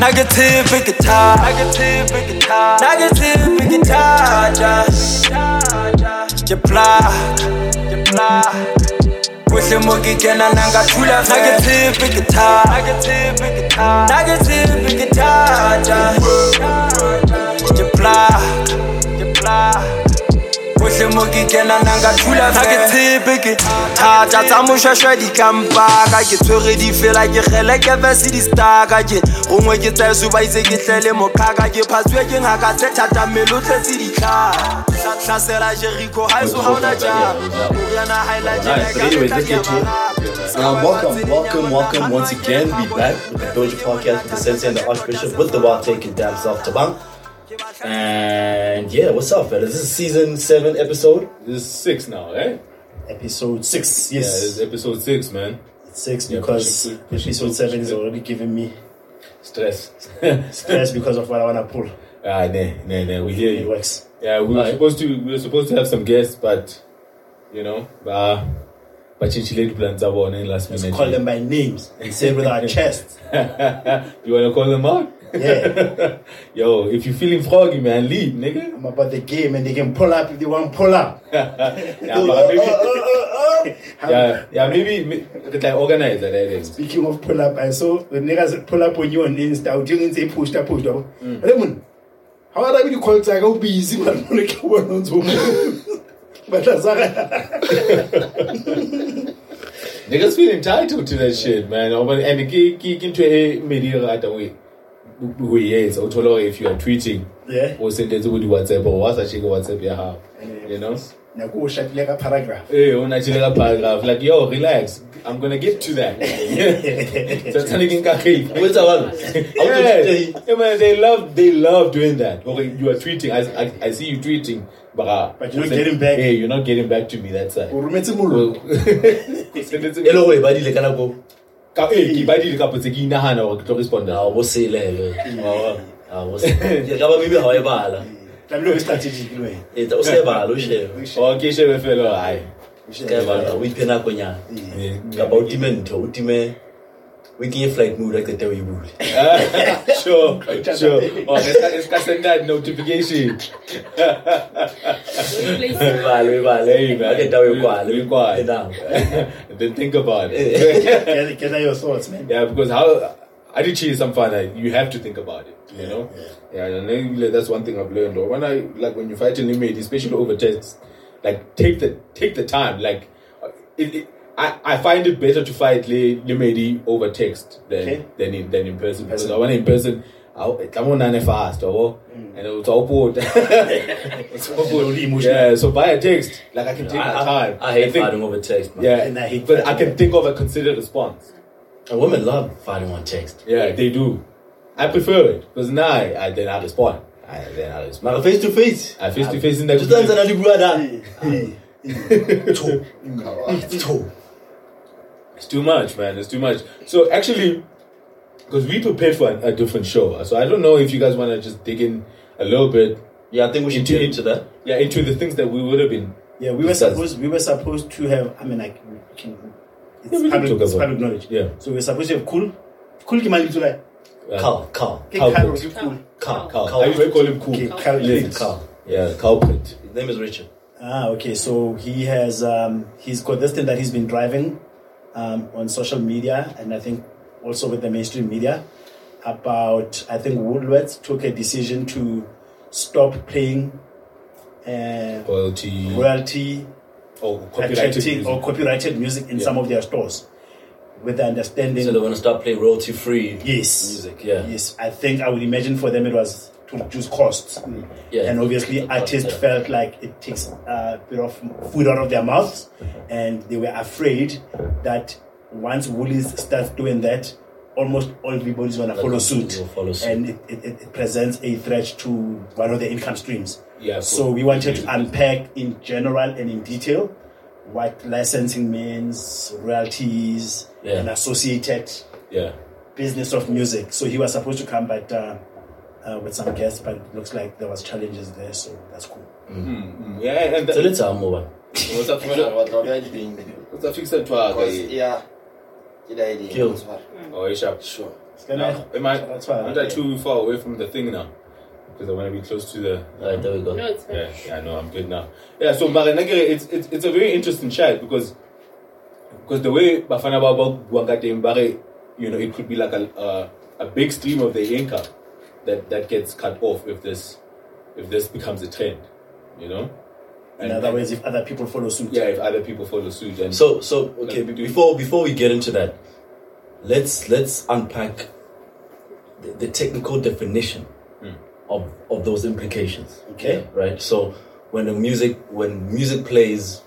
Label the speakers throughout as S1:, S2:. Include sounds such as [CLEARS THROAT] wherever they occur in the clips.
S1: Negative, we get tired. Negative, we get tired. Negative, we get tired. Just you block, you block. Kuhle mokigena nangathula vele. Negative, we get tired. Negative, we get tired. Negative, we get tired. Just you block, you block. Kuhle mokigena nangathula vele. Negative, we get thata tsa moshweshwe di ka mpaka ke tshwere di fela ke kgeleke vese di-staka ke gongwe ke tsaye sobaitse ke tlele mophaka ke phatswe ke ngaka tse thatamelo tletse ditlhaa hlasela jeriko haiso ha ona jaa moriana
S2: Nice. But anyway, let's get to it. Um, welcome, welcome, welcome once again. We back with the Doja Podcast with the Sensei and the Archbishop with the Wild Take and Dabs off Tabang. And yeah, what's up, fellas? This is season seven, episode
S3: This is six now, right?
S2: episode six.
S3: Yeah, this
S2: Yes,
S3: is episode six, man.
S2: six
S3: yeah,
S2: because
S3: push it, push it,
S2: episode
S3: push
S2: seven
S3: it.
S2: is already giving me
S3: Stress. [LAUGHS]
S2: stress because of what I wanna pull.
S3: ah, nah, nah, nah. We hear
S2: It
S3: you.
S2: works.
S3: Yeah, we were
S2: Alright.
S3: supposed to. We were supposed to have some guests, but you know, bah, but chinchilate plans are born in last
S2: Let's
S3: minute.
S2: call them by names and say it with our
S3: [LAUGHS]
S2: chest.
S3: you wanna call them out?
S2: Yeah,
S3: Yo, if you feeling froggy, man, leave, nigga. [LAUGHS]
S2: I'm about the game and they can pull up if they want to pull up. Oh,
S3: Yeah,
S2: [LAUGHS]
S3: but maybe,
S2: yeah.
S3: [LAUGHS] yeah, yeah, maybe ma- like organize that. eh, That is.
S2: Speaking of pull up, I saw when niggas pull up on you on Insta, you didn't say push that push up.
S3: Mm.
S2: Lemon, how are you call it? I go busy, but [LAUGHS] I'm gonna get one on Zoom. [LAUGHS] But that's all right.
S3: Niggas feel entitled to that shit, man. Or when- And ke ke ke ntho e media right away. Who yes, or tell if you are tweeting
S2: Yeah.
S3: or sentence with WhatsApp or what's actually WhatsApp you have, you know. Eh,
S2: Now go shut like a paragraph.
S3: Hey, when I chill a paragraph, like yo, relax. I'm gonna get to that.
S2: [LAUGHS]
S3: So it's like in Kakei.
S4: What's that one?
S3: [LAUGHS] Yeah, yeah, man, they love they love doing that. Okay, you are tweeting. I, I, I see you tweeting, but uh,
S2: But you're not getting back.
S3: Hey, you're not getting back to me. That's it.
S2: O rometse mollo. [LAUGHS]
S3: Send it to me.
S4: e le go e badile ka nako
S3: Ka- eh, ke badile ka potse, ke inahana hore ke tlo responda.
S4: a bo seleve a bo se- Ke ka ba maybe ha o e bala
S2: Tlamehile o strategic le wena.
S4: Etsa- o sa e bala o shebe
S3: Oh, ke shebe feela hore, ai,
S2: O
S4: Ka e bala,
S2: shebe.
S4: o iphe nakonyana
S3: eh,
S4: kapa o time ntho o time o e kenye flight mode a qeta o e bule
S3: [LAUGHS] sure, sure. Oh, e ska- e ska send that notification. [LAUGHS]
S4: O e bala, o e bala.
S3: Hey, man.
S4: Ha qeta o e kwale,
S3: O e kwale.
S4: e down.
S3: Then think about it.
S2: Gather gather your thoughts, man.
S3: Yeah, because how I did cheat some fun, you have to think about it, you know? Yeah, and then, like, that's one thing I've learned. Or when I like when you fight an inmate, especially over text, like take the take the time. Like it, it, I, I find it better to fight le limedi over text than
S2: Okay.
S3: than in than in person. Because I want in person I come on and fast or and it's all bored. it's all bored.
S2: emotional.
S3: Yeah, so by a text, like I can take my
S4: I-
S3: time.
S4: I hate
S3: think-
S4: fighting over text man.
S3: Yeah,
S2: And I hate
S3: but I
S2: fighting.
S3: can think of a considered response.
S4: And women love fighting on text
S3: Yeah, they do. I prefer it because now I, I then I respond. I then I respond.
S4: mara face to face
S3: I face to face in that.
S4: Just tsa na le bua da
S2: Two.
S3: It's too much, man. It's too much. So actually, because we prepared for a, a different show, uh, so I don't know if you guys want to just dig in a little bit.
S4: yeah i think we should
S3: Into-
S4: get into that
S3: Yeah, into the things that we would have been.
S2: Yeah, we were
S3: Because-
S2: supposed we were supposed to have. I mean, like, we can, it's,
S3: Yeah, we can
S2: public,
S3: talk
S2: it's
S3: about it.
S2: public knowledge.
S3: Yeah.
S2: So we were supposed to have cool, cool Kimali to like,
S3: Uh,
S4: Carl, Carl,
S2: okay,
S3: How
S2: Carl,
S3: good?
S2: okay, cool.
S4: Carl,
S3: Carl.
S4: Carl.
S3: I used to call him Cool.
S2: Okay, Carl
S3: Yes.
S2: Links.
S4: Carl.
S3: Yeah, culprit.
S4: His name is Richard.
S2: Ah, okay. So he has um, he's got this thing that he's been driving um, on social media, and I think also with the mainstream media about I think Woolworths took a decision to stop paying uh,
S3: Royalty
S2: royalty
S3: or copyrighted
S2: attracting
S3: music.
S2: or copyrighted music in
S3: Yeah.
S2: some of their stores, with the understanding.
S4: So they want to start playing royalty free
S2: Yes.
S4: music. Yeah.
S2: Yes, I think I would imagine for them it was to reduce costs.
S4: Mm. Yeah.
S2: And obviously, artists
S4: Yeah.
S2: felt like it takes a bit of food out of their mouths, and they were afraid that once Woolies starts doing that, almost all everybody's going to follow suit.
S4: will follow suit.
S2: And it, it, it- it presents a threat to one of the income streams.
S3: Yeah,
S2: So
S3: for-
S2: we wanted to unpack in general and in detail what licensing means, royalties,
S4: Yeah.
S2: and associated
S3: yeah.
S2: business of music. So he was supposed to come, but uh, uh, with some guests, but it looks like there was challenges there. So that's cool.
S3: Mm, Yeah, and
S4: So
S3: that,
S4: let's have more.
S3: what's up,
S5: Because
S3: what's up, fix that to our guy?
S5: yeah, it
S4: Kill.
S5: is.
S3: eh? Oh, Isha. [LAUGHS]
S5: Sure.
S2: It's gonna-
S3: Now, am I,
S2: That's why I
S3: aren't I
S2: like it.
S3: too far away from the thing now? Because I want to be close to the.
S4: Alright, there we go.
S6: No, it's fine.
S3: Yeah, yeah, no, I'm good now. Yeah, so Mara Nagere, it's, it's it's a very interesting chat because because the way Bafana Baba Wangate Mbare, you know, it could be like a uh, a big stream of the income that that gets cut off if this if this becomes a trend, you know.
S2: In
S3: And,
S2: other words, if other people follow suit.
S3: yeah, if other people follow suit and
S4: So so okay.
S3: Like we do.
S4: Before before we get into that, let's let's unpack the, the technical definition
S3: Hmm.
S4: of of those implications.
S2: Okay.
S4: Right. So when the music when music plays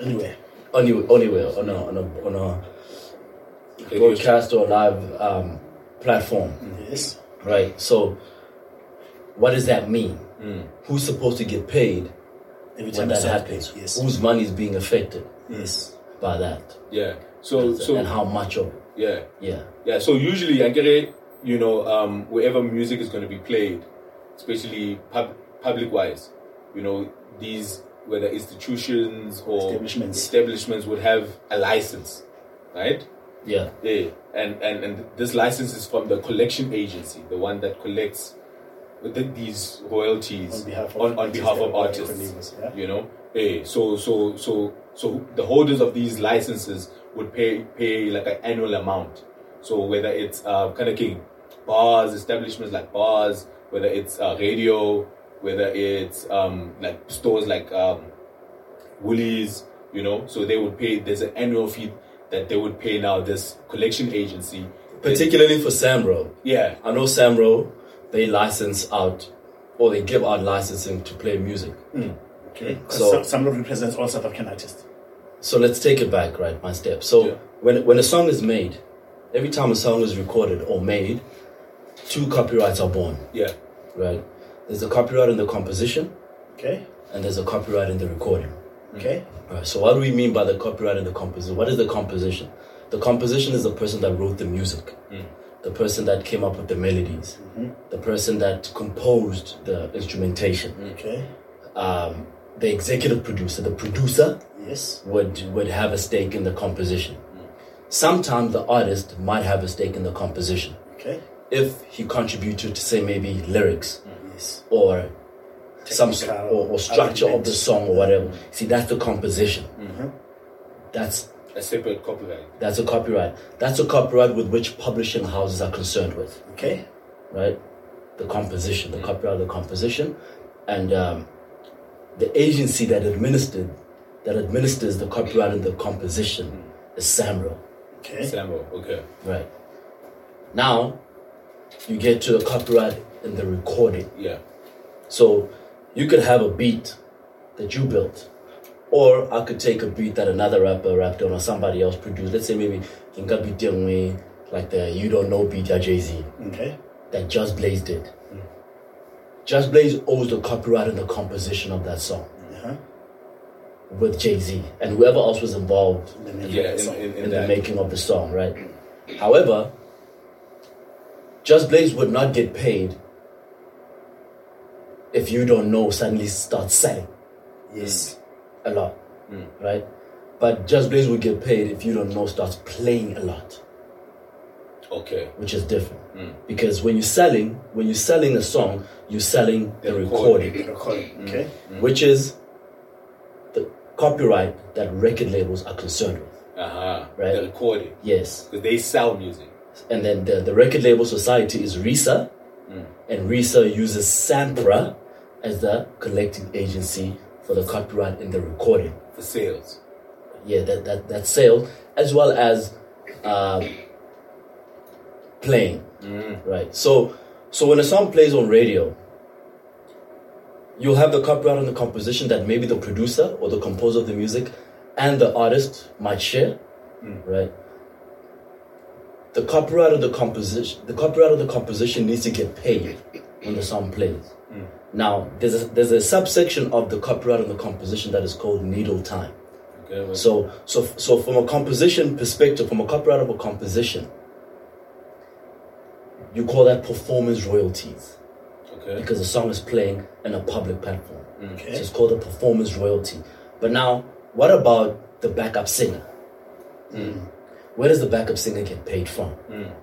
S2: Anyway,
S4: anywhere anywhere on a on a, on a broadcast or live um, platform,
S3: Hmm.
S2: yes.
S4: right? So what does that mean?
S3: Hmm.
S4: Who's supposed to get paid
S2: Every
S4: when
S2: time
S4: that
S2: it's out,
S4: happens?
S2: Yes.
S4: Whose money is being affected
S2: Yes.
S4: by that,
S3: yeah. So
S4: and
S3: so
S4: how much of it?
S3: yeah.
S4: Yeah.
S3: Yeah, so usually Angere, you know, um, wherever music is going to be played, especially pub- public wise, you know, these whether institutions or
S2: Establishments.
S3: establishments would have a license, right?
S4: Yeah.
S3: Yeah, and, and and this license is from the collection agency, the one that collects the, these royalties
S2: On behalf of
S3: on, on
S2: artists
S3: behalf of
S2: and
S3: artists.
S2: labels, yeah.
S3: You know, eh? So so so so the holders of these licenses would pay pay like an annual amount. So whether it's uh, kind of king bars, establishments like bars, whether it's uh, radio, whether it's um, like stores like um, Woolies, you know, so they would pay. There's an annual fee that they would pay now. This collection agency,
S4: Particularly for Samro.
S3: yeah,
S4: I know Samro, they license out or they give out licensing to play music.
S2: Okay.
S4: So-
S2: So some represents all South African artists.
S4: So let's take it back, right? My step. So
S3: Yeah.
S4: when when a song is made, every time a song is recorded or made, two copyrights are born,
S3: yeah,
S4: right? There's a copyright in the composition
S2: Okay.
S4: and there's a copyright in the recording.
S3: Mm.
S2: Okay.
S4: Alright, so what do we mean by the copyright and the composition? What is the composition? The composition is the person that wrote the music, the person that came up with the melodies, the person that composed the instrumentation,
S2: Okay.
S4: um, the executive producer, the producer
S2: Yes.
S4: would would have a stake in the composition. Sometimes the artist might have a stake in the composition
S2: Okay.
S4: if he contributed to say maybe lyrics
S2: Yes.
S4: or some s-
S2: Hmm. Technical
S4: or, or structure of the
S2: arguments.
S4: song or whatever. See, that's the composition. That's
S3: a separate copyright.
S4: that's a copyright. That's a copyright with which publishing houses are concerned with,
S2: Okay.
S4: right? The composition, the copyright, of the composition, and um, the agency that administered that administers the copyright and the composition is SAMRO, Eh?
S2: Okay.
S3: Sambo, okay,
S4: right? Now, you get to the copyright in the recording.
S3: yeah,
S4: So you could have a beat that you built, or I could take a beat that another rapper rapped on or somebody else produced. Let's say maybe Nka Beat Dengwe, like the You Don't Know beat by Jay Z,
S2: Okay.
S4: that Just Blaze did. Just Blaze owes the copyright and the composition of that song
S2: Uh-huh.
S4: with Jay Z and whoever else was involved
S2: The name of
S3: yeah,
S2: the
S3: in,
S2: song.
S3: in, in,
S4: in the
S3: that.
S4: making of the song, right? However, Just Blaze would not get paid if you don't know suddenly start selling
S2: Yes.
S4: a lot, right? But Just Blaze would get paid if you don't know starts playing a lot,
S3: okay,
S4: which is different. Because when you're selling, when you're selling a song, you're selling the,
S3: The
S4: recording,
S3: recording. Mm.
S2: Recording. Okay.
S4: which is the copyright that record labels are concerned with.
S3: uh huh,
S4: Right.
S3: The recording
S4: Yes.
S3: because they sell music.
S4: and then the, the record label society is RISA, and RISA uses SAMPRA as the collecting agency for the copyright in the recording.
S3: for sales.
S4: Yeah, that that that sale as well as uh, playing, right? So so when a song plays on radio, you'll have the copyright on the composition that maybe the producer or the composer of the music and the artist might share, right? The copyright of the composition, the copyright of the composition needs to get paid when the song plays. Now, there's a, there's a subsection of the copyright of the composition that is called needle time.
S3: Okay, well,
S4: So, so, so from a composition perspective, from a copyright of a composition, you call that performance royalties
S3: okay,
S4: because the song is playing in a public platform. So
S2: Okay.
S4: it's called a performance royalty. But now, what about the backup singer? where does the backup singer get paid from?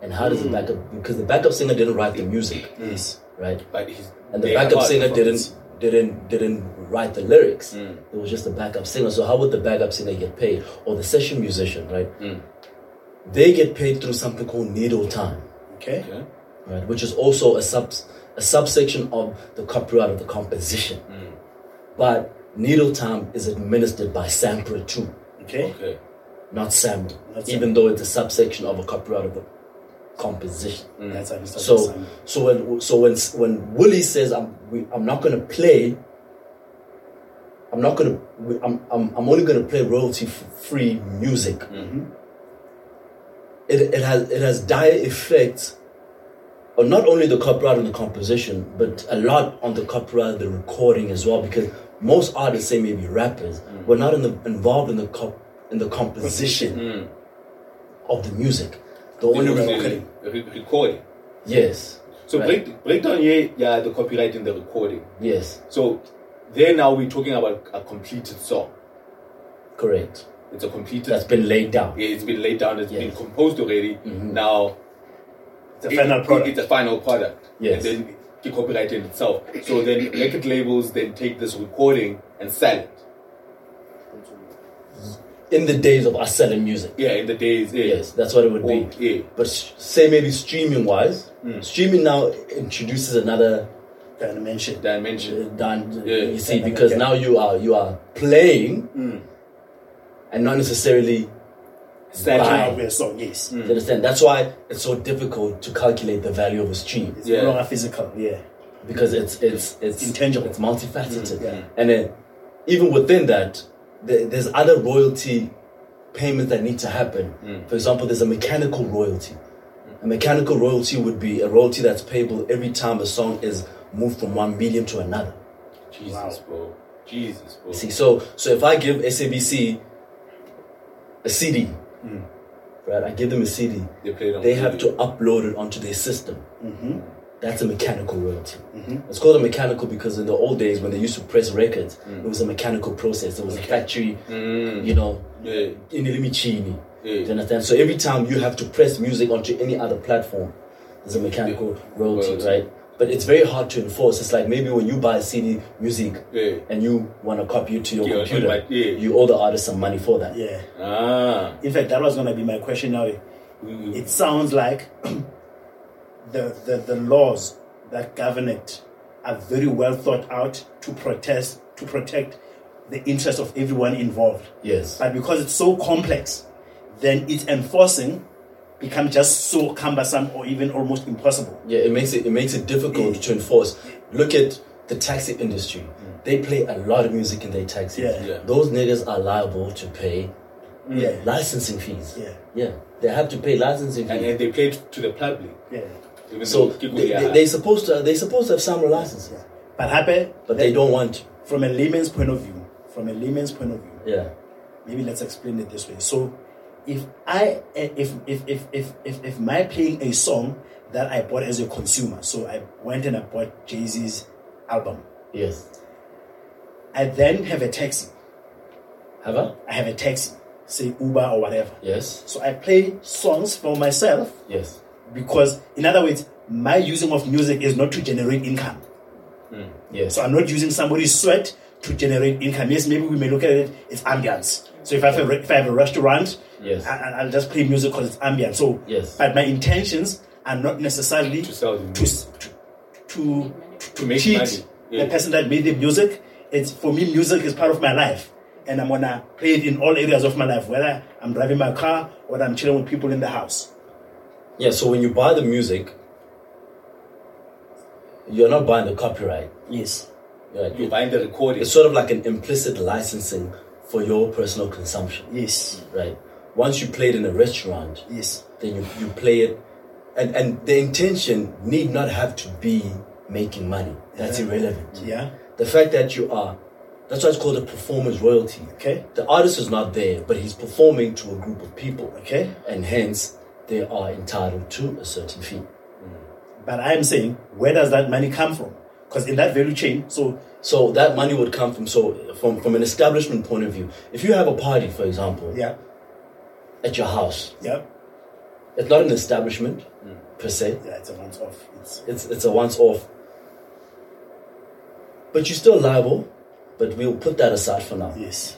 S4: And how does the backup because the backup singer didn't write the music,
S2: Yes.
S4: right?
S3: But he's
S4: And the
S3: they
S4: backup
S3: are
S4: singer
S3: from-
S4: didn't didn't didn't write the lyrics. It was just the backup singer. So how would the backup singer get paid? Or the session musician, right? They get paid through something called needle time
S2: Okay.
S3: Yeah.
S4: right? Which is also a sub a subsection of the copyright of the composition. But needle time is administered by SAMPRA too,
S2: Okay.
S3: Okay.
S4: not SAMRA,
S2: Not
S4: even though it's a subsection of a copyright of the composition.
S3: Mm.
S2: That's how you start to
S4: So
S2: sound.
S4: so when so when when Willie says I'm we, I'm not gonna play. I'm not gonna. I'm, I'm, I'm only gonna play royalty f- free music. Mm-hmm. It, it has it has dire effects on not only the copyright on the composition, but a lot on the copyright of the recording as well. Because most artists, say maybe rappers, were not in the, involved in the cop, in the composition of the music. Mm. The only recording,
S3: Re- recording.
S4: yes,
S3: So
S4: Right.
S3: break breakdown here, yeah, the copyright in the recording.
S4: yes,
S3: So there now we're talking about a completed song.
S4: correct.
S3: It's a completed
S4: That's been laid down.
S3: Yeah, it's been laid down, It's been
S4: Yes. Mm-hmm.
S3: composed already. Now
S2: The final product.
S3: It's a final product.
S4: Yes.
S3: And then the copyright in itself. So then record labels then take this recording and sell it.
S4: in the days of us selling music.
S3: Yeah, in the days. Yeah.
S4: Yes, that's what it would
S3: Or,
S4: be.
S3: Oh, yeah. Hmm.
S4: But s- say maybe streaming wise, streaming now introduces another
S2: Then I mentioned
S4: uh,
S3: Dimension.
S4: dan-
S3: Yeah. Hmm.
S4: you see because now you are you are playing and not necessarily
S3: Statue.
S4: Bye.
S2: Now we're song, yes.
S3: Hmm.
S4: you understand. That's why it's so difficult to calculate the value of a stream
S2: It's
S3: Yeah.
S2: no longer physical, yeah.
S4: because it's it's it's
S2: Intangible. Mm-hmm.
S4: it's multifaceted,
S2: Yeah.
S4: and then even within that, there, there's other royalty payments that need to happen.
S2: Mm.
S4: For example, there's a mechanical royalty. A mechanical royalty would be a royalty that's payable every time a song is moved from one medium to another.
S3: Jesus,
S2: Wow.
S3: bro. Jesus, bro.
S4: See, so so if I give SABC a CD,
S2: Mm.
S4: right? I give them a CD.
S3: They played on
S4: They have to
S3: radio.
S4: upload it onto their system.
S3: Mm-hmm.
S4: That's a mechanical royalty. It's called a mechanical because in the old days when they used to press records,
S3: Mm.
S4: it was a mechanical process. It was a factory, you know,
S3: Yeah.
S4: in Ilimicini. Do
S3: Mm. Yeah.
S4: you understand? So every time you have to press music onto any other platform, there's a mechanical royalty,
S3: Royalty.
S4: right? But it's very hard to enforce. It's like maybe when you buy CD music
S3: Yeah.
S4: and you want to copy it to your
S3: Yeah,
S4: computer,
S3: like, yeah.
S4: you owe the artist some money for that.
S2: Yeah.
S3: Ah.
S2: In fact, that was going to be my question now.
S4: Mm-hmm.
S2: It sounds like [CLEARS THROAT] the, the, the laws that govern it are very well thought out to protest to protect the interest of everyone involved.
S4: Yes.
S2: But because it's so complex, then its enforcing becomes just so cumbersome or even almost impossible.
S4: Yeah, it makes it it makes it difficult to enforce. Look at the taxi industry. They play a lot of music in their taxis.
S2: Mm. Yeah.
S3: Yeah.
S4: Those niggas are liable to pay Mm.
S2: Yeah.
S4: licensing fees.
S2: Yeah.
S4: Yeah. They have to pay licensing
S3: And
S4: fees.
S3: then they played to the public.
S2: Yeah.
S3: Even
S4: So
S3: though
S4: they,
S3: Kiko,
S4: they,
S3: yeah.
S4: they're supposed to they supposed to have some license,
S2: yeah. But Hape,
S4: but they don't want to.
S2: from a layman's point of view, from a layman's point of view,
S4: Yeah.
S2: maybe let's explain it this way. So, if I eh, if if if if if, if my playing a song that I bought as a consumer, so I went and I bought Jay Z's album.
S4: Yes.
S2: I then have a taxi.
S4: Have I?
S2: I have a taxi, say Uber or whatever.
S4: Yes.
S2: So I play songs for myself
S4: Yes.
S2: because, in other words, my using of music is not to generate income.
S4: Yes.
S2: So I'm not using somebody's sweat to generate income. Yes, maybe we may look at it, it's ambience. So if I have a, if I have a restaurant,
S4: Yes.
S2: I, I- I'll just play music because it's ambient. So,
S4: Yes.
S2: but my intentions are not necessarily
S3: To sell the
S2: to,
S3: music.
S2: s- to, to,
S3: To make
S2: cheat
S3: money. Yeah.
S2: the person that made the music. It's for me, music is part of my life. And I'm gonna play it in all areas of my life, whether I'm driving my car or I'm chilling with people in the house.
S4: Yeah, so when you buy the music, you're not buying the copyright.
S2: Yes.
S4: Right?
S3: you buy the recording.
S4: It's sort of like an implicit licensing for your personal consumption,
S2: Yes.
S4: right? Once you play it in a restaurant,
S2: Yes.
S4: then you, you play it, and, and the intention need not have to be making money. That's irrelevant.
S2: Yeah.
S4: The fact that you are, that's why it's called a performance royalty.
S2: Okay.
S4: The artist is not there, but he's performing to a group of people.
S2: Okay.
S4: And hence, they are entitled to a certain fee.
S2: But I am saying, where does that money come from? Because in that value chain, so
S4: So that money would come from so from from an establishment point of view. If you have a party, for example,
S2: yeah,
S4: at your house.
S2: Yep.
S4: It's not an establishment per se.
S2: Yeah, it's a once off. It's
S4: It's it's a once off. But you're still liable. But we'll put that aside for now.
S2: yes.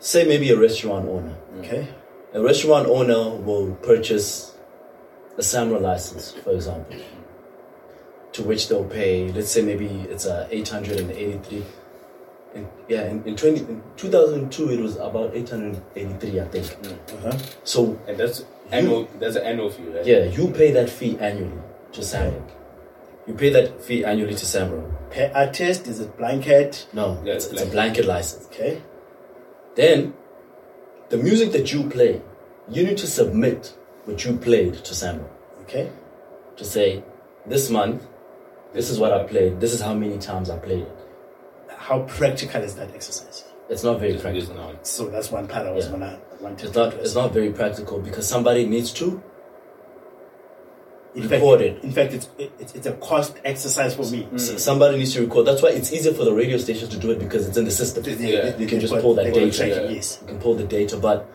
S4: Say maybe a restaurant owner.
S2: Okay.
S4: A restaurant owner will purchase a SAMRA license, for example, to which they'll pay, let's say maybe it's uh, 883. In, yeah, in, in, 20, in 2002, it was about 883, I think.
S2: Uh-huh.
S4: So,
S3: And that's annual. That's an annual fee, right?
S4: yeah, you pay that fee annually to SAMRA. You pay that fee annually to SAMRA.
S2: Per artist, is it blanket?
S4: No,
S3: Yeah,
S4: it's,
S3: it's
S4: it's a blanket license.
S2: Okay.
S4: Then, the music that you play, you need to submit what you played to SAMRA.
S2: Okay.
S4: to say, this month, this is what I played, this is how many times I played it.
S2: How practical is that exercise?
S4: It's not very
S3: It is
S4: practical.
S3: now.
S2: So that's one part I was
S4: Yeah.
S2: gonna wanted
S4: It's not,
S2: to
S4: it's
S2: address.
S4: not very practical because somebody needs to.
S2: in
S4: recorded. Mm.
S2: Fact, in fact, it's, it, it's it's a cost exercise for me.
S4: s- Somebody needs to record. That's why it's easier for the radio stations to do it because it's in the system.
S2: They-
S4: You
S2: they-
S3: Yeah.
S2: they-
S3: You
S2: they
S4: can just
S2: put-
S4: pull that
S2: they put
S4: data.
S2: track, Yes.
S4: can pull the data, but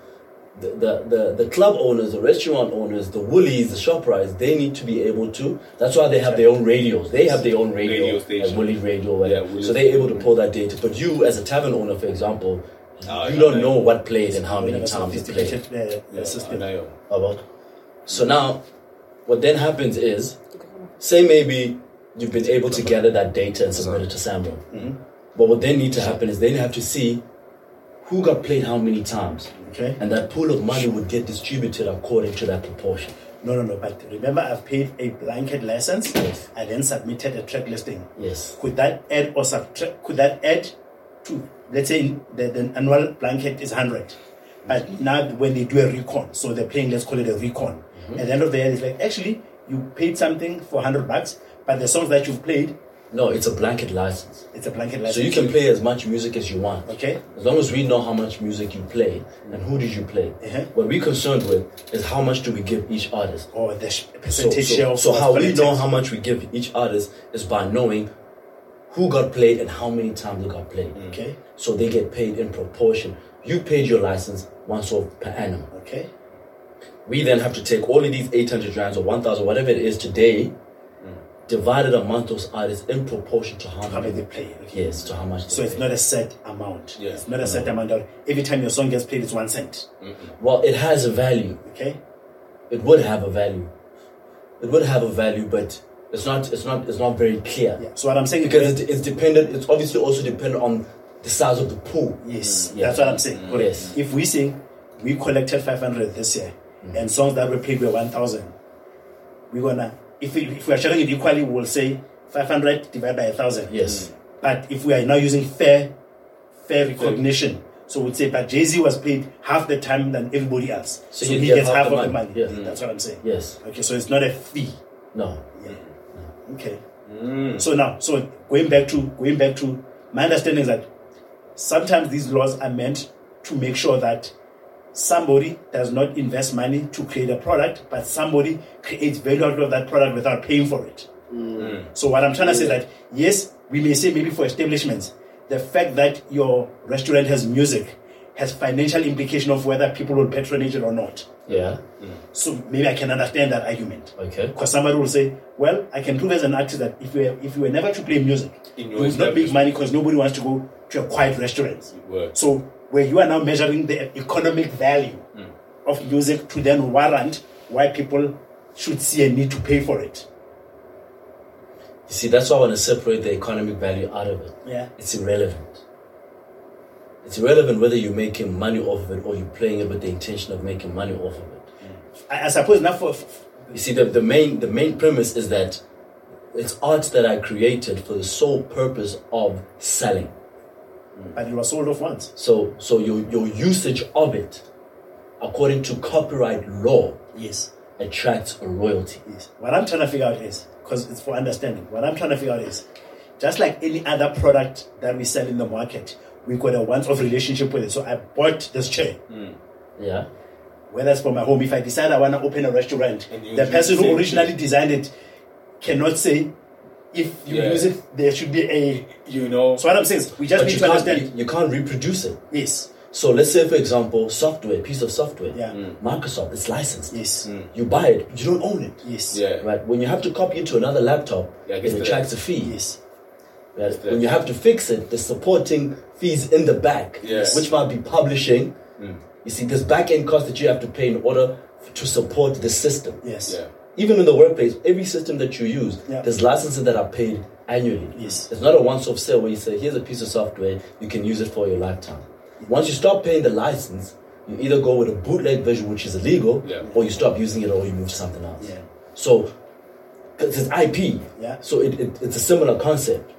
S4: the, the, the, the club owners, the restaurant owners, the Woolies, the shop rides, they need to be able to. That's why they have their own radios. They have their own radio,
S3: Radio station.
S4: a Woolly radio,
S3: Yeah,
S4: whatever.
S3: Woolies.
S4: so they're able to pull that data. But you, as a tavern owner, for example,
S3: Ah,
S4: you
S3: yeah,
S4: don't
S3: yeah.
S4: know what played and how
S2: Whatever
S4: many times it played.
S2: sophisticated uh,
S3: Yeah,
S2: system.
S3: I know.
S4: about. So now, what then happens is, say maybe you've been able to gather that data and submit it to Sambo.
S2: Mm-hmm.
S4: But what then need to happen is they have to see who got played how many times,
S2: Okay.
S4: and that pool of money would get distributed according to that proportion.
S2: No, no, no. But remember, I've paid a blanket license. I then submitted a track listing.
S4: Yes.
S2: Could that add or subtract? Could that add to, let's say, the, the annual blanket is 100. But now when they do a recon, so they're playing, let's call it a recon.
S4: Mm-hmm.
S2: At the end of the year, it's like, actually, you paid something for 100 bucks, but the songs that you've played,
S4: No, it's a blanket license.
S2: it's a blanket
S4: So
S2: license.
S4: you can play as much music as you want.
S2: Okay.
S4: As long as we know how much music you play and who did you play.
S2: Uh-huh.
S4: What we're concerned with is how much do we give each artist.
S2: Or the sh-
S4: So,
S2: percentage share
S4: so,
S2: of
S4: so how we
S2: politics.
S4: know how much we give each artist is by knowing who got played and how many times they got played.
S2: Okay.
S4: So they get paid in proportion. You paid your license once off per annum.
S2: Okay.
S4: We then have to take all of these 800 rands or 1,000, whatever it is today, divided among those artists in proportion to how,
S2: Mm. How
S4: many
S2: many they play. Okay.
S4: Yes, to how much. They
S2: So it's
S4: pay.
S2: not a set amount.
S3: Yeah.
S2: It's not a set
S4: Mm-hmm.
S2: amount. of- Every time your song gets played, it's one cent.
S4: Well, it has a value.
S2: Okay.
S4: It would have a value. It would have a value, but it's not. It's not. It's not very clear.
S2: Yeah. So what I'm saying is
S4: because it, it's dependent. It's obviously also dependent on the size of the pool.
S2: Yes,
S4: Yeah.
S2: Mm. that's what I'm saying. Correct.
S4: Yes.
S2: If we say we collected 500 this year and songs that were played were 1,000, we're gonna, if we, if we are sharing it equally, we'll say 500 divided by 1,000.
S4: Yes.
S2: But if we are now using fair, fair recognition, so we'd say, but Jay Z was paid half the time than everybody else. So,
S4: So you
S2: he
S4: get
S2: gets half, of the money.
S4: Yeah.
S2: That's what I'm saying.
S4: Yes.
S2: Okay, so it's not a fee.
S4: No.
S2: Okay. So now, so going back to going back to my understanding is that sometimes these laws are meant to make sure that somebody does not invest money to create a product, but somebody creates value out of that product without paying for it. So what I'm trying to say is that yes, we may say maybe for establishments, the fact that your restaurant has music has financial implication of whether people will patronage it or not.
S4: Yeah.
S2: So maybe I can understand that argument.
S4: Okay.
S2: Because somebody will say, "Well, I can prove as an artist that if you were, if you were never to play music, you
S3: In
S2: would
S3: your
S2: not make
S3: establishment.
S2: money because nobody wants to go to a quiet restaurant."
S3: Word.
S2: So where you are now measuring the economic value
S3: Hmm.
S2: of music to then warrant why people should see a need to pay for it.
S4: You see, that's why I want to separate the economic value out of it.
S2: Yeah.
S4: It's irrelevant. It's irrelevant whether you're making money off of it or you're playing it with the intention of making money off of it.
S2: I, I suppose not for.
S4: You see, the, the main the main premise is that it's art that I created for the sole purpose of selling.
S2: But it was sold off once.
S4: So so your your usage of it, according to copyright law,
S2: Yes.
S4: attracts a royalty.
S2: Yes. What I'm trying to figure out is, because it's for understanding, what I'm trying to figure out is, just like any other product that we sell in the market, we got a once off relationship with it. So I bought this chair,
S3: Mm.
S4: Yeah.
S2: whether it's for my home. If I decide I want to open a restaurant,
S3: And you
S2: the
S3: use
S2: person
S3: the
S2: who
S3: same
S2: originally
S3: chair.
S2: designed it cannot say, if you
S3: Yeah.
S2: use it, there should be a.
S3: You know.
S2: So what I'm saying is, we just
S4: But
S2: need
S4: you
S2: to
S4: can't,
S2: understand.
S4: you, you can't reproduce it.
S2: Yes.
S4: So let's say, for example, software, piece of software,
S2: Yeah.
S3: Mm.
S4: Microsoft, it's licensed.
S2: Yes.
S4: You buy it, but you don't own it.
S2: Yes.
S3: Yeah.
S4: Right? When you have to copy it to another laptop,
S3: Yeah, I
S4: it
S3: guess the-
S4: attracts a fee.
S2: Yes.
S4: Right?
S3: the-
S4: When you have to fix it, the supporting fees in the back,
S3: Yes. Mm.
S4: which might be publishing. You see, there's back end costs that you have to pay in order f- to support the system.
S2: Yes.
S3: Yeah.
S4: Even in the workplace, every system that you use,
S2: Yeah.
S4: there's licenses that are paid annually.
S2: Yes.
S4: It's not a one off sale where you say, here's a piece of software, you can use it for your lifetime. Once you stop paying the license, you either go with a bootleg version, which is illegal,
S3: Yeah.
S4: or you stop using it or you move to something else.
S2: Yeah.
S4: So, 'cause it's IP.
S2: Yeah.
S4: So, it, it, it's a similar concept.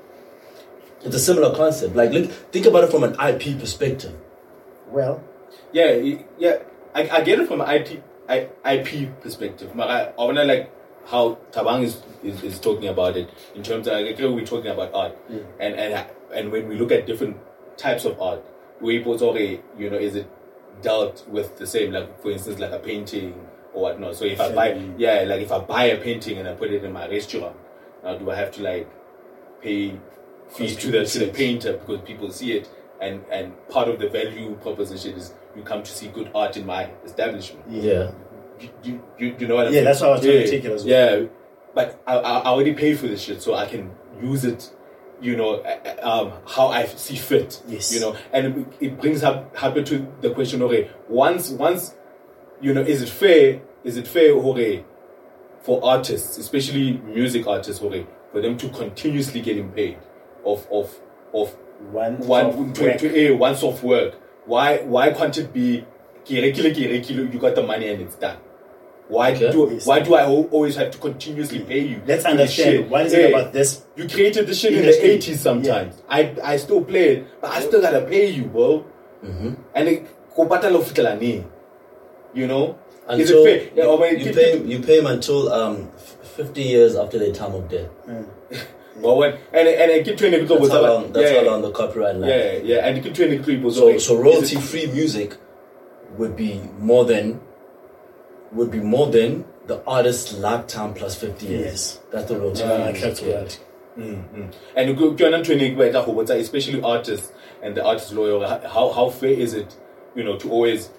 S4: It's a similar concept. Like, look, think about it from an IP perspective.
S2: Well,
S3: Yeah, y- yeah. I, I get it from an IP, I, IP perspective. But I, I wanna like how Tabang is, is, is talking about it in terms of like, we're talking about art, and and and when we look at different types of art, we put okay, you know, is it dealt with the same like for instance like a painting or whatnot. So if I buy yeah, like if I buy a painting and I put it in my restaurant, now do I have to like pay fees to the to the painter because people see it and and part of the value proposition is you come to see good art in my establishment
S4: Yeah.
S3: you, you, you, you know what I'm
S2: Yeah,
S3: saying?
S2: that's what I was trying to
S3: Yeah,
S2: take it as well.
S3: Yeah, but I, I, I already paid for this shit, so I can use it, you know, uh, um, how I see fit.
S2: Yes.
S3: You know, and it, it brings up happen to the question, okay, once, once, you know, is it fair, is it fair, okay, for artists, especially music artists, okay, for them to continuously getting paid of, of, of
S2: one.
S3: one
S2: soft
S3: to,
S2: work.
S3: to a once off work. Why why can't it be ke rekile, ke rekile, you got the money and it's done? Why
S4: Okay.
S3: do
S2: Yes.
S3: why do I al- always have to continuously pay you?
S2: Let's
S3: for this shit?
S2: understand. One thing
S3: Hey,
S2: about this.
S3: you created the shit in the
S2: Industry.
S3: eighties sometimes. I I still play it, but I still gotta pay you, bro.
S4: Mm-hmm.
S3: And it go battle of name. You know? Is it
S4: Until
S3: fair? Yeah, or when
S4: you,
S3: it-
S4: pay, you pay them until um, f- 50 years after their time of death.
S3: Well, when, and and I keep trying to go
S4: That's
S3: with
S4: how
S3: that.
S4: long, that's
S3: yeah,
S4: how long the copyright lasts.
S3: yeah, yeah, and I keep trying to go with
S4: So,
S3: that.
S4: so
S3: Is it-
S4: royalty free music would be more than would be more than the artist's lifetime plus fifty years.
S2: Yes.
S4: That's the royalty
S3: Ah,
S2: Uh,
S3: Mm.
S4: free music.
S2: that's
S4: yeah.
S2: what-
S3: And ku- kuyona ntho eningi ba etla go botsa, especially artists and the artist lawyer, how, how fair is it, you know, to always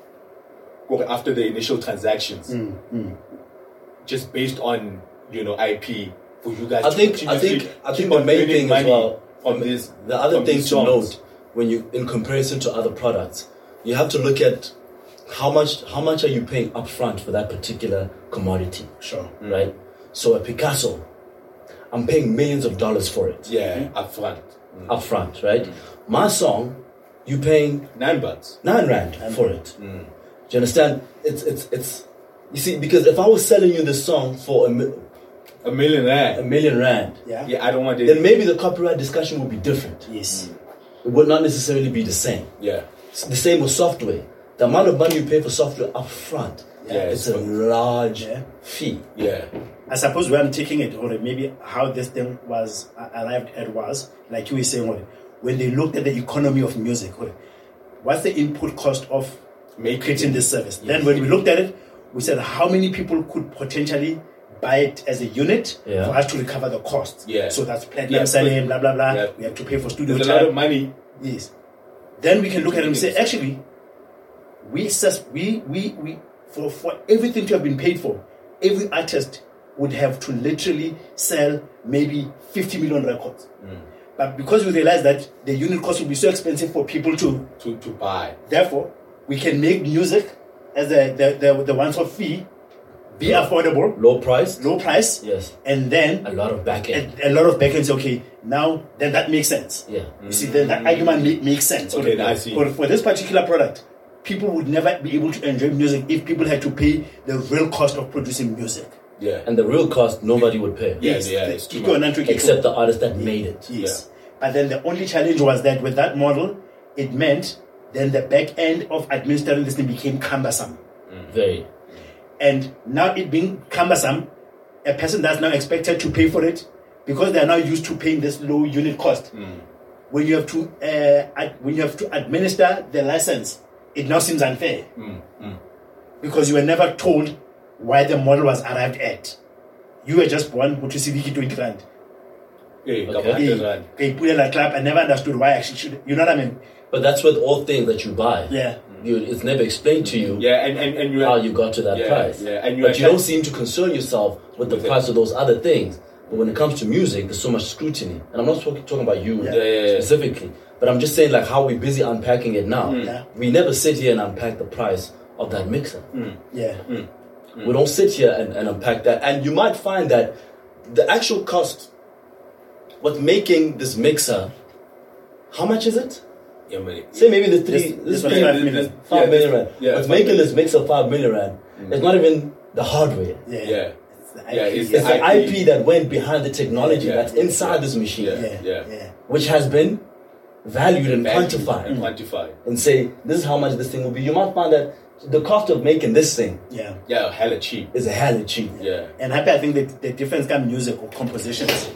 S3: go after the initial transactions,
S4: Mm,
S3: just based on, you know, IP for you guys
S4: I
S3: to
S4: think I
S3: continuously
S4: think I think
S3: keep
S4: the
S3: on
S4: main
S3: earning
S4: thing as
S3: money
S4: well
S3: from this,
S4: the other
S3: from
S4: thing
S3: these
S4: to
S3: songs.
S4: note when you in comparison to other products, you have to look at how much how much are you paying upfront for that particular commodity,
S2: Sure.
S3: Hmm.
S4: right? So a Picasso, I'm paying millions of dollars for it
S3: Yeah, Mm. upfront.
S4: upfront, right? My song, you paying
S3: Nine bucks.
S4: nine rand for it. Do you understand? It's it's it's. You see, because if I was selling you this song for a, mi-
S3: A million
S4: a
S3: rand.
S4: million rand,
S2: Yeah.
S3: Yeah, I don't want
S4: then
S3: it.
S4: maybe the copyright discussion would be different.
S3: Mm.
S2: Yes.
S4: It would not necessarily be the same.
S3: Yeah.
S4: It's the same with software. The amount of money you pay for software upfront,
S3: Yeah,
S4: it's
S3: it's
S4: a large
S2: Yeah.
S4: fee.
S3: Yeah.
S2: I suppose where I'm taking it, or maybe how this thing was uh, arrived at was, like you were saying, or when they looked at the economy of music, or what's the input cost of
S3: Make
S2: creating this service? Then when we looked at it, we said how many people could potentially buy it as a unit
S4: Yeah.
S2: for us to recover the cost.
S3: Yeah.
S2: So that's platinum
S3: Yeah,
S2: selling,
S3: but-
S2: blah blah blah.
S3: yeah.
S2: We have to pay for studio
S3: There's a
S2: time.
S3: lot of money.
S2: Yes. Then we can look at it and say, actually, we sus- we we we for for everything to have been paid for, every artist would have to literally sell maybe 50 million records.
S4: Mm.
S2: But because we realize that the unit cost will be so expensive for people to,
S3: To, to buy.
S2: therefore, we can make music as the the, the, the ones off fee be affordable,
S4: Low price,
S2: low price,
S4: Yes.
S2: and then
S4: a lot of back end.
S2: a, a lot of backend say, okay, now then that makes sense.
S4: Yeah.
S2: You see, then that argument make, makes sense.
S3: Okay,
S2: But-
S3: I see.
S2: But for this particular product, people would never be able to enjoy music if people had to pay the real cost of producing music.
S3: Yeah.
S4: And the real cost, nobody would pay.
S3: Yeah,
S2: Yes,
S3: yeah,
S2: the-
S3: it's too
S2: if you're
S3: much.
S2: an
S4: Except the artist that made it.
S2: Yes. But then the only challenge was that with that model, it meant then the back end of administering this thing became cumbersome.
S4: Very.
S2: And now it being cumbersome, a person that's now expected to pay for it because they are now used to paying this low unit cost.
S3: Hmm.
S2: When you have to uh, ad- when you have to administer the license, it now seems unfair
S3: Hmm,
S2: because you were never told why the model was arrived at. You were just born who to see Viki 20 grand.
S3: Hey,
S4: Okay.
S3: Kabate Rand.
S2: They put in a club. I never understood why I should. You know what I mean?
S4: But that's with all things that you buy.
S2: Yeah.
S4: You, it's never explained to you
S3: Yeah, and, and, and you
S4: how Oh, you got to that
S3: Yeah,
S4: price.
S3: yeah, and you
S4: but
S3: actually-
S4: you don't seem to concern yourself with the
S3: With it.
S4: price of those other things. But when it comes to music, there's so much scrutiny. And I'm not talking, talking about you
S3: Yeah, yeah, yeah.
S4: specifically, but I'm just saying like how we're busy unpacking it now.
S3: Mm.
S2: Yeah.
S4: We never sit here and unpack the price of that mixer.
S3: Mm-hmm.
S2: Yeah.
S3: Hmm.
S4: We don't sit here and, and unpack that. And you might find that the actual cost, what making this mixer, how much is it?
S3: Yeah, man.
S4: Say maybe the three,
S2: This- this
S4: this three-
S2: one,
S4: five
S2: five million.
S4: million
S3: Yeah,
S4: rand.
S3: yeah,
S4: What's
S3: five
S4: making
S3: million.
S4: this mixer five million rand? It's not even the hardware.
S2: Yeah.
S3: Yeah.
S2: It's the
S3: Yeah,
S2: IP.
S3: it's
S4: It's the
S3: IP.
S4: IP that went behind the technology
S3: Yeah.
S4: that's inside
S3: Yeah.
S4: this machine,
S3: Yeah.
S2: yeah. Yeah. Yeah.
S4: which has been valued and
S3: Value
S4: quantified,
S3: And quantified.
S4: and say this is how much this thing will be. You might find that the cost of making this thing
S2: yeah.
S3: Yeah, hella cheap.
S4: is hella cheap.
S3: Yeah.
S2: And happy, I think that the difference can music or compositions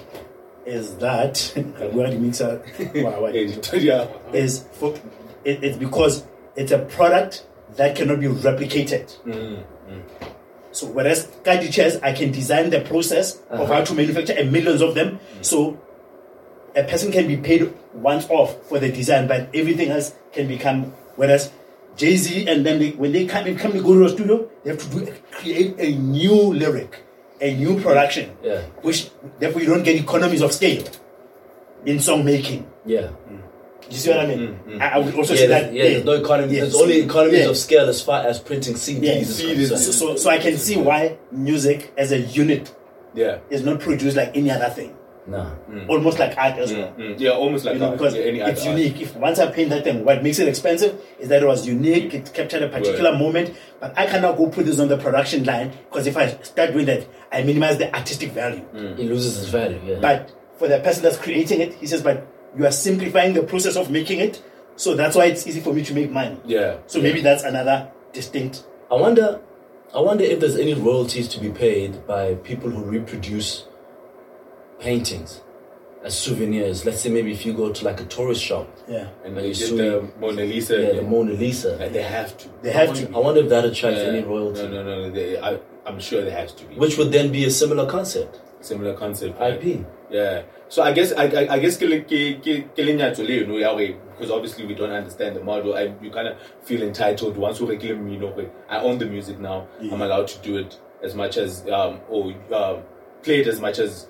S2: is that [LAUGHS] word mixer. wow, wow.
S3: yeah.
S2: is for, it, it's because it's a product that cannot be replicated. So whereas Kadi chairs, I can design the process of how to manufacture and millions of them. So a person can be paid once off for the design, but everything else can become. Whereas Jay Z and then they, when they come, they come to go to a studio, they have to do, create a new lyric, a new production,
S4: Yeah.
S2: which therefore you don't get economies of scale in song making.
S4: Yeah,
S2: Do you see what I mean? I, I would also
S4: yeah,
S2: say
S4: there's-
S2: that.
S4: yeah, There's no economy.
S2: yeah,
S4: There's
S2: so-
S4: only economies
S2: yeah.
S4: of scale as far as printing CDs
S2: Yeah,
S4: is
S3: CDs.
S2: So,
S4: concerned.
S2: so, so I can see why music as a unit
S3: [LAUGHS] Yeah.
S2: is not produced like any other thing,
S4: Nah.
S2: almost like art as well.
S3: Mm. Yeah, almost like
S2: You know,
S3: art.
S2: because
S3: Yeah, any
S2: it's
S3: other art.
S2: unique. If once I paint that thing, what makes it expensive is that it was unique. It captured a particular
S3: Right.
S2: moment, but I cannot go put this on the production line because if I start doing that, I minimize the artistic value.
S4: It loses its value. Yeah.
S2: But for the person that's creating it, he says, "But you are simplifying the process of making it, so that's why it's easy for me to make money."
S3: Yeah.
S2: So maybe that's another distinct
S4: I wonder, I wonder if there's any royalties to be paid by people who reproduce paintings as souvenirs. Let's say maybe if you go to like a tourist shop,
S2: Yeah.
S3: And
S4: Are
S3: they
S4: you
S3: did
S4: sure
S3: the
S4: you-
S3: Mona Lisa.
S4: yeah, the
S3: and-
S4: Mona Lisa.
S3: and they have to.
S2: They have
S4: I
S2: to.
S4: wonder if that attracts
S3: Yeah.
S4: any royalty,
S3: No, no, no. They, I, I'm sure there has to be.
S4: which would then be a similar concept.
S3: similar concept? right?
S4: IP.
S3: Yeah. So I guess I, I, I guess ke le- ke- ke- ke lenyatso le eno ya hore- because obviously we don't understand the model and you kind of feel entitled once we rekile mmino hore, I own the music now. I'm allowed to do it as much as um or um, play it as much as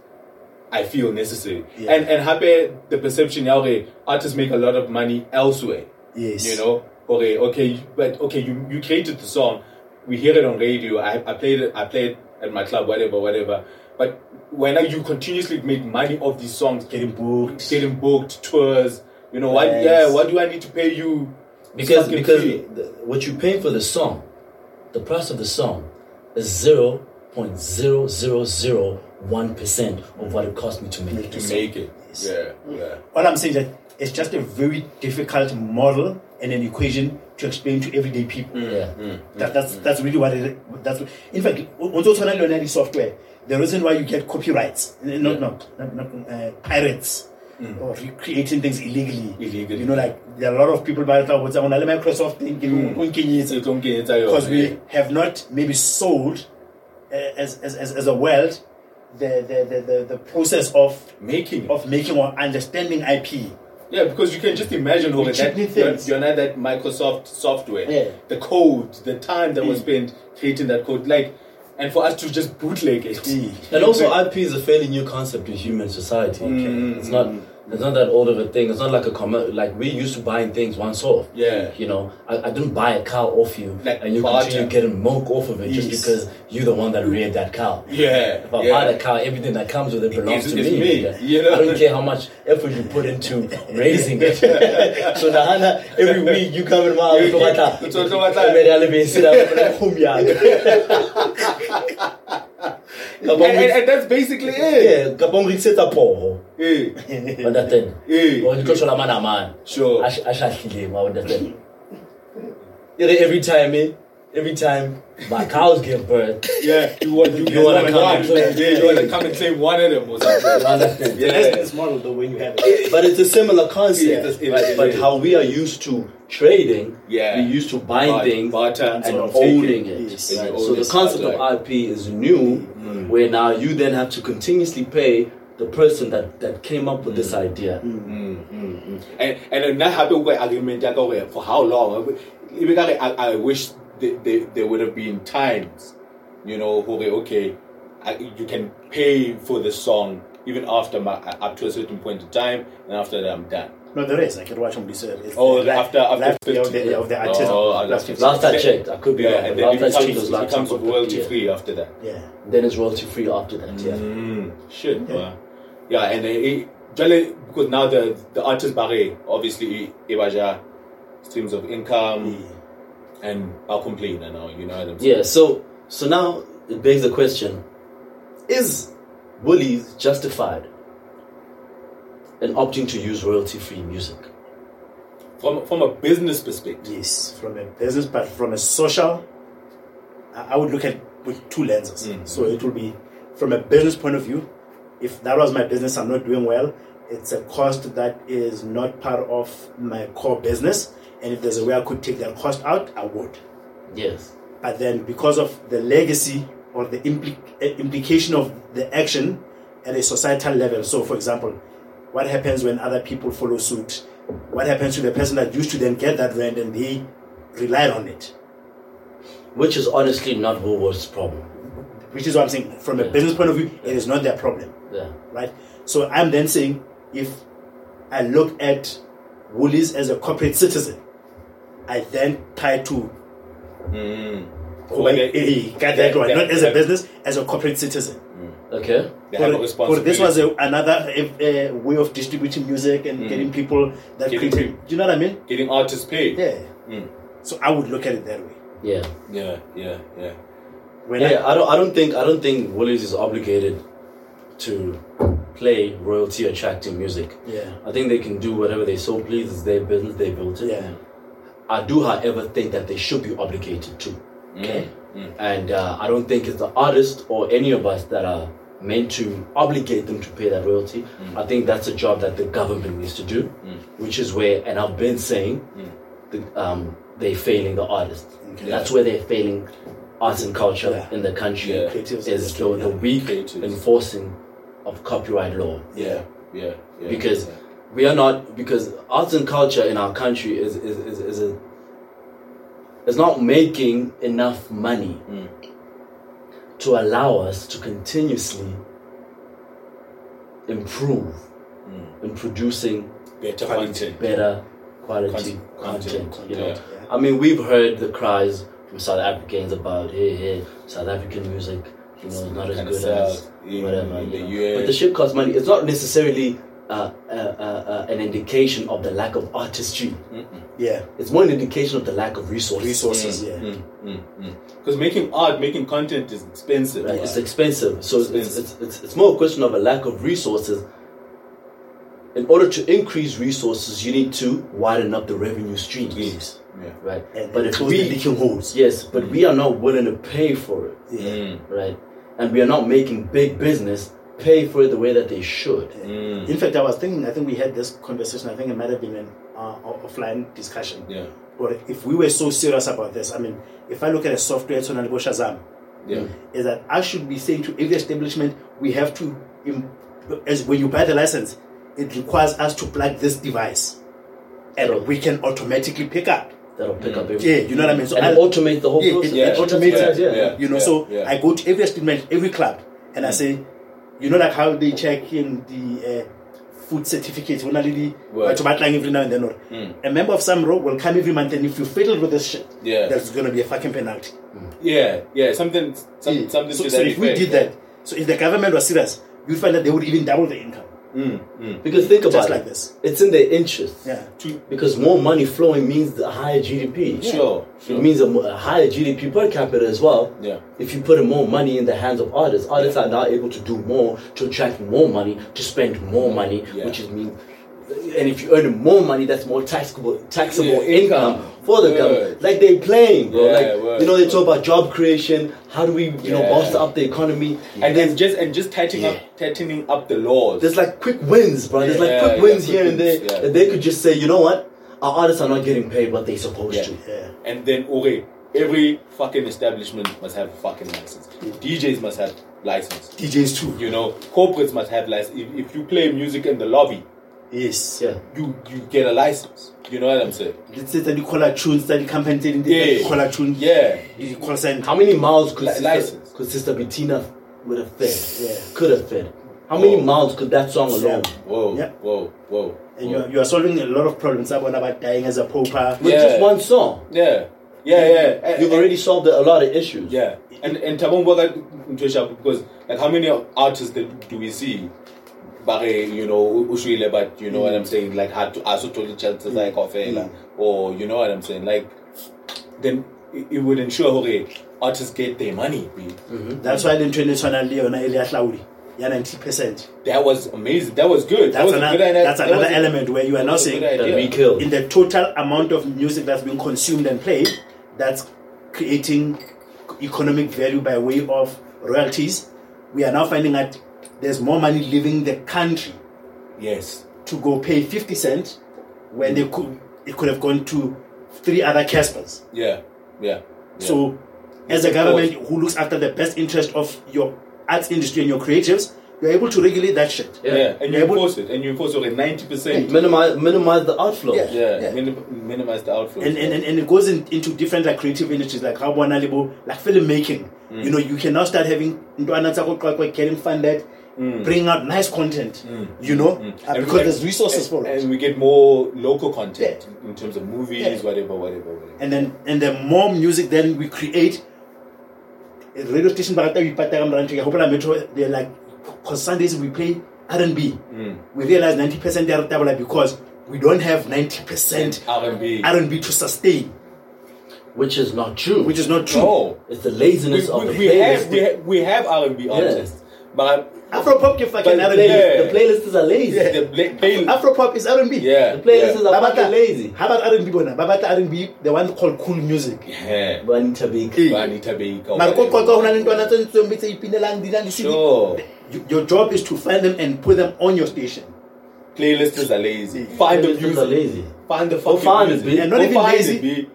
S3: I feel necessary.
S2: Yeah.
S3: And and hape the perception ya hore artists make a lot of money elsewhere.
S2: Yes.
S3: You know, okay, okay, but okay, you, you created the song. We hear it on radio. I, I played it. I played at my club, whatever, whatever. But when you continuously make money off these songs,
S2: getting booked.
S3: getting booked tours, you know, why?
S2: Yes.
S3: Yeah, why do I need to pay you?
S4: Because
S3: fucking
S4: because
S3: free?
S4: the, what you pay for the song, the price of the song, is zero point zero zero zero one percent of what it cost me to make it.
S3: to make it. Yeah, yeah,
S2: All I'm saying is that it's just a very difficult model and an equation to explain to everyday people.
S3: Mm,
S4: Yeah.
S2: That, that's that's really what it. That's what- in fact, once you learn any software, the reason why you get copyrights, eh, not not not, not uh, pirates. Or creating things illegally.
S3: Mm. Illegally.
S2: You know, like there are a lot of people by the what's on Microsoft
S3: Mm.
S2: thinking
S3: So
S2: because
S3: don't get it, I-
S2: we have not maybe sold uh, as, as, as as a world the the, the, the, the process of
S3: making it.
S2: of making or understanding IP.
S3: Yeah, because you can just imagine over that
S2: Chimney
S3: you're,
S2: things.
S3: you're not that Microsoft software.
S2: Yeah.
S3: The code, the time that was spent creating that code, like, and for us to just bootleg it. [LAUGHS]
S4: And also, IP is a fairly new concept in human society.
S3: Mm-hmm.
S4: It's not. It's not that old of a thing. It's not like a commer like we used to buying things once off.
S3: Yeah.
S4: You know, I, I didn't buy a cow off you,
S3: Like
S4: and you
S3: barter.
S4: continue getting milk off of it
S2: Yes.
S4: just because you're the one that reared that cow.
S3: Yeah,
S4: If I
S3: yeah.
S4: buy the cow, everything that comes with it belongs
S3: It's-
S4: to
S3: it's
S4: me.
S3: me,
S4: nigga.
S3: you know?
S4: I don't care how much effort you
S3: [LAUGHS]
S4: put into raising it. so Nahana, every week you come in my house,
S3: You-
S4: "Ntobata,
S3: [LAUGHS] you- Ntobata."
S4: kumele alibe isila, kumele
S3: [LAUGHS]
S4: aphumi yakhe."
S3: And, and, and that's basically
S4: [LAUGHS]
S3: it.
S4: Yeah, ngabonga ikusetsa poho.
S3: Yeah.
S4: [LAUGHS] You understand?
S3: Eh.
S4: Or you control a man a man.
S3: Sure.
S4: Ash- ashahlile, you understand? You know, every time, eh, every time my cows give birth,
S3: Yeah. You want, you,
S4: You wanna
S3: want to
S4: come
S3: one.
S4: and claim-
S3: yeah, you want to come and claim one of them or
S4: you
S3: something.
S4: understand?
S3: Yeah.
S2: model though when you have it.
S4: But it's a similar
S3: It is,
S4: concept.
S3: it
S4: right?
S3: is,
S4: but
S3: it is.
S4: how we are used to trading,
S3: Yeah.
S4: we're used to buying
S3: Bar-
S4: things
S3: barter
S4: and
S3: and sort of
S4: owning
S3: taking.
S4: it.
S2: Yes.
S4: right?
S3: And you own
S4: So the
S3: this
S4: concept
S3: outlet.
S4: Mm. of IP is new, where now you then have to continuously pay the person that, that came up with this idea.
S3: and and then that happened with argument I go, "Well, for how long even I, I wish there, there, there would have been times you know who were, okay I, you can pay for the song even after my up to a certain point in time and after that I'm done
S2: No, there is. I can watch on this. uh, It's
S3: Oh,
S2: the li-
S3: after- after
S2: life of
S3: 50,
S2: the, of the
S3: yeah.
S2: artist.
S3: Oh,
S2: Life
S3: that's
S2: of-
S4: Last I checked, I could be
S3: yeah
S4: wrong.
S3: and
S4: but
S3: then it
S4: Last I checked
S3: becomes,
S4: was
S3: it
S4: last
S3: becomes
S4: time.
S3: royalty free after that
S2: yeah.
S4: Then it's royalty free after that. Yeah.
S3: Mm, shit, man. Yeah, and they, it, jolly- because now the the artist bare obviously Ibaja streams of income and I'll complain and now you know what I'm saying.
S4: Yeah, so so now it begs the question: Is Woolies justified in opting to use royalty-free music?
S3: From from a business perspective.
S2: Yes, from a business, but from a social, I I would look at with two lenses. So it will be from a business point of view. If that was my business, I'm not doing well. It's a cost that is not part of my core business, and if there's a way I could take that cost out, I would.
S4: Yes.
S2: But then, because of the legacy or the impli- eh, implication of the action at a societal level, so for example, what happens when other people follow suit? What happens to the person that used to then get that rent and he relied on it?
S4: Which is honestly not Woolworth's problem.
S2: Which is what I'm saying. From a
S4: Yeah.
S2: business point of view, it is not their problem,
S4: Yeah.
S2: right? So I'm then saying if I look at Woolies as a corporate citizen, I then tie to
S3: Or they-
S2: Eh, Hmm. get that right,
S3: they-
S2: not as a
S3: they-
S2: business, as a corporate citizen.
S4: Okay.
S3: They have
S2: But-
S3: a
S2: but
S3: responsibility.
S2: this was a, another uh, uh, way of distributing music and getting people that
S3: Getting
S2: created.
S3: people.
S2: Do you know what I mean?
S3: getting artists paid.
S2: Yeah. So I would look at it that way.
S4: Yeah.
S3: yeah, yeah, yeah.
S2: When I,
S4: Yeah. I don't. I don't think. I don't think Woolies is obligated to play royalty-attracting music.
S2: yeah,
S4: I think they can do whatever they so please. It's their business. They built it.
S2: yeah,
S4: I do, however, think that they should be obligated to.
S3: Mm,
S4: Okay. And uh, I don't think it's the artist or any of us that are meant to obligate them to pay that royalty.
S3: Mm.
S4: I think that's a job that the government needs to do, which is where, and I've been saying,
S3: Mm.
S4: the, um, they're failing the artist. That's where they're failing arts and culture
S2: Yeah.
S4: in the country
S3: Yeah.
S2: Creatives
S4: is
S2: industry,
S4: the, the
S2: yeah.
S4: weak
S3: Creatives.
S4: enforcing of copyright law
S3: Yeah, yeah, yeah.
S4: because we are not because arts and culture in our country is is is, is a is not making enough money
S3: Mm.
S4: to allow us to continuously improve
S3: Mm.
S4: in producing
S3: better content.
S4: better quality
S3: Content,
S4: content.
S3: content,
S4: you know,
S3: yeah.
S4: I mean, we've heard the cries from South Africans about hey, hey, South African music, you know, is not as
S3: Kinda
S4: good
S3: sells
S4: as
S3: in-
S4: whatever.
S3: in
S4: you
S3: the
S4: know. But
S3: US.
S4: the shit costs money. It's not necessarily uh, uh, uh, uh, an indication of the lack of artistry.
S2: yeah.
S4: It's more an indication of the lack of resources. Mm.
S2: Resources, yeah.
S3: Because making art, making content is expensive.
S4: Right?
S3: man.
S4: It's expensive, so it's, it's, it's, it's more a question of a lack of resources. In order to increase resources, you need to widen up the revenue streams.
S3: Yes. yeah.
S4: Right,
S2: And
S4: but
S2: but
S4: if
S2: it closed the
S4: we
S2: leaking holes.
S4: Yes, but we are not willing to pay for it,
S2: Yeah.
S4: right? And we are not making big business pay for it the way that they should.
S2: In fact, I was thinking. I think we had this conversation. I think it might have been an uh, o- offline discussion.
S3: Yeah.
S2: But if we were so serious about this, I mean, if I look at a software, it's on Shazam.
S3: Yeah.
S2: is that I should be saying to every establishment, we have to, im- as when you buy the license, it requires us to plug this device, and we can automatically pick up.
S4: That'll pick up everything.
S2: Yeah, you know what I mean. So
S4: and
S2: I,
S4: automate the whole
S2: yeah,
S4: process.
S2: it, it
S3: Yeah,
S2: automates.
S3: yeah,
S2: Yeah,
S3: yeah,
S2: you know.
S3: yeah,
S2: so
S3: yeah. Mm.
S2: I go to every establishment, every club, and I say, you know, like how they check in the. Uh, Food certificates, when I really
S3: Right.
S2: but to battling every now and then. or-
S3: Mm.
S2: A member of some row will come every month, and if you fiddle with this shit,
S3: Yeah.
S2: there's gonna be a fucking penalty.
S3: Yeah, yeah, something, some,
S2: Yeah.
S3: something
S2: so,
S3: to
S2: so
S3: that
S2: if we
S3: effect.
S2: did that, so if the government was serious, you'd find that they would even double the income.
S4: Because think about
S2: Just
S4: it.
S2: like this.
S4: It's in their interest.
S2: Yeah.
S3: To-
S4: Because more money flowing means the higher GDP.
S3: Sure,
S4: It
S3: sure.
S4: means a, mo- a higher GDP per capita as well.
S3: Yeah.
S4: If you put more money in the hands of artists, artists are now able to do more, to attract more money, to spend more money,
S3: Yeah.
S4: which is mean. And if you earn more money, that's more taxable taxable
S3: Yeah,
S4: income for the
S3: word.
S4: government. Like they playing, bro.
S3: Yeah,
S4: like
S3: word,
S4: you know, they
S3: word.
S4: talk about job creation. How do we, you know,
S3: Yeah.
S4: bolster up the economy?
S3: and then just and just tightening
S4: Yeah.
S3: up tightening up the laws.
S4: There's like quick wins, bro. There's like
S3: Yeah,
S4: quick
S3: yeah,
S4: wins
S3: quick
S4: here and there
S3: wins, yeah.
S4: that they could just say, you know what, our artists are not getting paid what they're supposed
S3: Yeah.
S4: to.
S2: Yeah.
S3: and then okay, every fucking establishment must have a fucking license. DJs must have license.
S2: DJs too.
S3: You know, corporates must have license. If, if you play music in the lobby,
S2: Yes.
S4: Yeah.
S3: you you get a license. You know what I'm saying?
S2: Let's say that you call a tune, that you campaign, that
S3: Yeah.
S2: you call a tune.
S3: Yeah.
S2: You call sign.
S4: How many miles could
S3: Li-
S4: Sister,
S3: license.
S4: could Sister Bettina would have fed?
S2: Yeah.
S4: Could have fed. How many
S3: Whoa.
S4: miles could that song alone?
S3: Whoa,
S2: Yeah.
S3: whoa, whoa.
S2: And you
S3: whoa.
S2: are, you are solving a lot of problems about, about dying as a pauper.
S4: With
S3: Yeah.
S4: just one song,
S3: Yeah, yeah, yeah. And-
S4: you've
S3: and-
S4: already solved a lot of issues.
S3: yeah, and and Tabong Boga e because like how many artists that do we see? Bare, you know, usually, but you know what I'm saying. Like had to also told the chances
S2: Mm.
S3: like of or you know what I'm saying. Like then it it would ensure okay, artists get their money. B.
S2: That's why the international Leona Elia Cloudy. Yeah, ninety percent.
S3: That was amazing. That was good. that
S2: That's
S3: was a
S2: another.
S3: good idea.
S2: That's
S3: That
S2: another
S3: was a-
S2: element where you are now
S3: was a
S2: saying
S3: good idea.
S4: That we
S3: Yeah.
S4: killed.
S2: in the total amount of music that's being consumed and played, that's creating economic value by way of royalties. We are now finding that there's more money leaving the country
S3: Yes.
S2: to go pay 50 cent when they could it could have gone to three other Caspers.
S3: Yeah. Yeah. Yeah.
S2: So, as a government who looks after the best interest of your arts industry and your creatives, you're able to regulate that shit.
S3: yeah. and you
S2: Yeah, but-
S3: enforce it, and you enforce okay ninety percent.
S4: Minimize, minimize the outflow.
S2: Yeah.
S3: Yeah, minim- minimize the outflow.
S2: And, and, and, and it goes in, into different like creative industries like how Libo, like filmmaking.
S3: Mm.
S2: You know, you can now start having Ntwana tsa go qwaqwa getting funded,
S3: Mm.
S2: bring out nice content. You know, uh,
S3: And
S2: because
S3: we get-
S2: there's resources
S3: and,
S2: for it.
S3: Mm. And we get more local content
S2: Yeah.
S3: in terms of movies,
S2: Yeah.
S3: whatever, whatever, whatever.
S2: and then and the more music then we create a radio station barata we pataka mrantu ya hopola metro they're like because sundays we play r&b
S3: Mm.
S2: we realize 90% they are tabula because we don't have 90%
S3: R&B.
S2: r&b to sustain
S4: Which is not true.
S2: which is not true
S3: No.
S4: it's the
S3: Oh. We,
S4: laziness
S3: we,
S4: of the
S3: we
S4: playlist.
S3: have, we, have, we have R&B artists, but
S2: afropop ke fucking
S3: But
S2: r&b
S3: yeah.
S4: The playlists are lazy.
S3: the play, play,
S2: afropop is r&b
S3: yeah,
S4: The playlists
S3: yeah.
S2: Ba
S4: are fucking
S2: batla-
S4: lazy.
S2: how about r&b bona ba batla r&b the one called cool music
S3: yeah.
S4: Banita Big.
S3: Vanita Baker,
S2: mara ko
S3: whatever.
S2: qoqa ho na le ntwana tse ntsweng tse ipinelang di na le CD.
S3: Sure.
S2: You- your job is to find them and put them on your station
S3: Playlists are lazy. Find the
S4: Playlists
S3: music.
S4: are lazy.
S3: Find the fucking
S4: find it,
S3: music.
S4: B.
S2: And not
S3: Go
S2: even
S3: find
S2: lazy.
S3: it, B.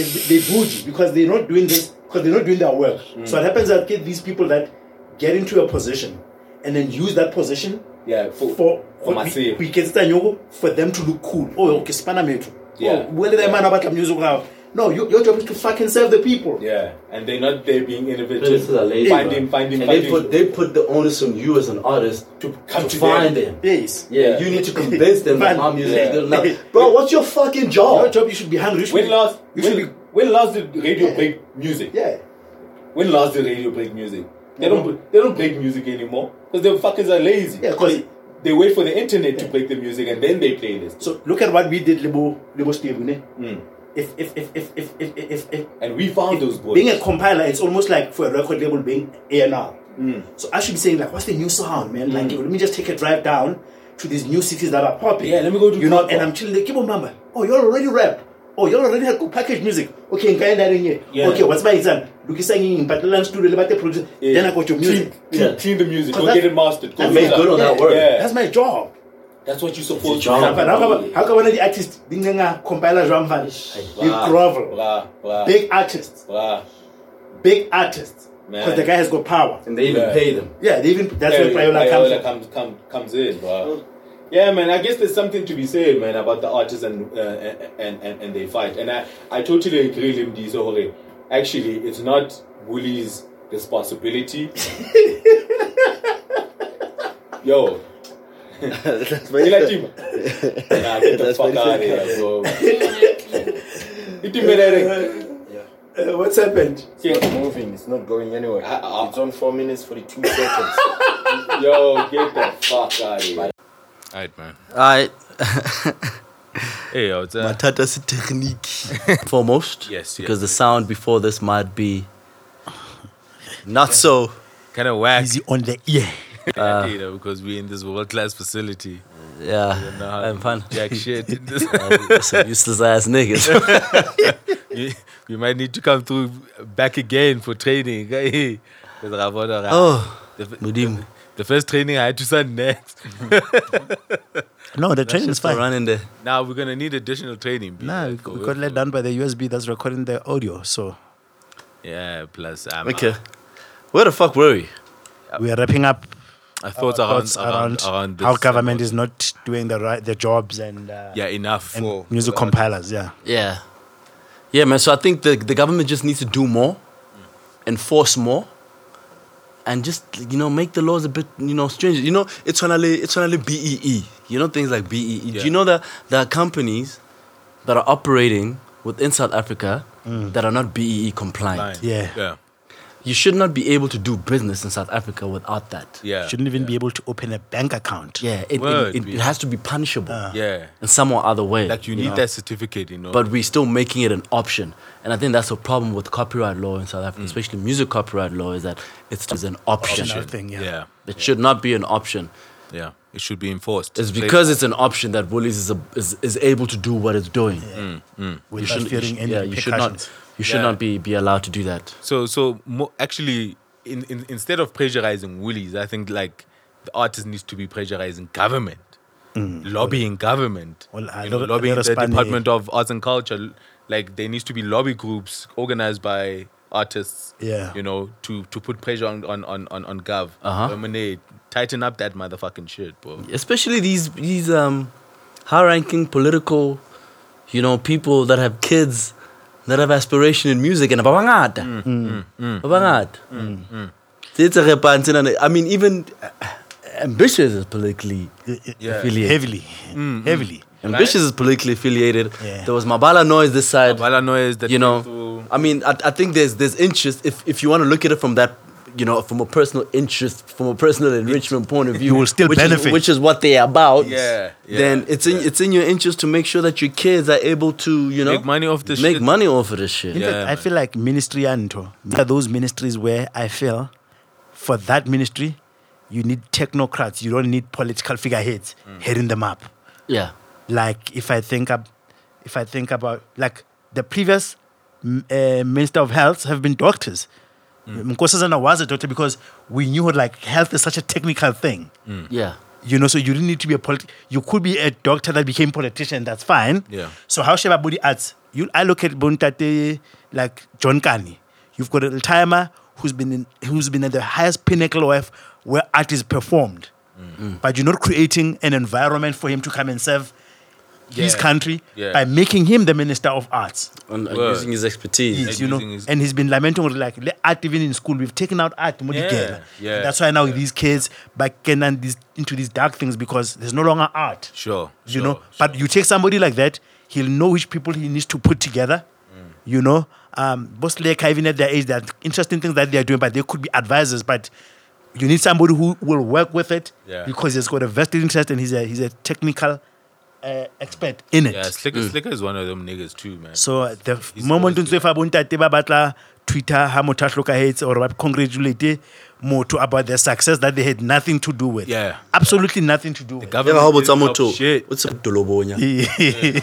S2: is they bougie because they're not doing this because they're not doing their work.
S3: Mm.
S2: So it happens that get these people that get into a position and then use that position
S3: Yeah, for,
S2: for for,
S3: for
S2: we-
S3: myself.
S2: we get that, you know, for them to look cool. Oh, okay, spanner metro.
S3: Yeah.
S2: Oh, well, they man about the music now. No, you, your job is to fucking serve the people.
S3: Yeah, and they're not there being innovative.
S4: Playlists are lazy.
S3: Finding,
S4: bro.
S3: finding,
S4: and
S3: finding.
S4: they put they put the onus on you as an artist
S3: To come to
S4: find
S3: them.
S4: them.
S2: Yes.
S4: Yeah, you need to convince them that
S2: Man,
S4: my music
S3: yeah.
S4: is good enough. Bro, what's your fucking
S2: Your
S4: job?
S2: job, you should be hungry. You should
S3: when
S2: be-
S3: last,
S2: you should
S3: when,
S2: be.
S3: when last did radio break music?
S2: Yeah.
S3: When last did radio break music? They don't. They don't break music anymore because the fuckers are lazy.
S2: Yeah, 'cause-
S3: they, they wait for the internet to break the music and then they play this.
S2: So look at what we did, Libo, Libo Steve, ne?
S3: Mm.
S2: If, if, if, if, if, if, if, if,
S3: And we found those boys.
S2: being a compiler, it's almost like for a record label being A and R.
S3: Mm.
S2: So I should be saying like, what's the new sound, man? Like, let me just take a drive down to these new cities that are popping.
S3: Yeah, let me go to
S2: you know,
S3: Kapa.
S2: and I'm chilling. Like, keep on mama. Oh, you already rap. Oh, you already have good package music. Okay, and that in here.
S3: Yeah.
S2: Okay, what's my exam? Look, he's singing, but learn studio, but the producer.
S3: Yeah.
S2: Then I got your music.
S3: Clean, clean,
S4: Yeah.
S3: clean the music.
S2: Cause
S3: Go
S2: that-
S3: get it mastered. Go
S2: that's
S3: fix
S2: my-
S4: Make good on
S2: Yeah.
S4: that work.
S3: Yeah.
S2: That's my job.
S3: That's what you're supposed
S4: It's
S3: to
S4: your
S3: do.
S4: job.
S2: But how come, how come when the artist didn't compiler drum fan? You
S3: Wow.
S2: grovel.
S3: Wow. Wow.
S2: Big artists,
S3: Wow.
S2: big artists,
S3: Man.
S2: because the guy has got power.
S4: And they even
S3: Yeah.
S4: pay them.
S2: Yeah, they even that's
S3: Yeah,
S2: where Priola
S3: Priola
S2: comes. from.
S3: comes, come, comes in. Wow. Yeah, man. I guess there's something to be said, man, about the artists and uh, and, and and they fight. And I, I totally agree, Limdi Sohore. Actually, it's not Woolies' responsibility. [LAUGHS] Yo,
S5: That's
S3: you
S5: very
S3: like
S5: [LAUGHS]
S3: Tima? Nah, get the
S5: That's
S3: fuck
S5: very
S3: out of here, bro. [LAUGHS] Itimerere.
S2: Uh, [LAUGHS] what's happened?
S5: It's not moving. It's not going anywhere.
S3: Ah, ah.
S5: It's on four minutes forty-two seconds.
S3: Yo, [LAUGHS] get the fuck out of here.
S7: Alright, man.
S5: Alright.
S7: Hey, yo, it's uh,
S5: Matata si technique. [LAUGHS] Foremost.
S7: Yes,
S5: Because
S7: yes,
S5: the sound before this might be not so
S7: kind of whack
S2: Is he on the ear?
S5: Uh.
S7: you know, because we're in this world class facility.
S5: yeah.
S7: Nah,
S5: I'm fine.
S7: Jack
S5: [LAUGHS]
S7: shit. in this.
S5: Some useless ass niggas.
S7: you, you might need to come through back again for training. [LAUGHS] Hey, there's Ravona Ra-
S5: oh.
S7: the, f-
S5: Mudimu.
S7: the first training I had to send next.
S8: No, the train is
S5: Just running there.
S7: now we're gonna need additional training. B,
S8: Nah, we,
S7: for-
S8: we got let down by the USB that's recording the audio. So
S7: Yeah, plus um,
S5: Okay. Where the fuck were we?
S2: we are wrapping up
S3: I thought
S2: our
S3: around,
S2: thoughts
S3: around, around, this.
S2: how government is not doing the right the jobs and, uh,
S3: Yeah, enough
S2: and
S3: for
S2: music
S3: for that.
S2: compilers. Yeah,
S4: Yeah. Yeah, man. So I think the, the government just needs to do more, enforce more, and just, you know, make the laws a bit, you know, stranger. You know, it's only, it's only BEE. E You know, things like BEE. Do
S3: Yeah.
S4: you know that there are companies that are operating within South Africa
S3: Mm.
S4: that are not BEE compliant?
S3: Line.
S2: Yeah.
S3: Yeah.
S4: You should not be able to do business in South Africa without that.
S3: Yeah.
S2: shouldn't even be able to open a bank account.
S4: Yeah, it,
S3: Word,
S4: it, it,
S3: we-
S4: it has to be punishable
S3: Yeah.
S4: in some or other way.
S3: Like you need that certificate, you know.
S4: but we're still making it an option. And I think that's a problem with copyright law in South Africa, especially music copyright law, is that it's is an option.
S2: Optional thing, yeah.
S3: yeah.
S4: It should not be an option.
S3: Yeah. It should be enforced.
S4: It's
S3: Play-
S4: because it's an option that Woolies is, a, is is able to do what it's doing.
S2: without fearing any
S4: yeah, you should not.
S2: repercussions.
S4: You should
S3: Yeah.
S4: not be, be allowed to do that.
S3: So so mo- actually, in, in instead of pressurizing Woolies, I think like the artist needs to be pressurizing government, lobbying
S2: Mm.
S3: government,
S2: Well, I
S3: you
S2: love
S3: know,
S2: it-
S3: lobbying
S2: let us
S3: the
S2: find a-
S3: Department of Arts and Culture. Like there needs to be lobby groups organized by artists.
S2: Yeah.
S3: you know, to to put pressure on on on on, on Gov.
S4: Uh-huh.
S3: Lemonade, tighten up that motherfucking shit, bro.
S4: Especially these these um, high ranking political, you know, people that have kids that have aspiration in music and Mm. babangata. babangata. Tse tse repang tsenana. I mean, even uh, ambitious is politically
S3: Yeah. Mm,
S4: affiliated.
S2: Heavily, heavily.
S4: Ambitious is politically affiliated.
S2: Yeah.
S4: There was Mabala noise this side.
S3: Bala noise that
S4: you
S3: came
S4: know,
S3: through.
S4: I mean, I, I think there's there's interest. If if you want to look at it from that, you know, from a personal interest, from a personal enrichment point
S3: [LAUGHS]
S4: of view,
S2: You will still
S4: which
S2: benefit.
S4: is, which is what they are about.
S3: Yeah, yeah,
S4: then it's in
S3: yeah.
S4: it's in your interest to make sure that your kids are able to, you know,
S3: Make money off this
S4: make
S3: shit.
S4: money off of this shit.
S2: In
S3: Yeah,
S2: fact, I
S3: man.
S2: feel like ministry and are those ministries where I feel for that ministry, you need technocrats. You don't need political figureheads
S3: Mm.
S2: heading them up.
S4: yeah.
S2: Like if I think up, if I think about like the previous mm, uh, minister of health have been doctors. Mkosazana was a doctor because we knew like health is such a technical thing.
S4: yeah.
S2: You know, so you didn't need to be a polit. You could be a doctor that became politician. That's fine.
S3: Yeah.
S2: So how should body arts? You, I look at Bontate like John Kani. You've got a retimer who's been in, who's been at the highest pinnacle of where art is performed,
S3: Mm.
S2: but you're not creating an environment for him to come and serve his
S3: Yeah.
S2: country
S3: Yeah.
S2: by making him the minister of arts.
S4: And uh,
S3: Word.
S4: using his expertise.
S2: Yes, you know,
S3: using his-
S2: and he's been lamenting with, like le- art even in school. We've taken out art, yeah,
S3: Yeah, yeah,
S2: That's why now these kids back in and these into these dark things because there's no longer art.
S3: Sure,
S2: you
S3: sure,
S2: know. But you take somebody like that, he'll know which people he needs to put together.
S3: Mm.
S2: You know, um, most like even at their age, there are interesting things that they are doing, but they could be advisors. But you need somebody who will work with it
S3: Yeah.
S2: because he's got a vested interest and he's a he's a technical uh, expert in it.
S3: Yeah, Slicker, Slicker is one of them niggas too, man.
S2: Mm. So uh, the f-
S3: He's
S2: moment
S3: always
S2: ntse fa bontate ba batla Twitter ha motho a hlokahetse or ba congratulate motho about their success that they had nothing to do with.
S3: Yeah.
S2: Absolutely nothing to do with.
S3: Government
S9: Eba ha o
S3: didn't
S9: botsa
S3: help
S9: motho
S3: Shit.
S9: o tse tolobonya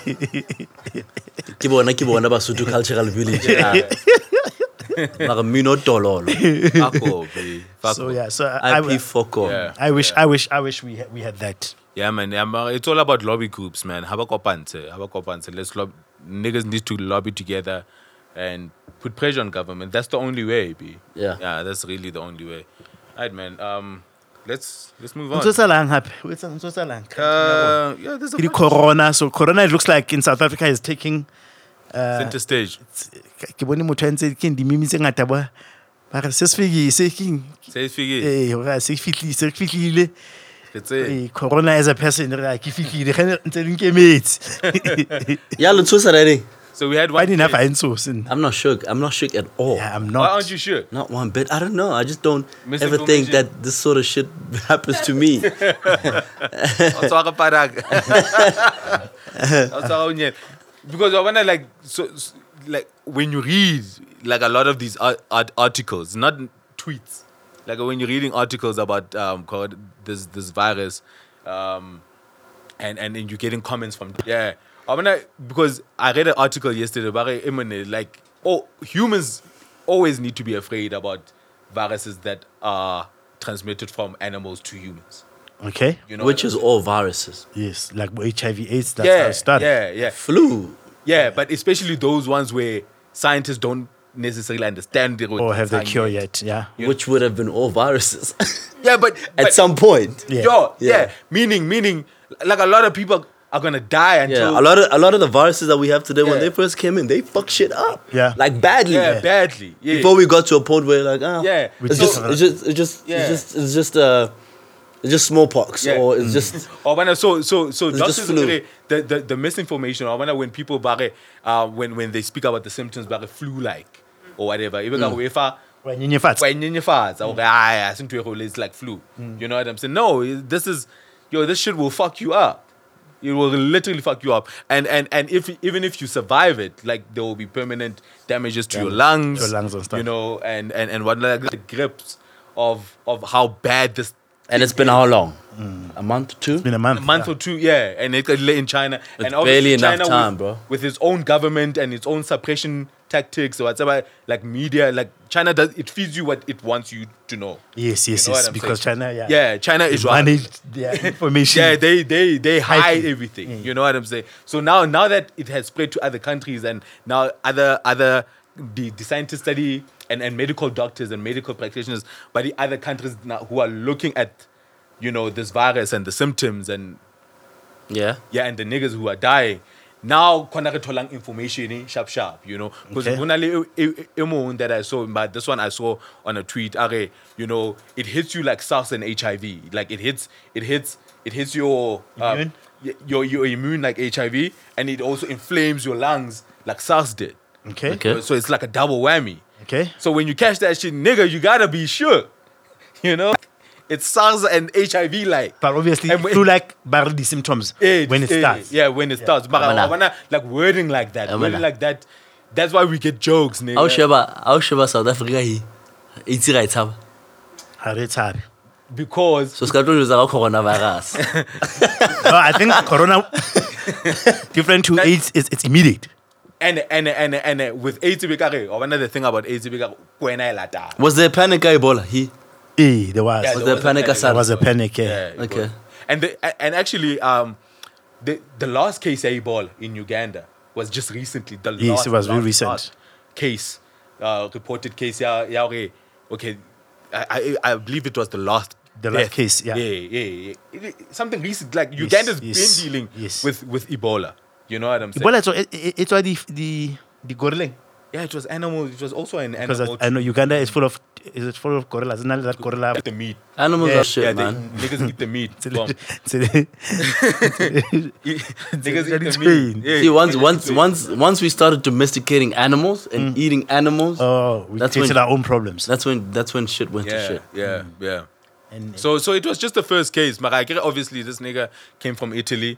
S4: [LAUGHS]
S9: ke bona ke bona basotho cultural village mara mmino o tololo
S3: [LAUGHS] Fuck off, eh.
S2: [LAUGHS]
S3: Fuck
S2: So
S3: off.
S2: yeah, so I,
S9: i
S2: I,
S9: p foco
S3: Yeah.
S2: I wish I wish I wish we had, we had that.
S3: Yeah, man. yeah, man, It's all about lobby groups, man. Have a kopante. Have a kopante. Let's lobby. Niggas need to lobby together and put pressure on government. That's the only way, B.
S4: Yeah.
S3: Yeah, that's really the only way. All right, man. Um, let's let's move on.
S2: Ntso salang hape. O etsa- ntso salang.
S3: Uh, yeah, there's a
S2: Ke di
S3: bunch
S2: corona so corona it looks like in South Africa is taking
S3: of center stage.
S2: ke bone motho a ntse ke di mimi tse ngata ba ba re se se figi se ke
S3: Say it figure.
S2: eh hore ha se fitli se fitlile
S3: It's it.
S2: Eh, corona as a person re a ke fitlile ge ne- ntse le
S3: [LAUGHS]
S2: nkemetse
S9: ya letshosa rere
S3: So we had one.
S2: funny enough i
S3: case.
S2: insource and
S9: i'm not shook i'm not shook at all
S2: yeah, i'm
S3: Why
S2: not
S3: aren't you sure?
S9: Not one bit. I don't know. I just don't ever think
S3: Misinformation.
S9: that this sort of
S4: [LAUGHS]
S9: shit happens to me.
S3: I'll talk about
S9: [LAUGHS]
S3: that. I'll talk about it. Because I wanna like so, so like when you read like a lot of these art, art articles, not tweets. Like when you're reading articles about um called this this virus, um, and and then you're getting comments from yeah. I wanna because I read an article yesterday about it, imminent, like oh humans always need to be afraid about viruses that are transmitted from animals to humans.
S2: okay
S3: [LAUGHS] You know,
S9: Which is all viruses.
S2: yes like hiv aids that's how
S3: yeah,
S2: it started
S3: yeah, yeah.
S9: Flu.
S3: Yeah, but especially those ones where scientists don't necessarily understand the root
S2: or have the
S3: tongue
S2: cure yet. Yeah.
S4: which would have been all viruses [LAUGHS]
S3: Yeah, but,
S4: at
S3: but-
S4: some point.
S2: Yeah.
S3: Yo, yeah.
S4: Yeah.
S3: Meaning, meaning, like a lot of people are gonna die until
S4: Yeah, a lot of a lot of the viruses that we have today,
S3: Yeah.
S4: when they first came in, they fuck shit up.
S2: Yeah.
S4: like badly.
S3: yeah, badly. Yeah.
S4: Before we got to a point where like, ah,
S3: Yeah. We
S4: it's
S3: just-
S4: just, it's just, it's just,
S3: Yeah.
S4: it's just, it's just, uh, it's just smallpox,
S3: Yeah.
S4: or it's
S2: Mm.
S4: just,
S3: Or when I, so so so
S4: It's
S3: doctors
S4: just flu.
S3: today, the, the the misinformation or when I, when people bare uh, when when they speak about the symptoms bare flu like or whatever even
S4: Mm.
S3: though if I
S2: Wanyenyefatsa.
S3: kwenyenyefatsa or ah into a hole it's like flu you know what I'm saying no this is yo this shit will fuck you up it will literally fuck you up and and and if even if you survive it like there will be permanent damages to your lungs
S2: your lungs and stuff.
S3: you know and and and what like the grips of of how bad this
S4: and it's been how long? A month, two.
S2: Mm. Been a month.
S3: a month or two, yeah, and it got late in China. and obviously
S4: barely enough
S3: China
S4: time,
S3: with,
S4: bro.
S3: With its own government and its own suppression tactics or whatever, like media, like China does, it feeds you what it wants you to know.
S2: Yes, yes,
S3: You know what
S2: yes.
S3: I'm
S2: Because
S3: saying?
S2: China, yeah.
S3: Yeah, China is right.
S2: Managed
S3: [LAUGHS]
S2: their information. Mm.
S3: Yeah, they they they hide
S2: Hiding.
S3: everything. You know what I'm saying? So now now that it has spread to other countries and now other other the, the scientists study and, and medical doctors and medical practitioners, but the other countries now who are looking at, you know, this virus and the symptoms and
S4: Yeah,
S3: yeah, and the niggas who are dying. Now, kona re tholang information eh, sharp sharp, you know, because e,
S2: Okay.
S3: that I saw, but this one I saw on a tweet. Are you know, it hits you like SARS and HIV. Like it hits, it hits, it hits your uh,
S2: Immune?
S3: y- your your immune like HIV, and it also inflames your lungs like SARS did.
S2: Okay.
S4: Okay.
S3: So it's like a double whammy.
S2: Okay.
S3: So when you catch that shit, nigga, you gotta be sure, [LAUGHS] you know, it's SARS and HIV like.
S2: But obviously,
S3: And when-
S2: through like barely the symptoms
S3: Eh,
S2: when it
S3: eh,
S2: starts.
S3: Yeah, when it starts. But I
S4: Amana.
S3: wanna like wording like that,
S4: Amana. Oh,
S3: wording like that. That's why we get jokes, nigga.
S4: I'll sheba, I'll sheba South Africa he, e it's right tab.
S2: Ha re tshabe.
S3: Because
S4: So it's got to do with our coronavirus.
S3: [LAUGHS]
S2: No, I think corona different to AIDS is it's immediate.
S3: and and and and, and with AIDS bigare, or another thing about AIDS bigare, kwena elata.
S4: Was there panic at Ebola? He
S2: Eh, there was.
S3: Yeah,
S4: was there
S3: a
S4: panic
S2: there
S4: aside?
S2: was a panic. Yeah.
S3: Yeah, it
S4: Okay.
S3: was. And the, and actually, um, the the last case of Ebola in Uganda was just recently. The
S2: Yes,
S3: last,
S2: it was very
S3: last,
S2: recent.
S3: last case, uh, reported case. Yeah, yeah. Okay, okay. I, I I believe it was the last.
S2: The last
S3: death.
S2: case, yeah.
S3: yeah, yeah. It- it- something recent, like Uganda's
S2: yes,
S3: been dealing
S2: yes.
S3: with with Ebola. You know what I'm saying?
S2: Ebola, so it, it, it's why the the the gorilla
S3: Yeah, it was animal. It was also an
S2: because
S3: animal.
S2: I, I know Uganda is full of is it full of gorillas? Isn't that gorilla?
S3: the meat.
S4: Animals
S2: Yeah.
S4: are shit,
S3: yeah, they,
S4: man.
S3: niggas eat the
S2: [LAUGHS]
S3: meat. Bomb.
S2: So they-
S3: [LAUGHS] niggas eat the meat.
S2: Train.
S3: Yeah, Mm.
S4: See, once,
S3: niggas
S4: once,
S3: eat-
S4: once, once we started domesticating animals and eating animals,
S2: oh, we
S4: That's
S2: created
S4: when-
S2: our own problems.
S4: that's when that's when shit went to
S3: Yeah,
S4: shit.
S3: yeah, yeah.
S2: And
S3: So so it was just the first case. Mara, I get it, obviously this nigga came from Italy.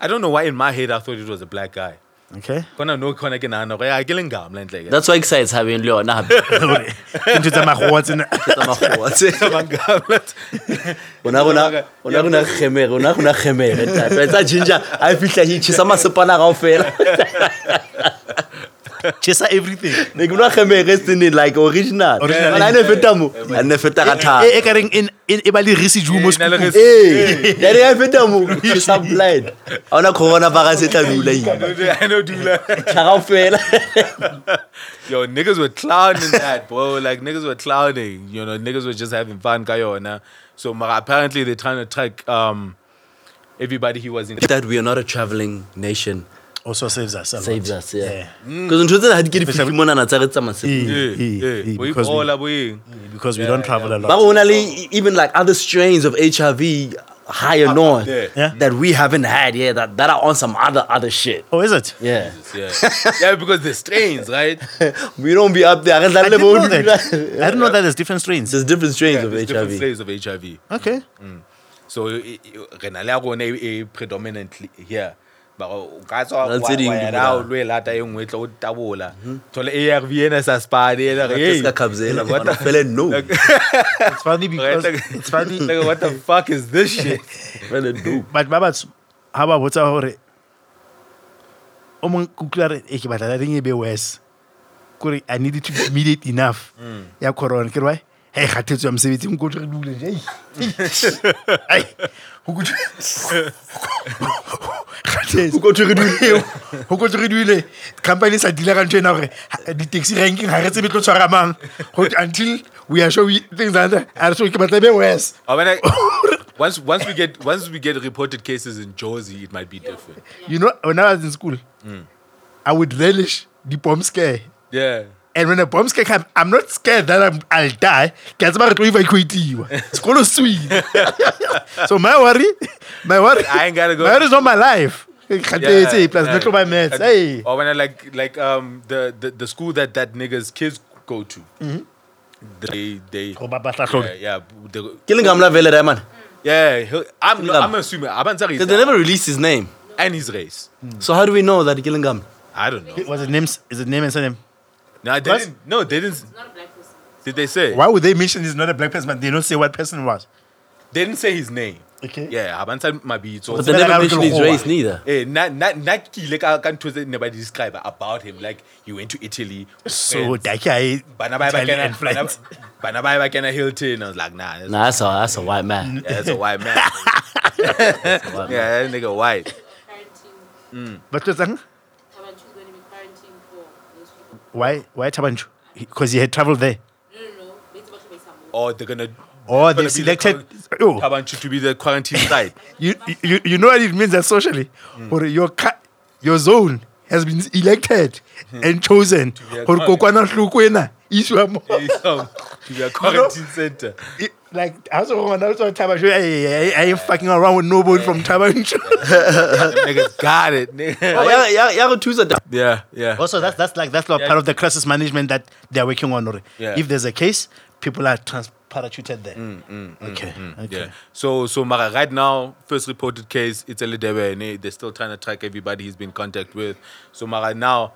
S3: I don't know why in my head I thought it was a black guy.
S2: okay, [LAUGHS]
S3: Kona no kona ke nahana hore, "Ah, ke lengam le ntle ke."
S4: That's why excites having Leo
S3: [LAUGHS]
S4: nah.
S2: into the magots and [LAUGHS]
S3: [LAUGHS]
S4: Ona
S3: Yeah,
S4: ona ona ona khemere, ona ona khemere. ntate. Etsa ginger, I feel like he sama sepana ga
S3: [LAUGHS]
S4: ofela.
S2: chesa everything.
S4: Ne ke bona khemere se ne like original.
S2: Original.
S4: Ana ne feta mo, a ne feta ka
S2: Eh, eh,
S4: thata.
S2: kareng in in e ba le residue
S3: Eh,
S2: mo
S3: na le
S2: sekukung.
S3: res- [LAUGHS]
S4: Eh, ya re a feta mo,
S2: [LAUGHS]
S4: ke sa blind. Ona corona virus e tla bula
S3: I
S4: eng.
S3: know the- I know
S4: [LAUGHS]
S3: Dula.
S4: Ga ofela.
S3: Yo, niggas were clowning that, bro. Like niggas were clowning. You know, niggas were just having fun, kayona. So Mara, apparently they're trying to track um everybody he was in.
S4: That we are not a traveling nation
S2: also saves us. a lot.
S4: saves us, yeah.
S2: Yeah.
S4: Because ntho tsena ha di ke di fihle mona na tsa re tsa
S2: Eh,
S4: masepe.
S3: Yeah,
S2: eh,
S3: yeah.
S2: eh,
S3: Bo
S2: Because
S3: Ebola,
S2: we,
S3: bo eng.
S2: because we don't travel a
S4: But
S2: lot.
S4: only even like other strains of HIV higher north
S3: there.
S2: Yeah.
S4: that we haven't had, yeah, that, that are on some other other shit.
S2: Oh, is it?
S4: Yeah. [LAUGHS]
S3: Yeah. yeah, because the strains, right?
S4: We don't be up there.
S2: I didn't know
S4: [LAUGHS]
S2: that. I didn't know that there's different strains.
S4: There's different strains
S3: Yeah,
S4: of
S3: there's different
S4: HIV.
S3: strains of HIV.
S2: Okay.
S3: so i- i- re na le ya rona e e predominantly here mara o ka tswa
S4: Na le tse
S3: wa-
S4: ding
S3: wa
S4: di
S3: ya la, o
S4: bolayang.
S3: lo e lata e nngwe e tlo o tabola thole arv ena e sa spade ena re,
S4: Just
S3: "Hey."
S4: like Kabzela,
S3: Like, what
S4: man, I
S3: the-
S4: fell
S2: [LAUGHS]
S4: in no.
S3: like-
S2: It's funny because [LAUGHS]
S3: like-
S2: it's funny.
S3: like, what the fuck is this shit
S4: Fell in no.
S2: but ba batsho ha ba botsa hore o mong ke utlwa re e ke batla reng e be worse kore i needed to be immediate enough ya corona ke re wa he kgathetso ya mosebetsing ko re dule ai ho kutu- o kotse re duile o kotse re duile company e sa deala ka ntho ena gore ha- di-taxi ranking ga re tsebe e tlo tshwara mang Ho- until we are sure we- things are under- are so ke batla e be worse
S3: I mean, Oh, I- once once we get once we get reported cases in Josie, it might be different.
S2: you know when i was in school
S3: Mm.
S2: i would relish the bomb scare
S3: Yeah.
S2: And when a bomb scare comes, I'm not scared that I'm, I'll die. Ke a tseba re tlo evacuate-iwa. Sekolo se wile. so my worry, my worry,
S3: I ain't gotta go.
S2: my worry is not my life. Kgatetse, plus
S3: yeah.
S2: not to my maths. Hey,
S3: Or when I like like um the the, the school that that niggas kids go to, they they
S2: Go ba- ba
S3: yeah
S2: hlahlobhe.
S3: yeah they-
S4: Killing Gamla Vele Raman.
S3: yeah. he'll- I'm
S4: Ngam.
S3: I'm assuming Abanzari
S4: Because they never released his name.
S3: and his race.
S4: So how do we know that Killing Gamla?
S3: I don't know.
S2: was it names? Is it name and surname?
S3: No, they
S2: Plus-
S3: didn't. No, they didn't.
S6: Not a black person.
S3: Did they say?
S2: Why would they mention he's not a black person, but they don't say what person it was?
S3: They didn't say his name.
S2: Okay.
S3: Yeah, Abanzari might be. So
S4: But they
S2: Vele
S4: never
S2: Raman
S4: mentioned his
S2: Kilokgowa.
S4: race neither.
S3: Eh, na na na kile ka ka ntho tse nobody describe about him like he went to Italy. with
S2: So
S3: friends.
S2: Daki,
S3: bana ba ba
S2: Italian
S3: kena
S2: and French.
S3: bana ba ba kena Hilton. I was like, nah, that's,
S4: Nah, that's a that's a white man.
S3: yeah, that's a white
S4: [LAUGHS]
S3: man. [LAUGHS] yeah, that nigga white.
S6: Quarantine.
S2: But what's that?
S6: Tabanchu is going to be quarantined for those people.
S2: why why Tabanchu? Because he had traveled there.
S6: No, no, no. Wait till we some more.
S3: Or they're gonna.
S2: Or
S3: it's gonna
S2: they
S3: be
S2: selected.
S3: The,
S2: Oh,
S3: Tabanchu to be the
S2: [LAUGHS]
S3: quarantine site. [LAUGHS]
S2: you, you, you know what it means that socially,
S3: Hmm.
S2: or your ca- your zone has been elected and chosen.
S3: Hmm. be a
S2: Or
S3: colony.
S2: kokwanahluko ena, e iswa mo-
S3: It's, um, to be a quarantine center.
S2: It- Like I was talking about Tabanchu. I, I, I ain't fucking around with nobody
S3: Eh.
S2: from Tabanchu.
S3: Niggas got it. [LAUGHS] Nigga.
S4: Yeah, yeah, yeah, choose a
S3: Yeah, yeah.
S2: also, that's that's like that's like
S3: Yeah.
S2: part of the crisis management that they're working on. already.
S3: Yeah. Mm,
S2: If there's a case, people are trans parachuted there. okay. okay.
S3: Yeah. So so Mara, right now, first reported case, it's Elidebe and eh, they're still trying to track everybody he's been in contact with. So Mara now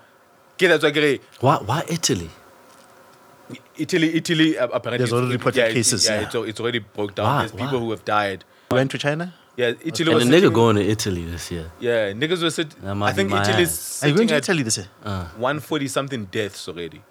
S3: get that's like
S4: Why why Italy?
S3: Italy Italy uh, apparently
S2: There's
S3: it's-
S2: already reported
S3: yeah, it's-
S2: cases,
S3: Yeah,
S2: yeah.
S3: It's, al- it's already broke down.
S4: Wow,
S3: There's people
S4: wow.
S3: who have died.
S2: You went to China.
S3: Yeah, Italy
S4: And a
S3: was
S4: nigga
S3: sitting-
S4: going to Italy this year.
S3: Yeah, niggas were sitting.
S4: That might
S3: I
S4: be
S3: think
S4: my
S3: Italy's
S4: ass.
S2: Are you going
S3: sitting
S2: to
S3: at
S2: Italy this year?
S3: 140 something deaths already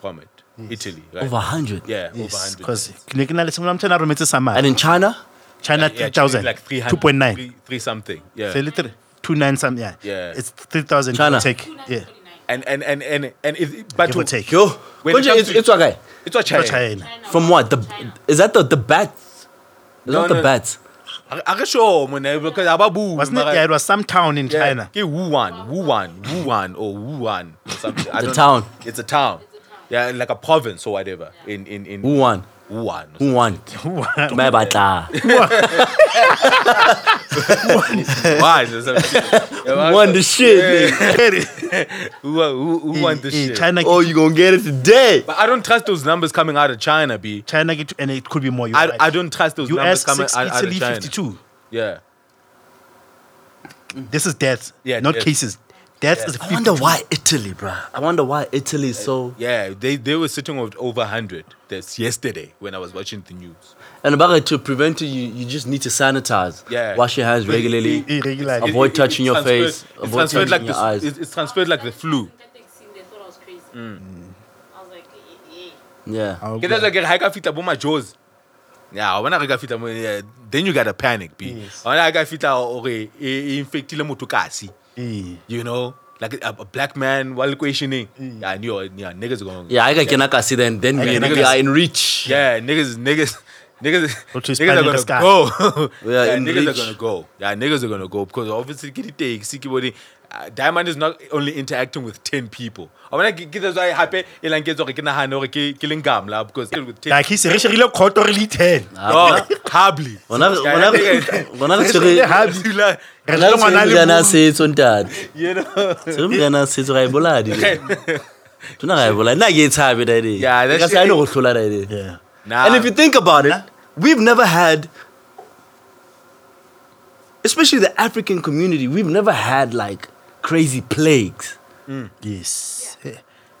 S3: from it. Italy, right?
S4: Over hundred.
S3: yeah, over 100.
S2: because ne ke na le sengwe la motho ena a rometse sa mara.
S4: And in China?
S2: China
S3: Yeah,
S2: 2000,
S3: like 300,
S2: 2.9.
S3: three- three something. Yeah.
S2: So literally, 29 something, yeah.
S3: Yeah.
S2: It's 3,000
S4: China.
S2: take. Yeah.
S6: 249.
S3: and and and and and if but
S2: Give
S3: to,
S2: or take.
S4: Yo.
S3: When it
S4: Konje,
S3: comes
S4: it's,
S3: to-
S4: it's okay.
S3: it's what China.
S2: China.
S6: China.
S4: From what? The
S6: China.
S4: is that the the bats? It's
S3: No,
S4: not
S3: no.
S4: the bats.
S3: I, I can show man eh, because Ababu
S2: Wasn't it? Yeah, it was some town in China.
S3: Yeah, Wuhan, Wuhan, Wuhan, or Wuhan, or something. I
S4: The
S3: don't-
S4: town.
S3: It's a town. Yeah, like a province or whatever. In in in
S4: Who won?
S3: Wuhan.
S4: Who
S3: [LAUGHS]
S4: won?
S2: [LAUGHS]
S4: My batla.
S3: Wuhan or some shit. Yeah,
S4: Won the shit. nigga.
S3: Who, who, who won
S2: Eh,
S3: this
S2: eh,
S3: shit?
S2: China,
S4: Oh, you gonna get it
S3: [LAUGHS]
S4: today?
S3: But I don't trust those numbers coming out of China, B.
S2: China, get- and it could be more. you're
S3: I,
S2: right.
S3: I don't trust those numbers
S2: US
S3: coming
S2: 6,
S3: out, out
S2: Italy
S3: of China.
S2: 52.
S3: Yeah.
S2: This is death,
S3: Yeah,
S2: not
S3: death.
S2: cases. Death is
S4: I
S2: 50.
S4: wonder why Italy, bruh. I wonder why Italy is so.
S3: Yeah, they, they were sitting with over 100 this yesterday when I was watching the news.
S4: And about to prevent it, you, you just need to sanitize.
S3: Yeah.
S4: Wash your hands
S3: But it-
S4: regularly.
S3: it-
S2: Irregular.
S4: Avoid
S3: it's
S4: touching your
S3: transferred-
S4: face,
S3: It's
S4: avoid
S3: transferred, like
S4: touching
S3: the,
S4: your eyes.
S3: it's, it's transferred like the flu. Mm.
S6: They thought I was crazy. I was like, eh, eh, eh.
S4: Yeah.
S3: Ke that's like ha e ka fihla bo majosi. Yeah, when I got fita, yeah, then you gotta panic, B. When I got fita, okay, e, infectile motho kasi.
S2: Eh.
S3: You know, like a, a black man while questioning. Yeah, I knew, yeah, niggas are going.
S4: Mm. Yeah, I got Kenakasi then. Then we,
S3: Kenakasi.
S4: we are in reach.
S3: Yeah, niggas, niggas, [LAUGHS] niggas,
S2: Which is
S3: niggas
S2: Spaniard
S3: are gonna
S2: Scar. [LAUGHS]
S3: go.
S4: We are
S3: yeah,
S4: in
S3: niggas are
S4: reach.
S3: gonna go. Yeah, niggas are gonna go because obviously, get it take, see, body. Uh, Diamond is not only interacting with ten people. I wanna get that's why happy. Elan gets okay, na hano okay, killing gam la because with ten.
S2: Like he said, Richard, really caught already 10.
S3: Oh, Habli.
S4: Ah, [LAUGHS] When I-
S3: [LAUGHS]
S4: when I- when I-
S3: Habli.
S2: Re
S4: Nna
S2: tlo ngwana
S4: ntse e
S2: le
S4: moriana
S2: mong.
S4: setso ntate
S3: [LAUGHS] You know. [LAUGHS]
S4: Se re moriana setso ga e boladi tona ga e boladi nna ke e tshabe daede
S3: Yeah, that
S4: ka se
S3: shit-
S4: ane go tlhola daede
S2: Yeah.
S3: Nah.
S4: and if you think about it we've never had especially the african community we've never had like crazy plagues
S2: Yes. Eh,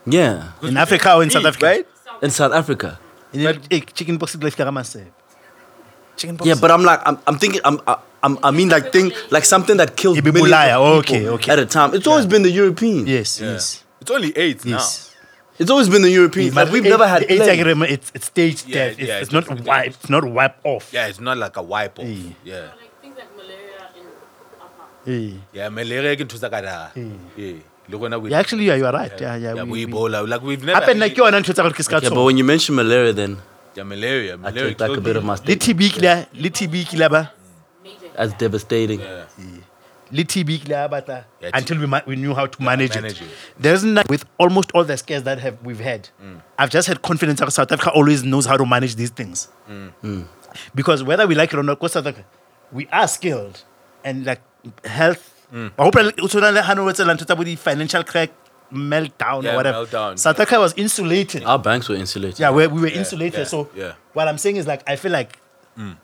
S4: yeah
S2: In Africa or in South Africa?
S3: right?
S4: in south africa
S2: In eh, chicken box is like Karamase. Chicken box.
S4: yeah but i'm like i'm, I'm thinking I'm, I, I'm i mean like thing like something that killed
S2: Ibe
S4: millions
S2: Bulaya,
S4: of
S2: okay,
S4: people
S2: okay.
S4: at a time it's always been the europeans
S2: Yes, yes.
S3: It's only eight now.
S2: Yes.
S4: it's always been the europeans like,
S2: But
S4: we've
S2: the
S4: never
S2: eight-
S4: had
S2: the eight
S4: plagues.
S2: diagram, It's it's staged
S3: Yeah,
S2: death. It's,
S3: yeah,
S2: it's
S3: it's
S2: not
S3: definitely
S2: wipe. It's not wipe off.
S3: Yeah, it's not like a wipe off.
S2: Yeah.
S3: Yeah.
S6: Like things like malaria in Upper.
S2: Eh.
S3: yeah melere ke ntho tsa ka da yeah le gona we
S2: Yeah, actually, yeah, you are right. Yeah, yeah.
S3: yeah
S2: we-
S3: we
S2: we-
S3: Ebola like we've never
S2: Happen like you are not to ke ska
S4: Okay, but
S2: tshoha.
S4: when you mention malaria, then
S3: yeah malaria
S4: I
S3: malaria
S4: take back a
S3: killed
S4: bit of
S3: [LAUGHS] me.
S4: my
S2: Le
S4: statement.
S2: TB kila, le TB kila ba,
S4: That's devastating.
S2: le TB kila ba ta.
S3: Yeah, T-
S2: Until we ma- we knew how to manage
S3: manage
S2: it.
S3: it.
S2: There isn't like with almost all the scares that have we've had.
S3: Mm.
S2: I've just had confidence that South Africa always knows how to manage these things.
S3: Mm.
S2: Mm. Because whether we like it or not, 'cause South Africa, we are skilled and like health.
S3: Mm.
S2: I hope the financial crack meltdown
S3: Yeah,
S2: or whatever.
S3: meltdown.
S2: South Africa was insulated.
S4: Our banks were insulated.
S2: yeah, where we were insulated.
S3: yeah,
S2: so
S3: yeah.
S2: what I'm saying is like I feel like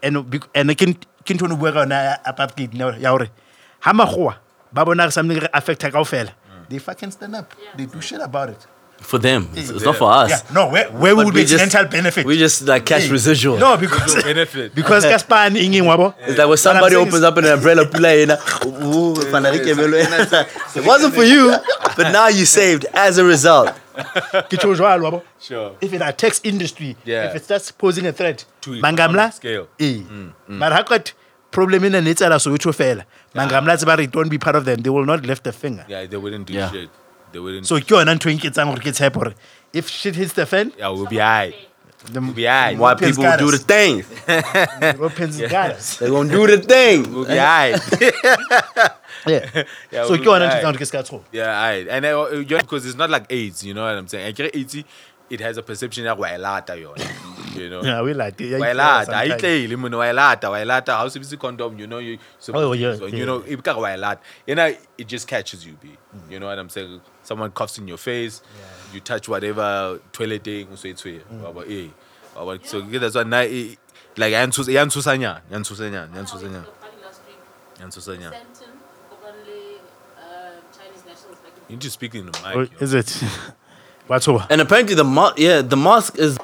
S2: and bec- and I can can to work on apartheid now. Ya hore ha makgowa ba bona re something re affect kaofela. They fucking stand up. They do shit about it.
S4: For them, it's, it's not for us.
S2: Yeah, no, where where
S4: But
S2: would be dental benefit?
S4: We just like catch
S2: Hey.
S4: residual.
S2: no, because [LAUGHS]
S3: [LAUGHS] benefit
S2: because Gaspar and Ingin wabo.
S4: It's like when somebody
S2: saying is-
S4: opens up an umbrella, pula yena, "Ooh, Fanele Kebelwe." [LAUGHS] it wasn't for you, but now you saved as a result.
S2: ke tjho jwalo wabo.
S3: sure
S2: If it attacks industry,
S3: Yeah.
S2: if it starts posing a threat,
S3: To economic
S2: mangamla
S3: scale.
S2: Eh. But how could problem in a netsala so which fela. Mangamla tseba re don't be part of them. They will not lift a finger.
S3: yeah they wouldn't do
S4: Yeah.
S3: shit they wouldn't
S2: so ke yona ntho e nketsang gore ke tshepe gore if shit hits the fan
S3: yeah we'll be high
S2: the
S3: we'll be high
S4: Why people will do the
S2: [LAUGHS]
S4: thing?
S2: Europeans got us.
S4: They gonna do the thing.
S3: we'll
S2: [LAUGHS]
S3: be high
S2: Yeah.
S3: Yeah,
S2: so ke
S3: we'll be
S2: yona ntho
S3: high.
S2: e tsang gore ke se ka tshoga
S3: Yeah, I and I, uh, you know, because it's not like AIDS, you know what I'm saying? I get AIDS, it has a perception that why lata you, [LAUGHS] you know.
S2: Yeah, we like it. Yeah,
S3: Why
S2: it's
S3: lata? I
S2: sometimes.
S3: tell you, you know, why lata? Why lata? How to condom? You know, you so,
S2: Oh, yeah,
S3: so,
S2: yeah.
S3: you know, it can why lata. You know, it just catches you, b. You know what I'm saying? Someone coughs in your face, you touch whatever toilet thing, so it's weird.
S2: Mm.
S3: But eh, but so that's why now, eh, like yansus yansusanya, yansusanya, yansusanya, yansusanya.
S6: um,
S3: You need to speak in the mic.
S2: Oh,
S3: yo.
S2: is it [LAUGHS] What's over?
S4: And apparently the ma- yeah the mask is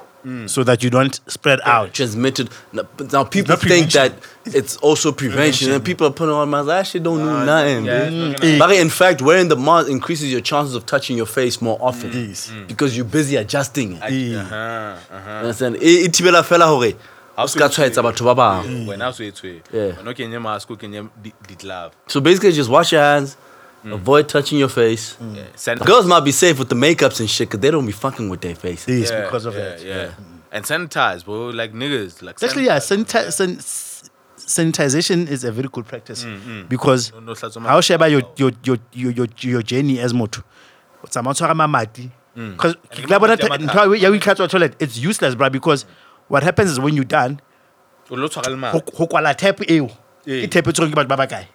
S2: so that you don't spread out
S4: transmitted. Now- but Now people
S2: Not
S4: think that
S2: prevention.
S4: it's also prevention, and people are putting on masks. That shit don't do nothing.
S3: Yeah,
S4: dude.
S3: it's not gonna-
S2: Eh,
S4: But in fact, wearing the mask increases your chances of touching your face more often
S2: Yes. Mm.
S4: because you're busy adjusting it.
S2: eh.
S3: Uh-huh, uh-huh.
S4: You understand? E- e thibela fela hore o ska tshwaetsa batho ba bang.
S3: wena o so etshwere
S4: Yeah.
S3: wena o kenye mask o kenye di- di-glove
S2: Mm.
S4: So basically, just wash your hands, avoid touching your face.
S2: Mm.
S3: San-
S4: Girls might be safe with the makeups and shit because they don't be fucking with their face.
S2: yes
S3: Yeah,
S2: because of
S3: yeah,
S2: that
S3: yeah. and sanitize bro like niggas like
S2: actually yeah sanita- san- sanitization is a very good practice because
S3: Mm, No, no, hlatswa ma-
S2: how sheba your your your your your, your journey as motho o tsamaya o tshwara mamati because
S3: ke
S2: la bona
S3: Mm. mamati a
S2: th- ntho ya- ya ho itlhatswa toilet it's useless bra because what happens is when you done
S3: o lo tshwara le
S2: ho
S3: maka
S2: ho kwala tap eo
S3: Ee.
S2: ke tap e tshwerweng ke batho ba bakae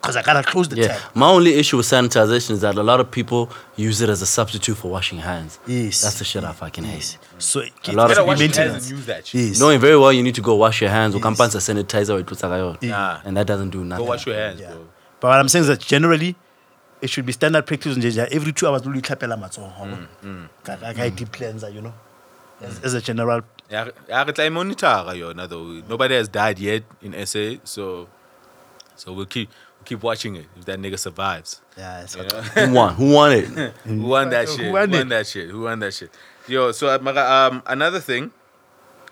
S2: because i gotta close the
S4: Yeah.
S2: tap
S4: My only issue with sanitization is that a lot of people use it as a substitute for washing hands.
S2: Yes.
S4: That's the shit I fucking hate.
S2: so ke-
S4: lot of
S2: it's be
S3: Better wash your hands
S2: maintenance
S3: and use that shit.
S2: yes
S4: Knowing very well you need to go wash your hands. Ukampansa sanitizer or itutsa ka yona.
S3: Yeah.
S4: And that doesn't do nothing.
S3: go wash your hands
S2: Yeah.
S3: bro
S2: but what i'm saying is that generally it should be standard practice nje ja every two hours lo itlhapela matsogo
S3: Mm,
S2: ka ka- ka deep cleanser you know as, as a general
S3: Ya- ya re tla e monitor-a yona though nobody has died yet in sa so so we'll keep we'll keep watching it if that nigga survives
S2: yeah, it's
S3: you know?
S4: [LAUGHS] Who won? Who won it?
S3: Who won that
S2: Mm. Who
S3: shit? Who
S2: won
S3: won,
S2: it?
S3: that shit? Who won that shit? Yo, so uh, Mara, um, another thing,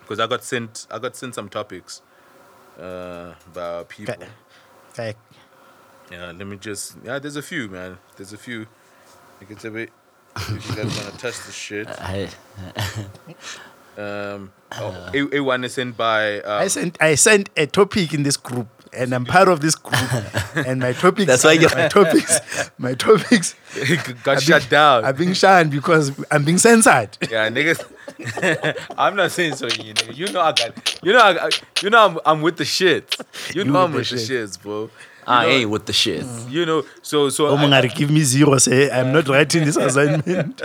S3: because I got sent, I got sent some topics uh, about people.
S2: Okay. okay.
S3: Yeah, let me just. Yeah, there's a few, man. There's a few. You can tell me if you guys want to touch the shit.
S4: I-
S3: Um, oh, A- A1 is sent by. Um,
S2: I sent I sent a topic in this group, and I'm part of this
S3: [LAUGHS]
S2: group. and my topics,
S4: That's why you-
S2: my topics, my topics
S3: [LAUGHS] got
S2: are
S3: shut
S2: being-
S3: down.
S2: are being shunned because I'm being censored.
S3: yeah, niggas. [LAUGHS] I'm not saying so, you nigga. You know I got. You know I. I- You know I'm. I'm with the shit. You know I'm with
S2: with
S3: the
S2: the
S3: shits, bro.
S4: I ain't with the shits.
S3: You know. So so.
S2: Oh,
S3: I-
S2: Mongari, give me zero. Say I'm not writing
S3: [LAUGHS]
S2: this assignment.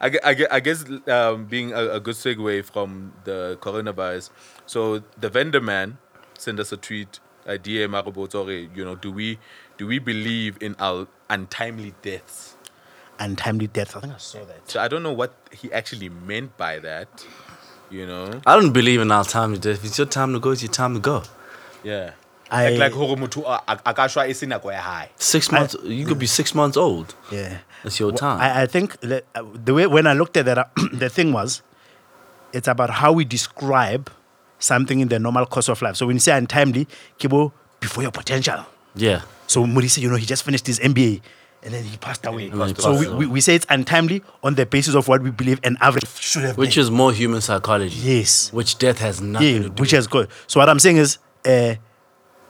S3: I, gue- I, gue- I guess um, being a, a good segue from the coronavirus. So the vendor man sent us a tweet, a DM about sorry, you know, do we do we believe in our untimely deaths?
S2: Untimely death. I think I saw that.
S3: So I don't know what he actually meant by that. You know,
S4: I don't believe in our time to death. If it's your time to go, it's your time to go.
S3: yeah.
S2: I-
S3: like like hore motho a- a- a ka shwa e sena go ya hae.
S4: Six months, you could be six months old.
S2: Yeah,
S4: It's your
S2: Wh-
S4: time.
S2: I, I think that, uh, the way when I looked at that, uh, [CLEARS THROAT] the thing was, it's about how we describe something in the normal course of life. So when you say untimely, kibo before your potential.
S4: Yeah.
S2: So Murisi, you know, he just finished his MBA and then he passed away.
S4: And then he passed
S2: so we,
S4: away.
S2: we, we say it's untimely on the basis of what we believe an average should have
S4: Which
S2: been.
S4: is more human psychology.
S2: Yes.
S4: Which death has nothing
S2: yeah,
S4: to do
S2: which has got. So what I'm saying is, uh,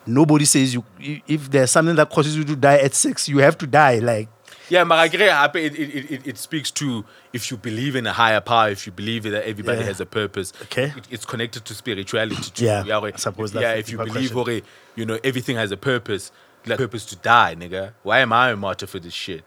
S2: nobody says you i- if there's something that causes you to die at six, you have to die. Like
S3: Yeah, but I get happy. It, it, it- it, it speaks to if you believe in a higher power, if you believe that everybody
S2: Yeah.
S3: has a purpose.
S2: Okay.
S3: It, it's connected to spirituality. Too.
S2: Yeah,
S3: we-
S2: I suppose
S3: Yeah,
S2: that's a
S3: if you
S2: deeper
S3: believe,
S2: question.
S3: okay, you know, everything has a purpose. Like, purpose to die, nigga. Why am I a martyr for
S2: [CLEARS THROAT]
S3: this shit?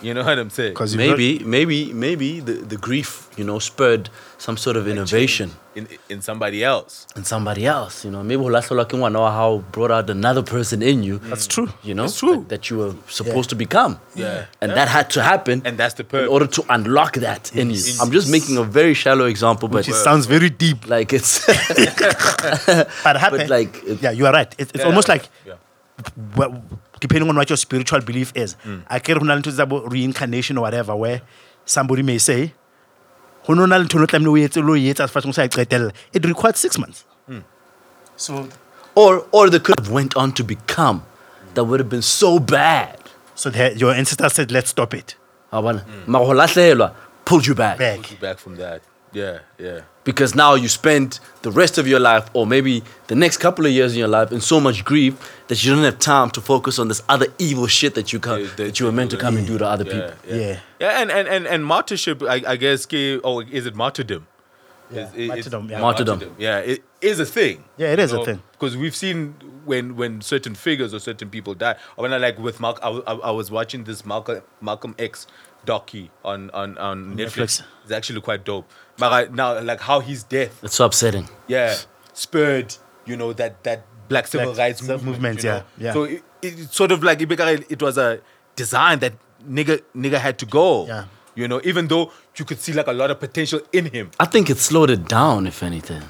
S3: You know what I'm saying?
S2: because
S4: Maybe, maybe, maybe the, the grief, you know, spurred some sort of innovation
S3: In, in somebody else.
S4: in somebody else. You know, maybe Hulasola Kingwanoa how brought out another person in you.
S2: it's true.
S4: You know,
S3: That's true.
S4: That, that you were supposed to become.
S3: Yeah.
S4: And that had to happen.
S3: And that's the
S4: in
S3: purpose.
S4: order to unlock that in you. I'm just making a very shallow example, but uh,
S2: It sounds very deep,
S4: like it's [LAUGHS]
S2: but happen.
S4: but like it-
S2: yeah, you are right. It, it's
S3: Yeah.
S2: almost like
S3: Yeah.
S2: well, depending on what your spiritual belief is.
S3: Mm.
S2: I care about reincarnation or whatever, where somebody may say, "Ho no na le ntho e no tlamehile o etse, o lo e etsa sefateng sa e qetella." it required six months. So,
S4: or or they could have went on to become that would have been so bad.
S2: so the, your ancestors said, let's stop it.
S4: Yabona?
S3: Hmm.
S4: Mara ho lahlehelwa pulled you back.
S2: Back.
S3: Back from that. Yeah, yeah.
S4: because now you spend the rest of your life or maybe the next couple of years in your life in so much grief that you don't have time to focus on this other evil shit that you come,
S3: Yeah, that
S4: that you were meant to
S3: you-
S4: come and do to other
S3: Yeah,
S4: people.
S3: yeah.
S2: Yeah.
S3: Yeah, and, and, and, and martyrship, I, I guess, ke- or is it martyrdom? Is- is-
S2: martyrdom, yeah.
S4: Martyrdom.
S3: Yeah, it is a thing.
S2: Yeah, it is a thing.
S3: Because we've seen when when certain figures or certain people die. Or when I like with Mark, I, wa- I, I was watching this Malcolm Malcolm X docu on on on Netflix.
S2: Netflix.
S3: It's actually quite dope. But I- now, like how his death,
S4: It's so upsetting.
S3: yeah, spurred you know that that black civil
S2: Black
S3: rights
S2: civil
S3: movement.
S2: movement,
S3: you know?
S2: yeah, yeah.
S3: So it, it it's sort of like it it was a design that nigga nigga had to go.
S2: Yeah.
S3: You know, even though you could see like a lot of potential in him.
S4: I think it slowed it down, if anything.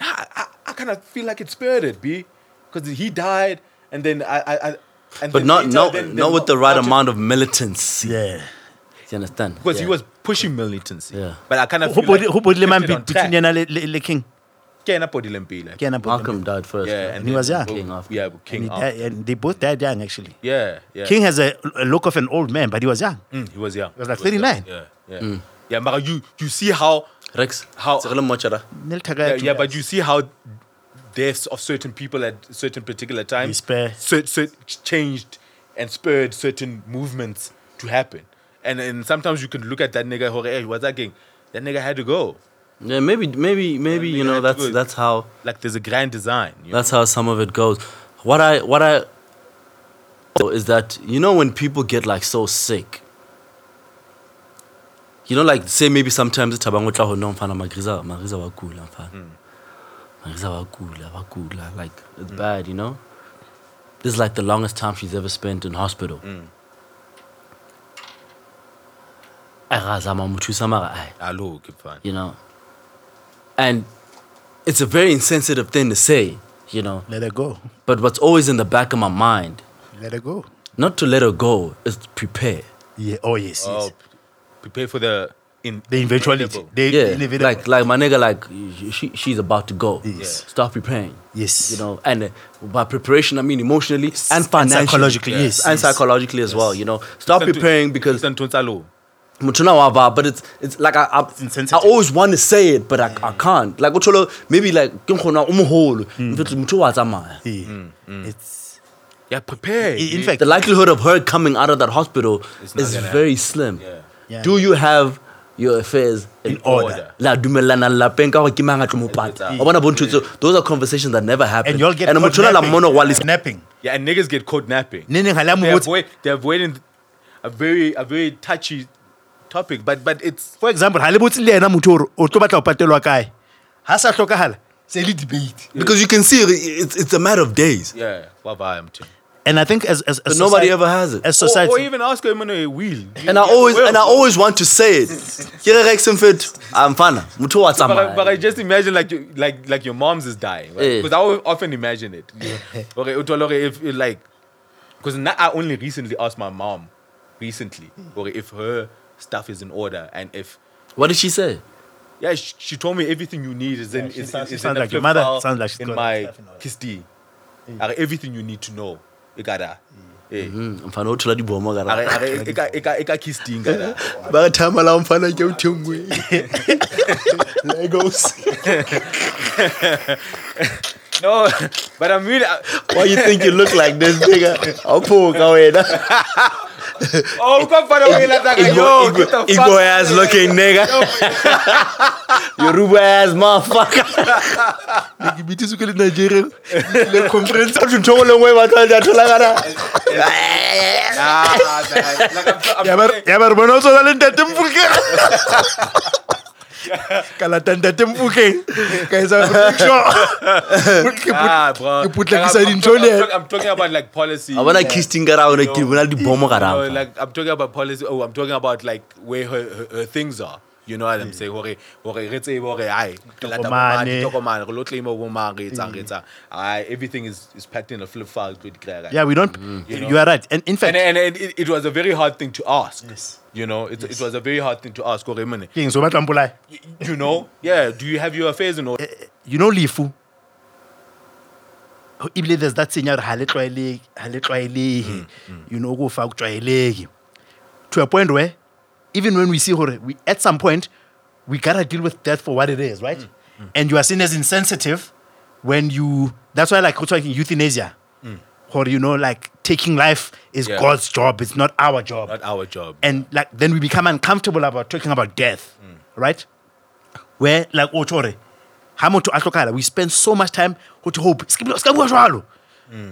S3: I, I, I kind of feel like it spared it, B, because he died, and then I, I, I and
S4: But
S3: then
S4: not
S3: later,
S4: not,
S3: then-
S4: not
S3: then
S4: with the right
S3: Martin-
S4: amount of militants.
S2: Yeah.
S4: You understand?
S3: because
S4: Yeah.
S3: he was pushing militancy.
S4: Yeah.
S3: But I kind of
S2: Who
S3: feel like
S2: body- who body le
S3: kept
S2: man
S3: it
S2: be-
S3: on track.
S2: between yena le- le- le king?
S3: Kena body lempile.
S2: Kena body le-
S4: Malcolm died first.
S3: Yeah,
S4: right?
S3: and
S2: he
S3: then
S2: was young.
S3: both-
S4: King after.
S3: Yeah, but
S2: And
S3: King
S2: he
S3: after.
S2: died- and they both died young, actually.
S3: Yeah, yeah.
S2: King has a, a look of an old man, but he was young.
S3: Mm, he was young. He
S2: was like
S3: young.
S2: 39.
S3: Yeah, yeah. Yeah, but you you see how
S4: Rex.
S3: How-
S4: it's a little much, uh,
S2: Nel
S3: yeah,
S2: Tagaya
S3: yeah,
S2: too.
S3: but you see how deaths of certain people at certain particular times
S2: spare.
S3: cer- cer- changed and spurred certain movements to happen. And and sometimes you can look at that nigga, "Hore, eh, what's that gang? That nigga had to go.
S4: Yeah, maybe maybe maybe
S3: Yeah,
S4: you know
S3: that's
S4: that's
S3: good.
S4: that's how
S3: Like there's a grand design. you know?
S4: That's how some of it goes. What I what I so is that you know when people get like so sick. You know, like say maybe sometimes it's about no mfana magriza magriza wakula mfana. Magriza wakula wakula like it's bad, you know. This is like the longest time she's ever spent in hospital. I razama muthusa mara ai
S3: I look it's fine.
S4: you know. And it's a very insensitive thing to say, you know.
S2: Let her go.
S4: But what's always in the back of my mind,
S2: Let her go.
S4: not to let her go, is to prepare.
S2: Yeah. Oh, yes.
S3: Oh,
S2: yes.
S3: prepare for the in
S2: The eventuality.
S3: inevitable.
S2: The
S4: Yeah,
S2: inevitable.
S4: like like my nigga, like she, she's about to go.
S2: Yes.
S4: Start preparing.
S2: yes.
S4: You know, and uh, by preparation, I mean emotionally and financially,
S2: psychologically, yes,
S4: and
S2: yes.
S4: psychologically as well. You know, start
S3: Listen to-
S4: preparing because
S3: listen to Nsalo.
S4: Mutuna wava, but it's it's like I I, I
S2: insensitive.
S4: always want to say it, but I, I can't. Like uthola maybe like kungkhona umholo,
S2: Hmm.
S4: mfethu muthu wazamaya.
S2: Yeah. mm. It's
S3: Yeah, prepare.
S2: in
S3: yeah.
S2: fact
S4: the likelihood of her coming out of that hospital
S3: It's not
S4: is
S3: gonna
S4: very slim.
S2: Yeah.
S4: Do you have your affairs in,
S2: order?
S4: La dumellana lapeng ka gore ke mang a tlo mo pata. Wa bona bo ntho tseo, Those are conversations that never happen.
S2: and you'll get
S4: And
S2: caught
S4: motho ona la
S2: napping.
S4: mmona wa le-
S2: Napping.
S3: yeah, and niggas get caught napping.
S2: Neneng ha le a mo
S3: They're,
S2: botsa-
S3: avoid, they're avoiding a very a very touchy topic, but but it's
S2: for example ha le botse le ena motho hore o tlo batla ho patelwa kae ha sa hlokahala se e le debate
S4: because you can see it, it's, it's a matter of days.
S3: yeah, what I am too.
S2: and i think as, as, as
S4: But nobody
S2: society-
S4: ever has it.
S2: as
S3: Or-
S2: society
S3: Or, even ask him on a wheel.
S4: And I always and I always want to say it. Ke re Rex Mfethu, ah, mfana, motho wa
S3: But I,
S4: tsamaya.
S3: but I just imagine like you, like like your mom's is dying
S4: Eh.
S3: because I al- often imagine it. you know. [LAUGHS] okay, uthole hore if if, like because I only recently asked my mom recently or if her stuff is in order and if
S4: What did she say?
S3: yeah she, she told me everything you need is in is,
S2: sounds-
S3: is
S2: she sounds
S3: in a
S2: like your
S3: flip
S2: mother.
S3: file
S2: Sounds like she's
S3: in
S2: got
S3: my
S2: her stuff in order.
S3: kisti. Like, everything you need to know ekara Eh.
S4: mfana o thola dibomo ka
S3: A
S4: ra-
S3: re- a re,
S4: [LAUGHS]
S3: e ka- e ka- e ka kiss ding ka ra.
S1: ba re thama la mfana ke o thengwe
S4: [LAUGHS]
S1: legos
S3: no but i mean I-
S1: why you think you look like this nigga a phoka wena
S3: oh uko mfana wa elata ka, yo, get the fuck-
S1: igbo ass looking nigga
S4: yoruba ass motherfucker
S1: ke bitse ke le nigeria le conference a ntho go lengwe e ba tla ja thola kana
S3: Ah, man. Like, I'm so- I'm-
S2: [LAUGHS] Ya ver, ya ver, bueno, solo le intenté empujar. [LAUGHS] Calata, intenté empujar. Que esa
S3: Ah,
S2: Ke
S3: bro.
S2: putlakisa
S3: Like, I'm- I'm
S2: dintho
S3: talking-
S2: le-
S3: I'm talk- I'm talking about like policy.
S4: a bona kisting ka raone
S3: No.
S4: ke bona le dibomo ka
S3: No,
S4: ra
S3: Oh, like I'm talking about policy. Oh, I'm talking about like where her, her, her things are. You know what I'm saying? Hore, hore, re tsebe hore, ai, ke lata bomang,
S2: Tokomane.
S3: ditokomane, re lo claim-a bomang, re etsang,
S4: Mm.
S3: re etsang. Ai, everything is, is packed in a flip file. good guy, right?
S2: [LAUGHS] Yeah, we don't. You are right. And in fact,
S3: And, and, and it, it was a very hard thing to ask. Yes. You know, it, it was a very hard thing to ask. Hore, mane,
S2: King, so what I'm polite.
S3: y- You know, yeah, do you have your affairs in
S4: Eh.
S3: order?
S2: you know lefu ho- ebile there's that saying ya gore ga le tlwaelege you know go fa go tlwaelege to a point where even when we see gore we at some point we gotta deal with that for what it is right and you are seen as insensitive when you that's why like go talking euthanasia or you know like taking life is
S3: Yeah.
S2: god's job it's not our job
S3: Not our job.
S2: and like then we become uncomfortable about talking about death right where like oh tore ha motho a tlhokala we spend so much time go to hope "Se ke bua- se ka bua jwalo."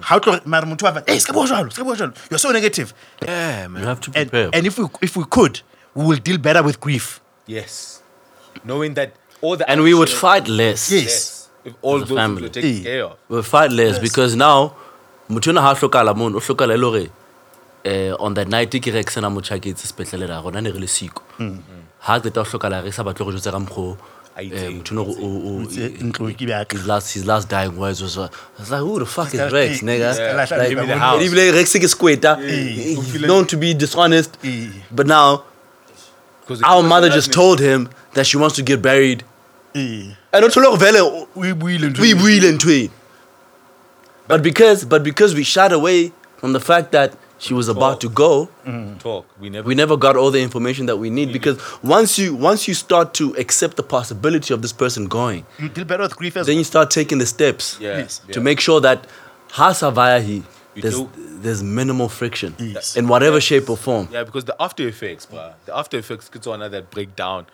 S2: ha o tlo mara motho a fa, "Eh, se ka bua jwalo, se ka bua jwalo." you're so negative
S3: yeah, man.
S4: you have to
S2: and,
S4: prepare
S2: and if we if we could we will deal better with grief
S3: Yes. Knowing that all the
S4: and we would
S3: action-
S4: fight less
S2: Yes.
S3: Yes. If all
S4: As a
S3: those people
S4: family.
S3: are taken
S2: Eh.
S3: care of.
S4: we'll fight less because now motho ona ha a hlokala mono o hlokala e le hore, eh, on that night ke re ke sena motho a ke etse sepetlele ra rona ne re le siko
S1: Mm.
S4: ha a qeta ho hlokala re sa batle ho re jwetsa ka mokgwa oo,
S3: A
S4: eh,
S3: itseng,
S4: motho ona hore o- o-
S2: Ntse ntlo ke bjaka.
S4: his last his last dying words was uh, I was like who the fuck is [LAUGHS]
S2: Just
S4: Rex
S2: take-
S4: nigga
S2: just lahla
S4: like
S2: leave
S3: the house.
S4: ebile Rex ke skweta known to be dishonest
S2: Eh.
S4: but now
S3: Because
S4: our mother just told him that she wants to get buried
S2: Eh.
S4: and o thole hore vele o- o e buile ntho eno. but because but because we shied away from the fact that she was about to go
S3: talk. We never.
S4: we never got all the information that we need because once you once you start to accept the possibility of this person going
S2: you deal better with grief as
S4: then you start taking the steps
S3: Yeah, Yes.
S4: to
S3: yeah.
S4: make sure that hasavayahi
S3: You
S4: there's,
S3: do-
S4: there's minimal friction
S2: Yes.
S4: in whatever shape or form
S3: yeah, because the after effects, bruh. The after effects gets on that break down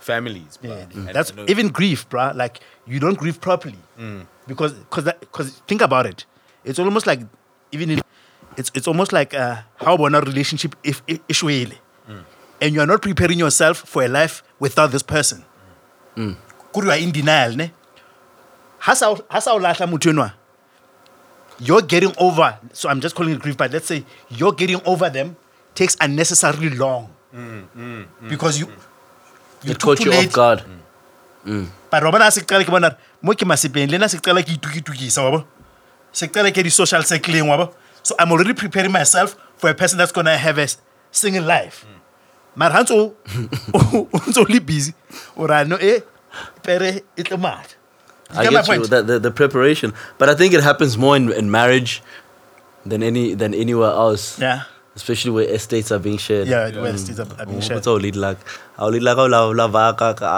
S3: families, bruh.
S2: Yeah.
S3: Mm. And
S2: That's
S3: I know- Mm.
S2: even grief, bruh. Like you don't grieve properly because because because think about it. It's almost like even in, it's it's almost like uh, how about a relationship if if ishwele,
S3: Mm.
S2: and you are not preparing yourself for a life without this person.
S3: Mm.
S2: Could you are in denial, ne? Has our has our You're getting over. So I'm just calling it grief, but let's say you're getting over them takes unnecessarily long
S3: Mm,
S2: because you. You
S4: it
S2: took
S4: caught
S2: too
S4: you off
S2: late.
S4: guard
S3: Mm.
S2: But Robert se ke qala ke bona re, mo ke masepeng le nna se ke qala ke itukitukisa wa bo. Se ke qala ke di social cycling wa bo. so i'm already preparing myself for a person that's going to have a s- single life mara ha ntso o- o o ntso o le busy o ra no e pere e tlo matha You
S4: I
S2: get my
S4: get you
S2: point?
S4: the, the, the preparation, but I think it happens more in, in marriage than any than anywhere else.
S2: yeah
S4: Especially where estates are being shared. Mm. Oh,
S2: yeah the west is a a big shit
S4: What's our lead like? Our lead like our la vaka ka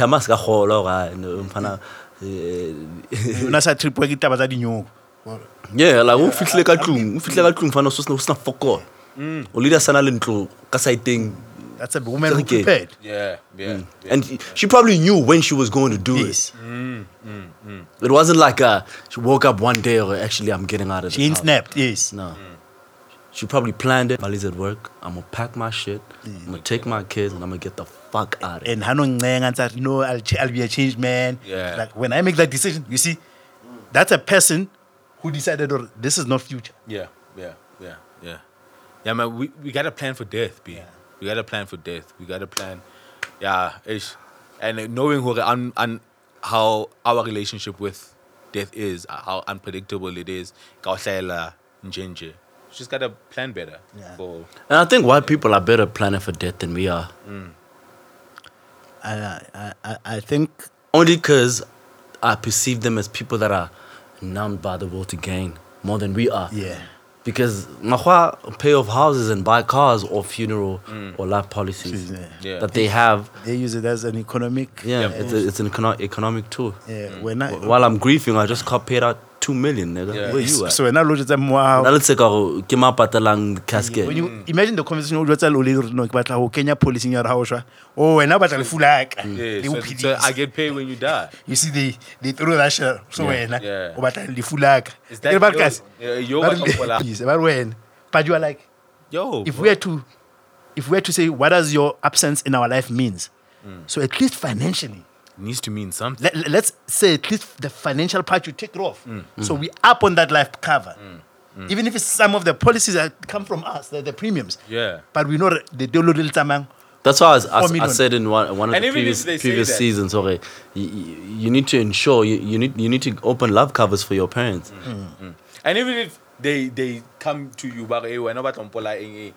S4: tamas ka holo ka mfana. eh, [LAUGHS]
S2: una sa trip wa ke taba tsa dinyoko
S4: Yeah, like o fihle ka tlung, o fihle ka
S3: mm.
S4: tlung mfana o so sna o sna fokol. O leader sana le ntlo ka saiteng.
S2: that's a woman who
S4: Okay.
S2: prepared
S3: Yeah, yeah. yeah.
S4: Mm. And she probably knew when she was going to do
S2: yes Mm,
S4: it. It wasn't like uh, she woke up one day or actually I'm getting out of
S2: she
S4: this.
S2: ain't
S4: house.
S2: snapped yes
S4: No. She probably planned it. Molly's at work. I'm gonna pack my shit. I'm gonna take my kids and I'm gonna get the fuck out of here.
S2: and hanoncenga and said, no, I'll, ch- I'll be a changed man.
S3: Yeah.
S2: Like when I make that decision, you see, that's a person who decided, or this is not future.
S3: Yeah, yeah, yeah, yeah. Yeah, man, we, we got to plan for death, B. We got to plan for death. We got to plan. Yeah, ish. And uh, knowing who, un, un, how our relationship with death is, uh, how unpredictable it is, ka hlela nje nje. just got to plan better.
S2: Yeah.
S3: For,
S4: And I think white people are better planning for death than we are.
S2: And I, I, I, I think,
S4: Only because I perceive them as people that are numbed by the will to gain more than we are.
S2: yeah.
S4: because Mahwa pay off houses and buy cars or funeral
S2: Mm.
S4: or life policies
S2: Yeah.
S3: Yeah.
S4: that they have.
S2: They use it as an economic.
S4: Yeah, it's, a, it's an econo- economic tool.
S2: Yeah,
S3: Mm.
S2: we're not.
S4: While I'm grieving, I just got paid out two million. Nigga.
S3: Yeah.
S4: Where you at?
S2: so we're not looking at them. Wow.
S4: Na le tseka gore ke mapatalang casket.
S2: when you imagine the conversation o jwetsa lole re no ke batla go kenya policing ya gago swa o wena o batla lefu laka
S4: Mm.
S3: Yeah,
S2: They
S3: so,
S2: will
S3: so I get paid when you die.
S2: you see they, they throw that shit so wena
S3: yeah.
S2: o batla lefu laka
S3: Is that
S2: Ke re ba re
S3: yo-
S2: kasi,
S3: yeah, yo
S2: ba re- [LAUGHS]
S3: batla ho fola.
S2: Please, ba re wena but you are like
S3: Yo,
S2: if we are to if we are to say what does your absence in our life means so at least financially
S3: needs to mean something.
S2: let, us say at least the financial part you take it off so we up on that life cover even if it's some of the policies that come from us the, the premiums
S3: Yeah.
S2: but we know the dolo le le tsamayang
S4: That's why I, was- I,
S2: Four
S4: I
S2: million.
S4: said in one, one of
S3: And
S4: the
S3: even if
S4: previous,
S3: they say
S4: previous
S3: that-
S4: seasons, okay, you, you need to ensure you, you need you need to open love covers for your parents.
S3: Mm. And even if they they come to you, but hey, we're not about Mpola, eh, eh,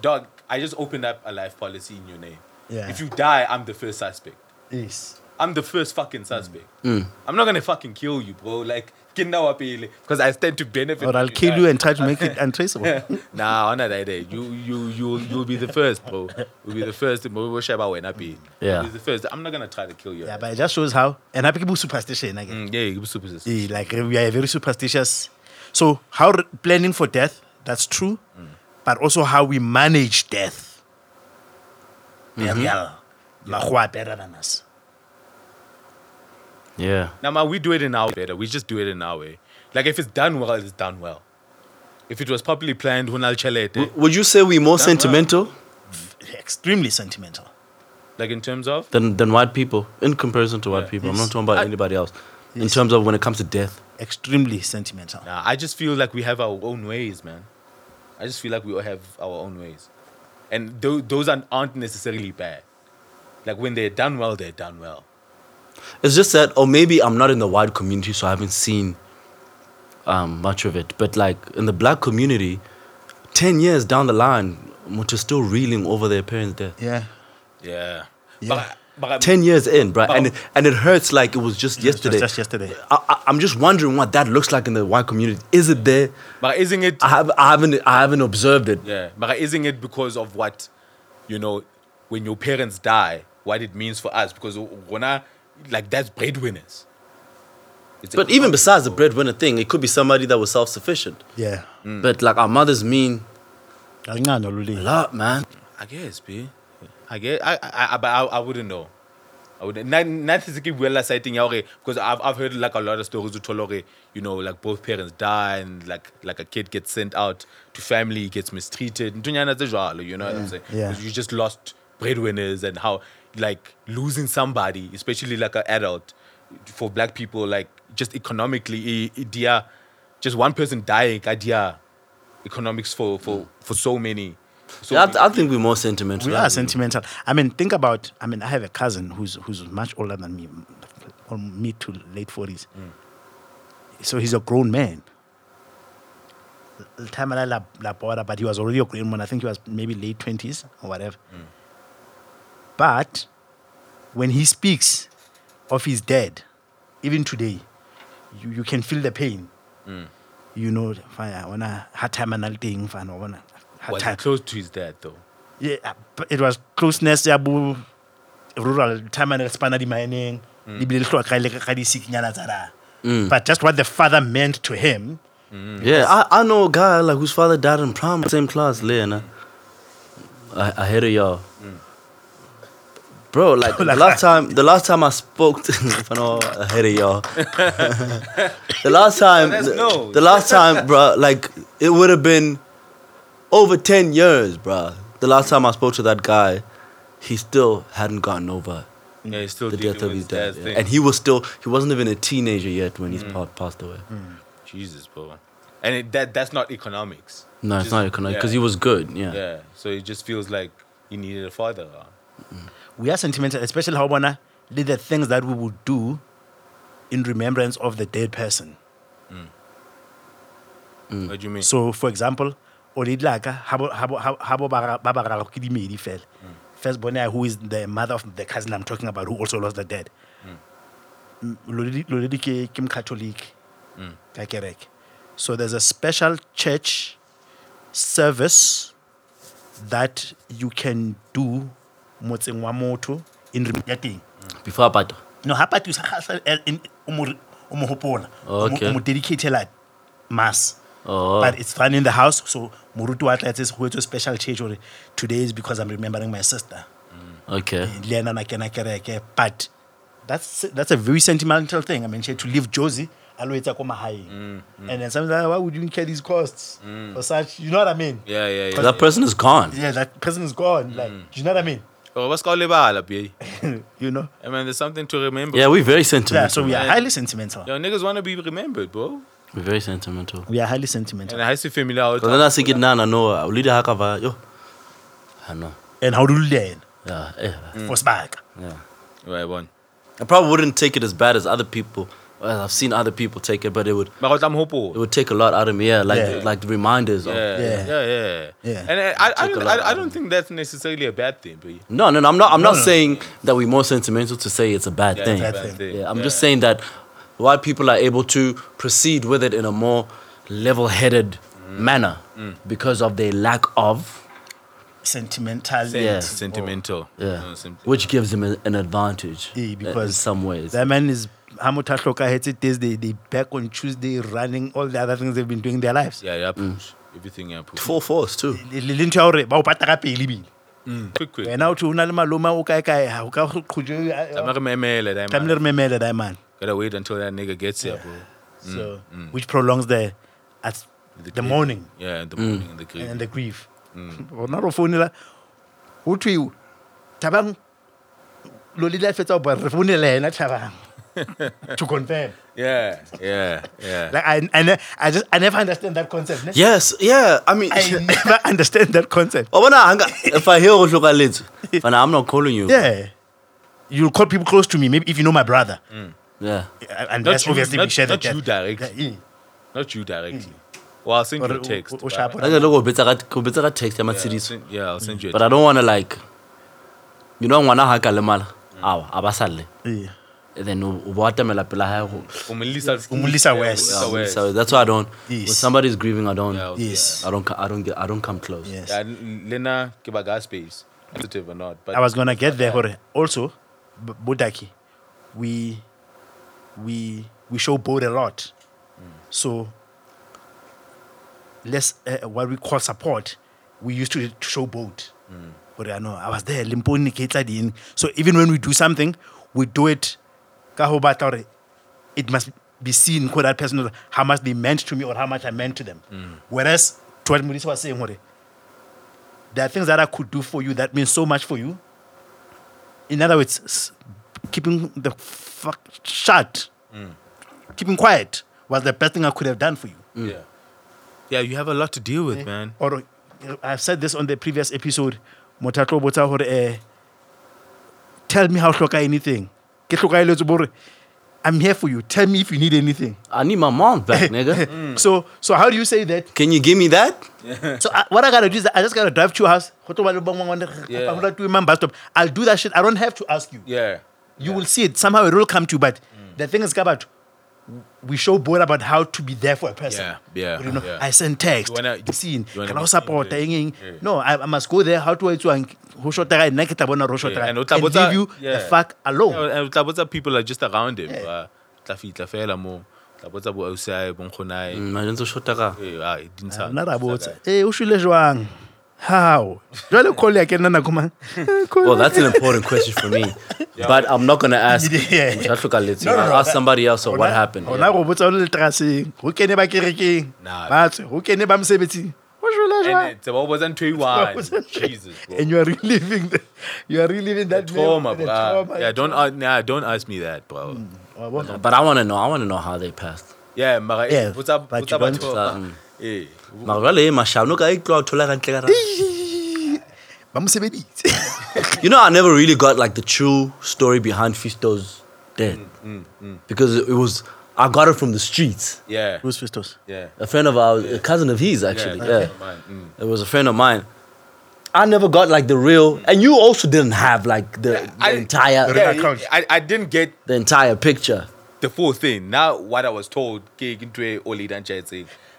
S3: dog, I just opened up a life policy in your name.
S2: Yeah.
S3: If you die, I'm the first suspect.
S2: Yes.
S3: I'm the first fucking suspect.
S2: Mm.
S3: I'm not gonna fucking kill you, bro. Like, because I stand to benefit.
S2: Or
S3: when
S2: I'll kill
S3: die.
S2: you and try to make it untraceable.
S3: [LAUGHS] nah, on that day, you you you you'll be the first, bro. You'll be the first. But we'll share about when I be.
S4: Yeah.
S3: You'll be the first. I'm not gonna try to kill you.
S2: yeah, but it just shows how. And happy people superstition again.
S3: Mm, yeah, you'll be super sus-
S2: Eh, Like we are very superstitious. So how re- planning for death? That's true, but also how we manage death.
S4: Mhm.
S2: Burial, makgowa a burial than us.
S4: Yeah,
S3: Now, man, we do it in our way better. We just do it in our way. Like, if it's done well, it's done well. If it was properly planned, when I'll chill it, eh?
S4: would you say we're more sentimental
S2: Extremely sentimental.
S3: like in terms of
S4: than than white people in comparison to white
S3: Yeah.
S4: people? I'm
S2: Yes.
S4: not talking about
S3: I-
S4: anybody else in terms of when it comes to death.
S2: Extremely sentimental.
S3: Nah, I just feel like we have our own ways, man. I just feel like we all have our own ways, and tho- those aren't, aren't necessarily bad. Like when they're done well, they're done well.
S4: It's just that, or maybe I'm not in the white community, so I haven't seen um, much of it. But like in the black community, ten years down the line, much is still reeling over their parents' death.
S2: Yeah.
S3: Yeah. But, but
S4: 10 years in, bruh, and,
S3: Wow.
S4: and it hurts like it was just yesterday.
S2: Oh. just yesterday.
S4: I, I, I'm just wondering what that looks like in the white community. Is it there?
S3: but isn't it?
S4: I, have, I haven't I haven't observed it.
S3: yeah. But isn't it because of what, you know, when your parents die, what it means for us? Because when I like that's breadwinners. It's
S4: But even besides the breadwinner thing, it could be somebody that was self sufficient.
S2: Yeah.
S4: But like our mothers mean
S2: Kancane lule.
S4: a lot, man.
S3: I guess, B. I guess I I I, but I, I wouldn't know. I wouldn't. Not not to keep well citing yore because I've I've heard like a lot of stories with Tolore, you know, like both parents die and like like a kid gets sent out to family gets mistreated. Ntunyana tse jwalo, You know what I'm saying?
S2: yeah.
S3: 'Cause You just lost breadwinners and how like losing somebody, especially like an adult, for black people, like just economically, idea, just one person dying, idea, economics for for for so many. So
S4: I,
S3: many-
S4: I think we're more sentimental.
S2: We are sentimental. I mean, think about. I mean, I have a cousin who's who's much older than me, or mid to late forties. So he's a grown man. The time I la, la bought, but he was already a grown man. I think he was maybe late twenties or whatever. But when he speaks of his dad, even today, you, you can feel the pain. You know, fine, I wanna hard time and all thing, fine, I wanna hard
S3: was
S2: time.
S3: he close to his dad though.
S2: yeah, but it was closeness ya bo rural time and spanna di mining ebile le tlhoka le ga di sikinyana tsa rra. but just what the father meant to him
S4: Yeah, I, I know a guy like whose father died in prime, same class, Leon. I, I heard of y'all.
S3: Mm.
S4: Bro,
S3: [LAUGHS]
S4: like the last time, the last time I spoke, to, [LAUGHS] if I know ahead of y'all. [LAUGHS] the
S3: [LAUGHS]
S4: last time,
S3: That's
S4: the,
S3: no.
S4: the last time, bro, like it would have been over ten years, bro. The last time I spoke to that guy, he still hadn't gotten over
S3: Yeah, he's still
S4: Mm. the
S3: dealing
S4: death of
S3: with
S4: his
S3: his
S4: dad,
S3: dad's
S4: yeah.
S3: thing. Mm.
S4: and he was still, he wasn't even a teenager yet when his pa passed away.
S3: Jesus, bro. And it, that that's not economics.
S4: No, it's
S3: Just-
S4: not economic because
S3: yeah.
S4: he was good.
S3: Yeah. So it just feels like he needed a father. huh?
S2: we are sentimental especially how bona did the things that we would do in remembrance of the dead person
S4: Mm.
S3: What do you mean?
S2: so for example o le dilaka ha bo- ha bo- ha- ha bo ba ra- ba ba raro ke dimedi fela first born ya, who is the mother of the cousin i'm talking about who also lost the dead M- loledi loledi ke ke mcatholic ka kereke so there's a special church service that you can do motseng wa motho in remediating
S4: before Apato.
S2: no ha pati sa- sa- eh, in- o mo- o mo hopola o mo-
S4: Okay.
S2: o mo dedicatela mass
S4: Oh.
S2: but it's done in the house so moruti wa tlatse go etswe special church ore today is because i'm remembering my sister
S4: Okay.
S2: le ena na kena kereke but that's that's a very sentimental thing i mean she had to leave josie a lo etsa ko mahaeng
S4: Mm,
S2: and then sometimes like, why would you incur these costs for such you know what i mean
S3: Yeah, yeah, yeah.
S4: That person is gone.
S2: yeah that person is gone like
S4: Mm.
S2: do you know what i mean [LAUGHS]
S3: Oh, what's called Lebala, B?
S2: you know
S3: I mean, there's something to remember.
S4: Yeah, we're very
S2: yeah
S4: sentimental.
S2: so we are
S3: Yeah.
S2: highly sentimental
S3: Yo, niggas want to be remembered, bro.
S4: We're very sentimental.
S2: we are highly sentimental
S3: And I see family out.
S4: But then I think it nana no, I'll lead a hakava, yo. I know.
S2: and how do you learn
S4: Yeah, eh,
S2: for spark
S4: yeah.
S3: Right, one.
S4: I probably wouldn't take it as bad as other people. Well, I've seen other people take it, but it would
S3: But I'm
S4: it
S3: hopeful.
S4: would take a lot out of me. Yeah, like
S2: Yeah.
S4: like the reminders. Of,
S3: Yeah, yeah,
S2: Yeah.
S3: yeah.
S2: Yeah.
S3: And I, I, I,
S4: Took a
S3: don't,
S4: lot.
S3: I, I don't think that's necessarily a bad thing, but
S4: No, no, no. I'm not. I'm not
S2: no.
S4: saying that we're more sentimental to say it's a bad
S3: yeah,
S4: thing.
S3: it's a bad
S2: thing.
S3: thing.
S4: Yeah, I'm just saying that why people are able to proceed with it in a more level-headed manner because of their lack of,
S2: sentimental
S4: Yeah.
S3: Sentimental.
S4: yeah,
S3: No, sim-
S4: which gives them an, an advantage
S2: Yeah,
S4: i- in
S2: Eh, because
S4: some ways.
S2: That man is Hamuta Hloka Thursday, they back on Tuesday running all the other things they've been doing in their lives.
S3: Yeah, yeah, push.
S4: Mm.
S3: Everything, yeah, push.
S4: Full force too.
S2: Le- le- le ntho ya hore ba o pata ka pele ebile.
S3: Mm. Quick, quick.
S2: wena o the o na le malome a o kae kae, ha o ka go- qhujwe, a-
S3: I'm
S2: a-
S3: not gonna memela that,
S2: tlamehile
S3: man.
S2: re memele that man.
S3: Gotta wait until that nigga gets here, bro.
S2: so which prolongs the at the,
S3: grief.
S2: mourning
S3: Yeah, in the morning, in the grave.
S2: Mm. and the grief rona ro founela ho thwe thabang lolile a fetsa ho bua, re founela yena Thabang, to confirm
S3: Yeah, yeah, yeah.
S2: like I, I, ne- I just i never understand that concept ne?
S4: Yes. Yeah. I mean.
S3: [LAUGHS]
S2: I never understand that concept.
S4: [LAUGHS] Oh, but nah, hanga- if I hear Ohlukalitsu, but nah, I'm not calling you.
S2: Yeah. You'll call people close to me, maybe if you know my brother.
S4: Yeah.
S2: Uh, And that's
S3: you-
S2: obviously
S3: Mm. not-
S2: we share the
S3: not you directly. Not you
S2: Mm.
S3: directly. Well, I'll send you a text. but-
S4: I
S2: But
S4: can go betsa ka- go betsa ka text ya
S3: Yeah, I'll
S4: matshediso.
S3: send- yeah, I'll send you a
S4: But I don't want to like, you know, ngwana ha ka lemala, awa abasalle. And then o o boatamela pela ha go.
S3: text. From Melissa-
S2: From Melissa
S3: Yeah,
S2: West.
S3: Melissa
S4: Yeah,
S3: West.
S4: So that's why I don't. When
S2: Yes.
S4: somebody's grieving, I don't.
S3: Yeah,
S2: Yes.
S4: I don't. co- I don't get. I don't come close.
S2: Yes.
S3: Yeah, Lena, give her gas space. Positive or not. But
S2: I was gonna get there. Hore. Also, B- Bodaki, we we we show boat a lot.
S3: Mm.
S2: So less uh, what we call support, we used to show boat.
S3: Mm.
S2: But I know I was there, Limponi Ketadin. So even when we do something, we do it ka ho batla hore it must be seen for that person how much they meant to me or how much I meant to them.
S3: Mm.
S2: Whereas to what Mulisa was saying, hore, there are things that I could do for you that means so much for you. In other words, s- keeping the fuck shut, keeping quiet was the best thing I could have done for you.
S3: yeah. Yeah, you have a lot to deal with, man.
S2: Or uh, I've said this on the previous episode. Motatlo botsa hore, eh, tell me how hloka anything. Ke hlokaeletswe bo hore, I'm here for you. Tell me if you need anything.
S4: I need my mom back, nigga.
S2: So, so how do you say that?
S4: Mm. Can you give me that?
S2: [LAUGHS] So I, what I gotta do is I just gotta drive to your house. Go to one- one- one- one-
S3: Yeah.
S2: one- two- one bus stop. I'll do that shit. I don't have to ask you.
S3: Yeah.
S2: you will see it somehow it will come to you but the thing is about we show board about how to be there for a person
S3: Yeah, yeah,
S2: you know
S3: yeah.
S2: i send text
S3: You wanna-
S2: the scene
S3: you wanna
S2: can i
S3: be
S2: support
S3: seen,
S2: eng, eng.
S3: yeah.
S2: no I, I must go there how do i do and who shot the guy nna ke tla bona hore o shota kae,
S3: Yeah, and
S2: and
S3: o tla botsa-
S2: leave you
S3: yeah.
S2: the fuck alone
S3: Yeah, and Tlabotsa people are just around him. Uh, tla fihla fela moo. Tla botsa bo ausi ya hae, bo nkgono ya hae.
S4: Mm, I don't know shota ka.
S3: Eh, ah, e dintsha-
S2: nna ra botsa
S3: dintsha
S2: eh o shwele jwang how jwale call ya ke nna nako mang Eh, call
S4: Well,
S2: ya-
S4: that's an important question for me. But I'm not gonna ask. [LAUGHS]
S2: Yeah.
S4: Ohlukalitsu.
S2: No, no, no,
S4: I'll ask
S2: that-
S4: somebody else. Or what
S2: Rona-
S4: happened?
S2: rona go botsa o le leteraseng go kene ba kerekeng
S3: Nah.
S2: ba tswe go kene ba mosebetsing o shwele
S3: guy.
S2: jwang
S3: [LAUGHS] And it's about wasn't too wide. Jesus, bro.
S2: and you are reliving the, you are reliving that
S3: Trauma,
S2: memory,
S3: bro. Ah,
S2: the trauma.
S3: yeah, don't ask, nah, don't ask me that, bro.
S2: Wa bona?
S4: But I want to know. I want to know how they passed.
S3: Yeah, mara, eh,
S2: Yeah,
S3: what's up?
S2: but
S3: What's
S2: you
S3: up? What's
S2: don't-
S3: up?
S4: Mm.
S3: Eh,
S4: Mara jwale e mashano ka e tloha o thola ka ntle ka
S2: [LAUGHS]
S4: ra-
S2: ba mo sebeditse
S4: You know, I never really got like the true story behind Fisto's death because it was I got it from the streets.
S3: yeah,
S2: [LAUGHS] who's Festus
S3: yeah.
S4: A friend of ours, a cousin of his actually.
S3: yeah.
S4: Yeah,
S3: that's mine. Mm.
S4: it was a friend of mine. I never got like the real, and you also didn't have like the, the
S3: I-
S4: entire
S3: yeah,
S2: account.
S3: I, I didn't get
S4: the entire picture.
S3: the full thing. Now what I was told, ke into Oli and Chai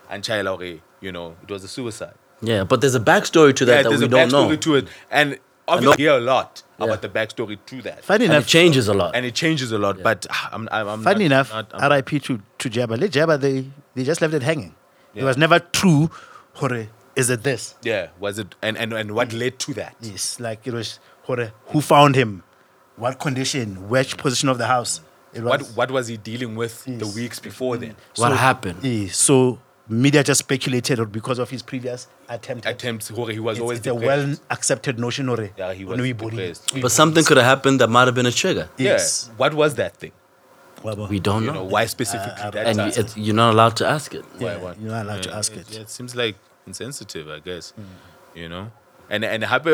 S3: and Chai Laure, you know, it was a suicide.
S4: Yeah, but there's a backstory to that
S3: Yeah,
S4: that
S3: there's
S4: we
S3: a
S4: don't know.
S3: backstory to it, and
S4: know-
S3: obviously hear a lot
S4: Yeah.
S3: about the backstory to that,
S2: Funny
S4: and
S2: enough,
S4: it changes a lot.
S3: and it changes a lot. But ah, I'm, I'm, I'm
S2: funny
S3: not-
S2: enough,
S3: not- um, I'm-
S2: RIP to, to Jabba. Le Jabba, they, they just left it hanging. It was never true. Hore, is it this?
S3: yeah, was it and and and what led to that?
S2: Yes, like Mm. it was Hore, who found him? What condition? Which position of the house? It was,
S3: What what was he dealing with the
S2: Yes. Mm.
S3: weeks before then?
S4: what happened?
S2: Yeah, so media just speculated or because of his previous attempt. at-
S3: Attempts, Hore, he was
S2: It's,
S3: always
S2: it's a
S3: depressed.
S2: well accepted notion, Hore.
S3: Yeah, he was
S2: Ono ibone.
S3: depressed.
S2: Uyibone.
S4: But something could have happened that might have been a trigger.
S2: Yes.
S3: Yeah, what was that thing?
S2: Wabo.
S4: We don't
S3: You
S4: know.
S3: know, why specifically that?
S4: and
S3: time?
S4: you, it's, you're not allowed to ask it.
S3: why,
S2: Yeah,
S3: why?
S2: you're not allowed to ask it. Mm.
S3: Yeah, it seems like insensitive, I guess. You know, and and happy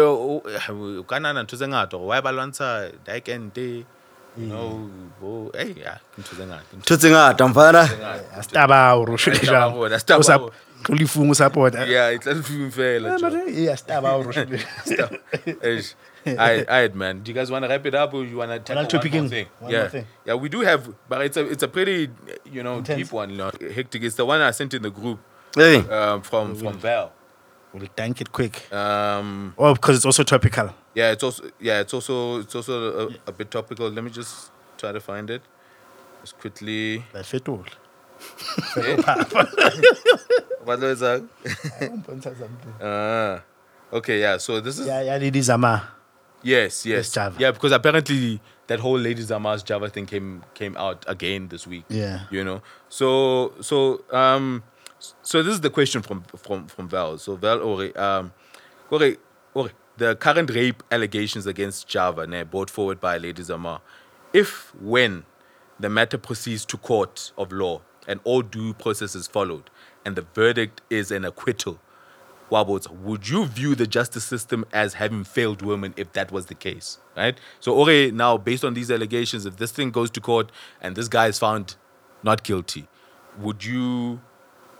S3: [SIGHS] kana na ntuse ngato why balwansa like and day. e You
S2: Mm.
S3: know, bo, hey, yeah, ntuse ngato.
S4: Tootsing out, Tamfana.
S2: Staba or
S3: Staba or- staba or-
S2: Kulifung support.
S3: Yeah, it's unfair.
S2: Yeah, staba or
S3: [LAUGHS] stuff. Eish. Aight, aight, man. Do you guys want to wrap it up, or you want to tackle
S2: Another
S3: one
S2: topic
S3: more
S2: in-
S3: thing?
S2: one
S3: yeah,
S2: more thing.
S3: yeah, we do have, but it's a it's a pretty you know deep one, you know, hectic. It's the one I sent in the group
S4: Hey.
S3: um, from from Val.
S2: [LAUGHS] We'll tank it quick.
S3: Um,
S2: Oh, because it's also topical.
S3: yeah, it's also yeah, it's also it's also a, a bit topical. Let me just try to find it just quickly.
S2: That fit all.
S3: [LAUGHS] What was that? Ah, okay, yeah. So this is
S2: Yeah, yeah, it is ama.
S3: Yes, yes.
S2: Java.
S3: Yeah, because apparently that whole Lady Zama's Java thing came came out again this week.
S2: Yeah.
S3: You know. So so um so this is the question from from from Val. So Val Ore, um Ore, Ore, the current rape allegations against Java ne, brought forward by Lady Zama. If when the matter proceeds to court of law and all due process is followed and the verdict is an acquittal, Wabos, would you view the justice system as having failed women if that was the case? Right? So, Ore, now based on these allegations, if this thing goes to court and this guy is found not guilty, would you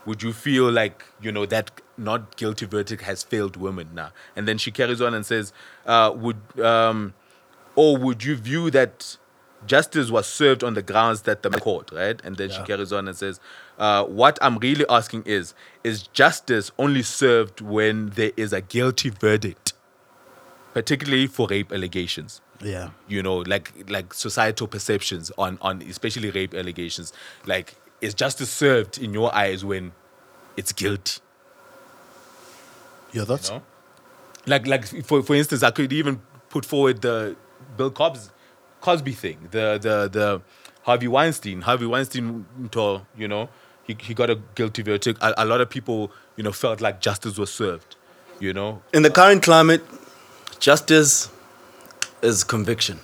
S3: would you feel like, you know, that not guilty verdict has failed women now? And then she carries on and says, uh, would um or would you view that justice was served on the grounds that the court, right? And then she carries on and says, uh, What I'm really asking is, is justice only served when there is a guilty verdict, particularly for rape allegations?
S2: Yeah.
S3: you know like like societal perceptions on on especially rape allegations like is justice served in your eyes when it's guilty
S2: Your thoughts?
S3: no like like for for instance i could even put forward the bill Cosby cosby thing the the the harvey weinstein harvey weinstein to you know he, he got a guilty verdict a, a lot of people you know felt like justice was served you know
S4: In the current climate, justice is conviction.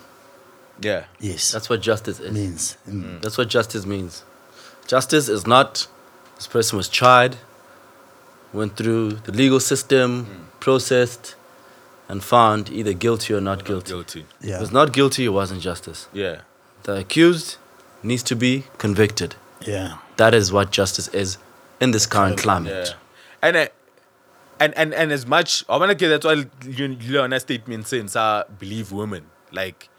S3: yeah
S2: Yes.
S4: That's what justice is.
S2: means. Mm.
S4: That's what justice means. Justice is not this person was tried, went through the legal system,
S3: Mm.
S4: processed, and found either guilty or not guilty.
S3: guilty
S4: If
S2: Yeah.
S4: it's not guilty, it wasn't justice.
S3: yeah
S4: The accused needs to be convicted.
S2: Yeah.
S4: That is what justice is in this current climate.
S3: Yeah. And I, and and and as much I wanna get that's why you learn a statement since I believe women. Like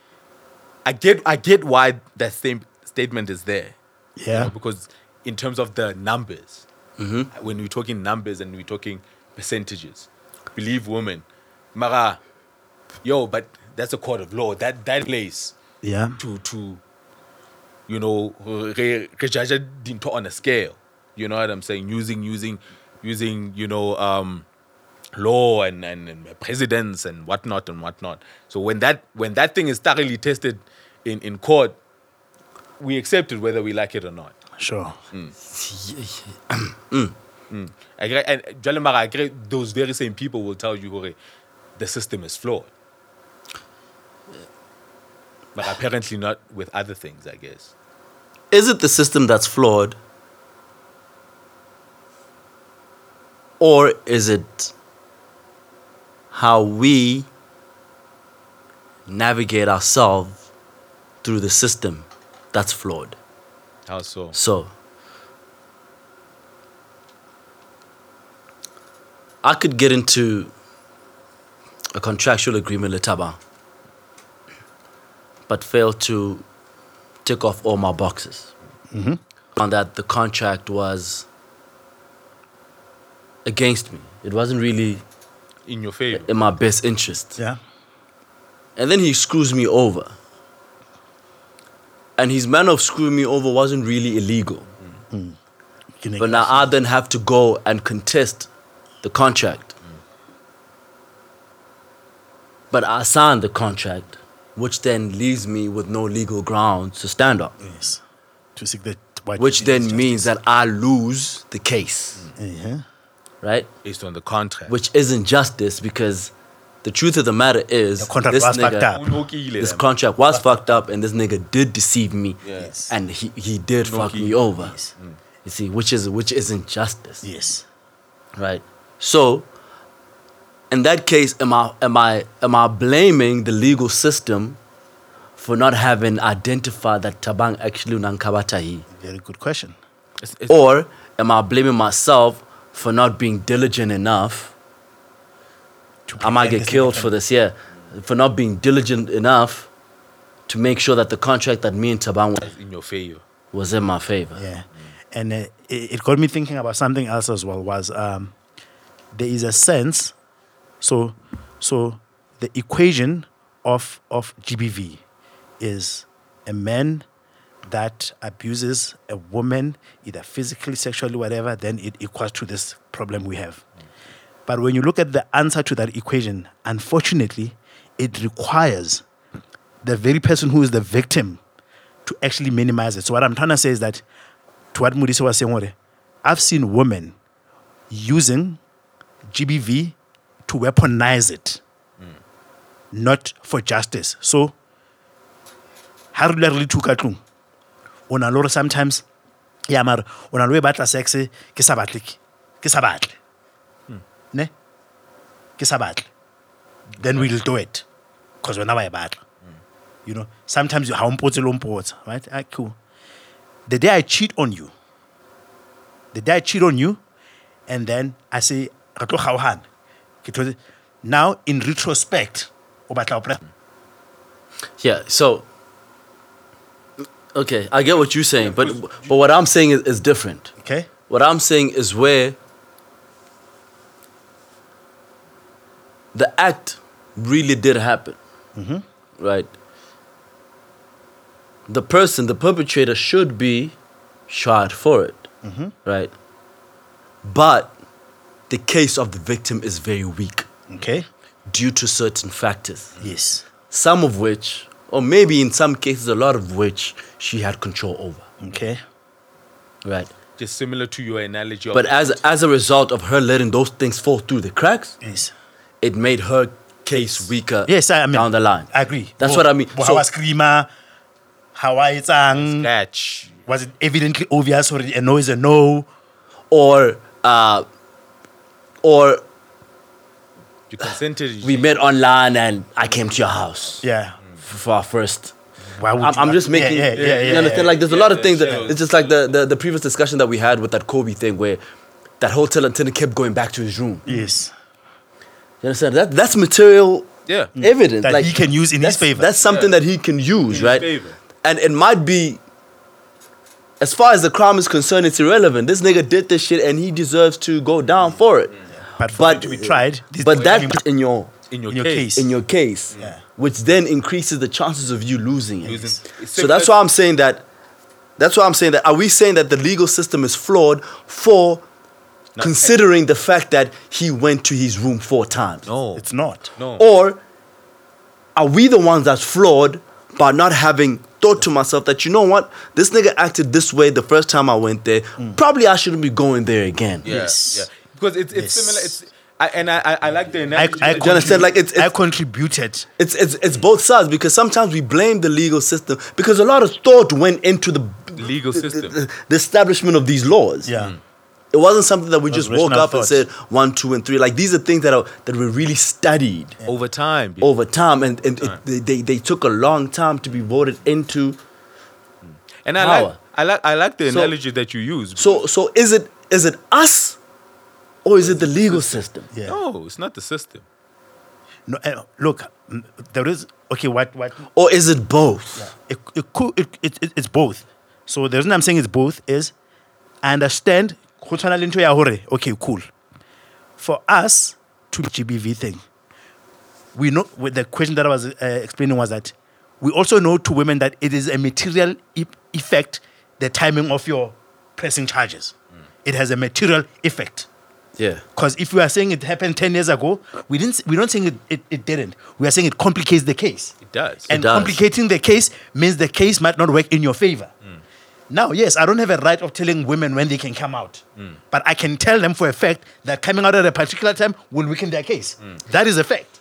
S3: I get I get why that same statement is there. you
S2: Yeah.
S3: know, because in terms of the numbers, when we're talking numbers and we're talking percentages, believe women. Mara, yo, but that's a court of law. That that place
S2: Yeah.
S3: to to you know re- re- judge dintho on a scale you know what i'm saying using using using you know um law and, and and presidents and whatnot and whatnot so when that when that thing is thoroughly tested in in court we accept it whether we like it or not
S2: Sure.
S3: I agree, and Jwale Mara, I agree, those very same people will tell you "Hore, the system is flawed but apparently not with other things i guess
S4: Is it the system that's flawed? Or is it how we navigate ourselves through the system that's flawed?
S3: how so
S4: So, I could get into a contractual agreement with Taba, but fail to tick off all my boxes. Found that the contract was against me. It wasn't really
S3: in your favor.
S4: in my best interest.
S2: Yeah.
S4: And then he screws me over. And his manner of screwing me over wasn't really illegal.
S2: Can I-
S4: But now I then have to go and contest the contract. But I signed the contract, which then leaves me with no legal grounds to stand on.
S2: Yes. To seek the white.
S4: Which then means that I lose the case,
S2: Yeah.
S4: right?
S3: Based on the contract.
S4: Which isn't justice because the truth of the matter is
S2: The contract was fucked up.
S3: Unokile
S4: This
S3: them.
S4: contract was fucked up, and this nigga did deceive me,
S3: Yes.
S4: and he, he did fuck
S3: he-
S4: me over. You see, which is which is injustice,
S2: Mm. Yes.
S4: right? So, in that case, am I am I am I blaming the legal system for not having identified that Tabang actually unankabatahi,
S2: Very good question.
S3: It's- it's-
S4: or am I blaming myself for not being diligent enough?
S2: To
S4: I might
S2: prevent
S4: get
S2: this
S4: killed
S2: thing
S4: for this, yeah, for not being diligent enough to make sure that the contract that me and Tabang were
S3: in your favor.
S4: was in my favor.
S2: from- Yeah. And uh, it, it got me thinking about something else as well. Was um, there is a sense, so so the equation of of GBV is a man that abuses a woman either physically, sexually, whatever. Then it equals to this problem we have. But when you look at the answer to that equation, unfortunately, it requires the very person who is the victim to actually minimize it. So what I'm trying to say is that to what Mudisa was saying, Ore, I've seen women using GBV to weaponize it, not for justice. So ha re dula re le two ka tlung, o na le hore sometimes yeah, mara o na le ho e batla sex ke sa batle ke ke sa batle ne ke sa batle then we'll do it because wena wa e batla you know sometimes you ha o mpotse le o mpotsa right ah, cool the day I cheat on you, the day I cheat on you, and then I say, "Re tlo kgaogana." Ke thotse- now in retrospect, o batla ho pre-
S4: Yeah, so okay, I get what you're saying, but but what I'm saying is, is different.
S2: okay?
S4: What I'm saying is where the act really did happen, right? The person, the perpetrator, should be shot for it, right? But the case of the victim is very weak
S2: Okay?
S4: due to certain factors.
S2: Yes.
S4: some of which, or maybe in some cases, a lot of which she had control over.
S2: Okay.
S4: Right.
S3: Just similar to your analogy of
S4: But as, as a result of her letting those things fall through the cracks,
S2: Yes.
S4: it made her case weaker
S2: Yes, I I mean
S4: down the line.
S2: I agree.
S4: That's
S2: Bo-
S4: what I mean.
S2: bo- ha
S4: So-
S2: wa screamer, ha wa etsang,
S3: catch.
S2: was it evidently obvious or a no is a no?
S4: or, uh, or
S3: You consented.
S4: we met online and I came to your house
S2: Yeah.
S4: f- for our first.
S2: Why would
S4: Mm. I'm,
S2: you
S4: I'm
S2: not-
S4: just
S2: Yeah,
S4: making.
S2: yeah, yeah, yeah,
S4: you understand?
S2: yeah.
S4: like, there's a lot of
S3: yeah,
S4: things that
S3: sure.
S4: it's just like the, the the previous discussion that we had with that Kobe thing, where that hotel attendant kept going back to his room.
S2: Yes.
S4: You understand? That that's material
S3: yeah.
S4: evidence
S2: Mm. That
S4: like,
S2: he can use in his
S4: that's,
S2: favor.
S4: That's something that he can use, right?
S3: favor.
S4: And it might be, as far as the crime is concerned, it's irrelevant. This nigga did this shit, and he deserves to go down
S3: Mm.
S4: for it.
S2: But for
S4: But-
S2: it to be tried, this
S4: But
S2: is
S4: that
S2: coming
S4: puts in your
S3: In your,
S2: in your
S3: case.
S2: case.
S4: in your case,
S2: Yeah.
S4: which then increases the chances of you losing it.
S3: Losing- it's
S4: So that's
S3: similar-
S4: why I'm saying that. That's why I'm saying that. Are we saying that the legal system is flawed for considering the fact that he went to his room four times?
S3: No.
S2: it's not.
S3: no.
S4: Or are we the ones that's flawed by not having thought to myself that, you know what, this nigga acted this way the first time I went there. Probably I shouldn't be going there again.
S3: Mm. yeah,
S2: Yes.
S3: Yeah. Because it's it's similar. It's I, and I, I I like the
S2: I,
S3: analogy.
S2: I
S3: that-
S4: you understand?
S2: contrib-
S4: Like, it's-
S2: I
S4: it's-
S2: contributed.
S4: It's, it's, it's both sides because sometimes we blame the legal system because a lot of thought went into the
S3: Legal
S4: the-
S3: system.
S4: [LAUGHS] the, the establishment of these laws.
S2: Yeah.
S4: It wasn't something that we just woke
S2: rational
S4: up and
S2: thought.
S4: said one, two, and three. Like these are things that are that were really studied.
S3: over time. be-
S4: Over time, and, and it, they, they, they took a long time to be voted into
S3: and I
S4: power.
S3: like I like I like the
S4: So-
S3: analogy that you use.
S4: So so is it is it us or is it the legal system?
S2: Yeah.
S3: No, it's not the system.
S2: No, uh, look, mm, there is okay. What what?
S4: Or is it both?
S2: It, it, could- it, it, it- it's both. So the reason I'm saying it's both is I understand. go tshwana le ntho ya hore, Okay, cool. for us to GBV thing. We know with the question that I was uh, explaining was that we also know to women that it is a material e- effect the timing of your pressing charges. It has a material effect.
S4: Yeah.
S2: Because if we are saying it happened 10 years ago, we didn't, we're not saying it, it, it didn't. We are saying it complicates the case.
S3: It does.
S2: And
S4: does.
S2: complicating the case means the case might not work in your favor.
S4: Mm.
S2: Now, yes, I don't have a right of telling women when they can come out.
S4: Mm.
S2: But I can tell them for a fact that coming out at a particular time will weaken their case.
S4: Mm.
S2: That is a fact.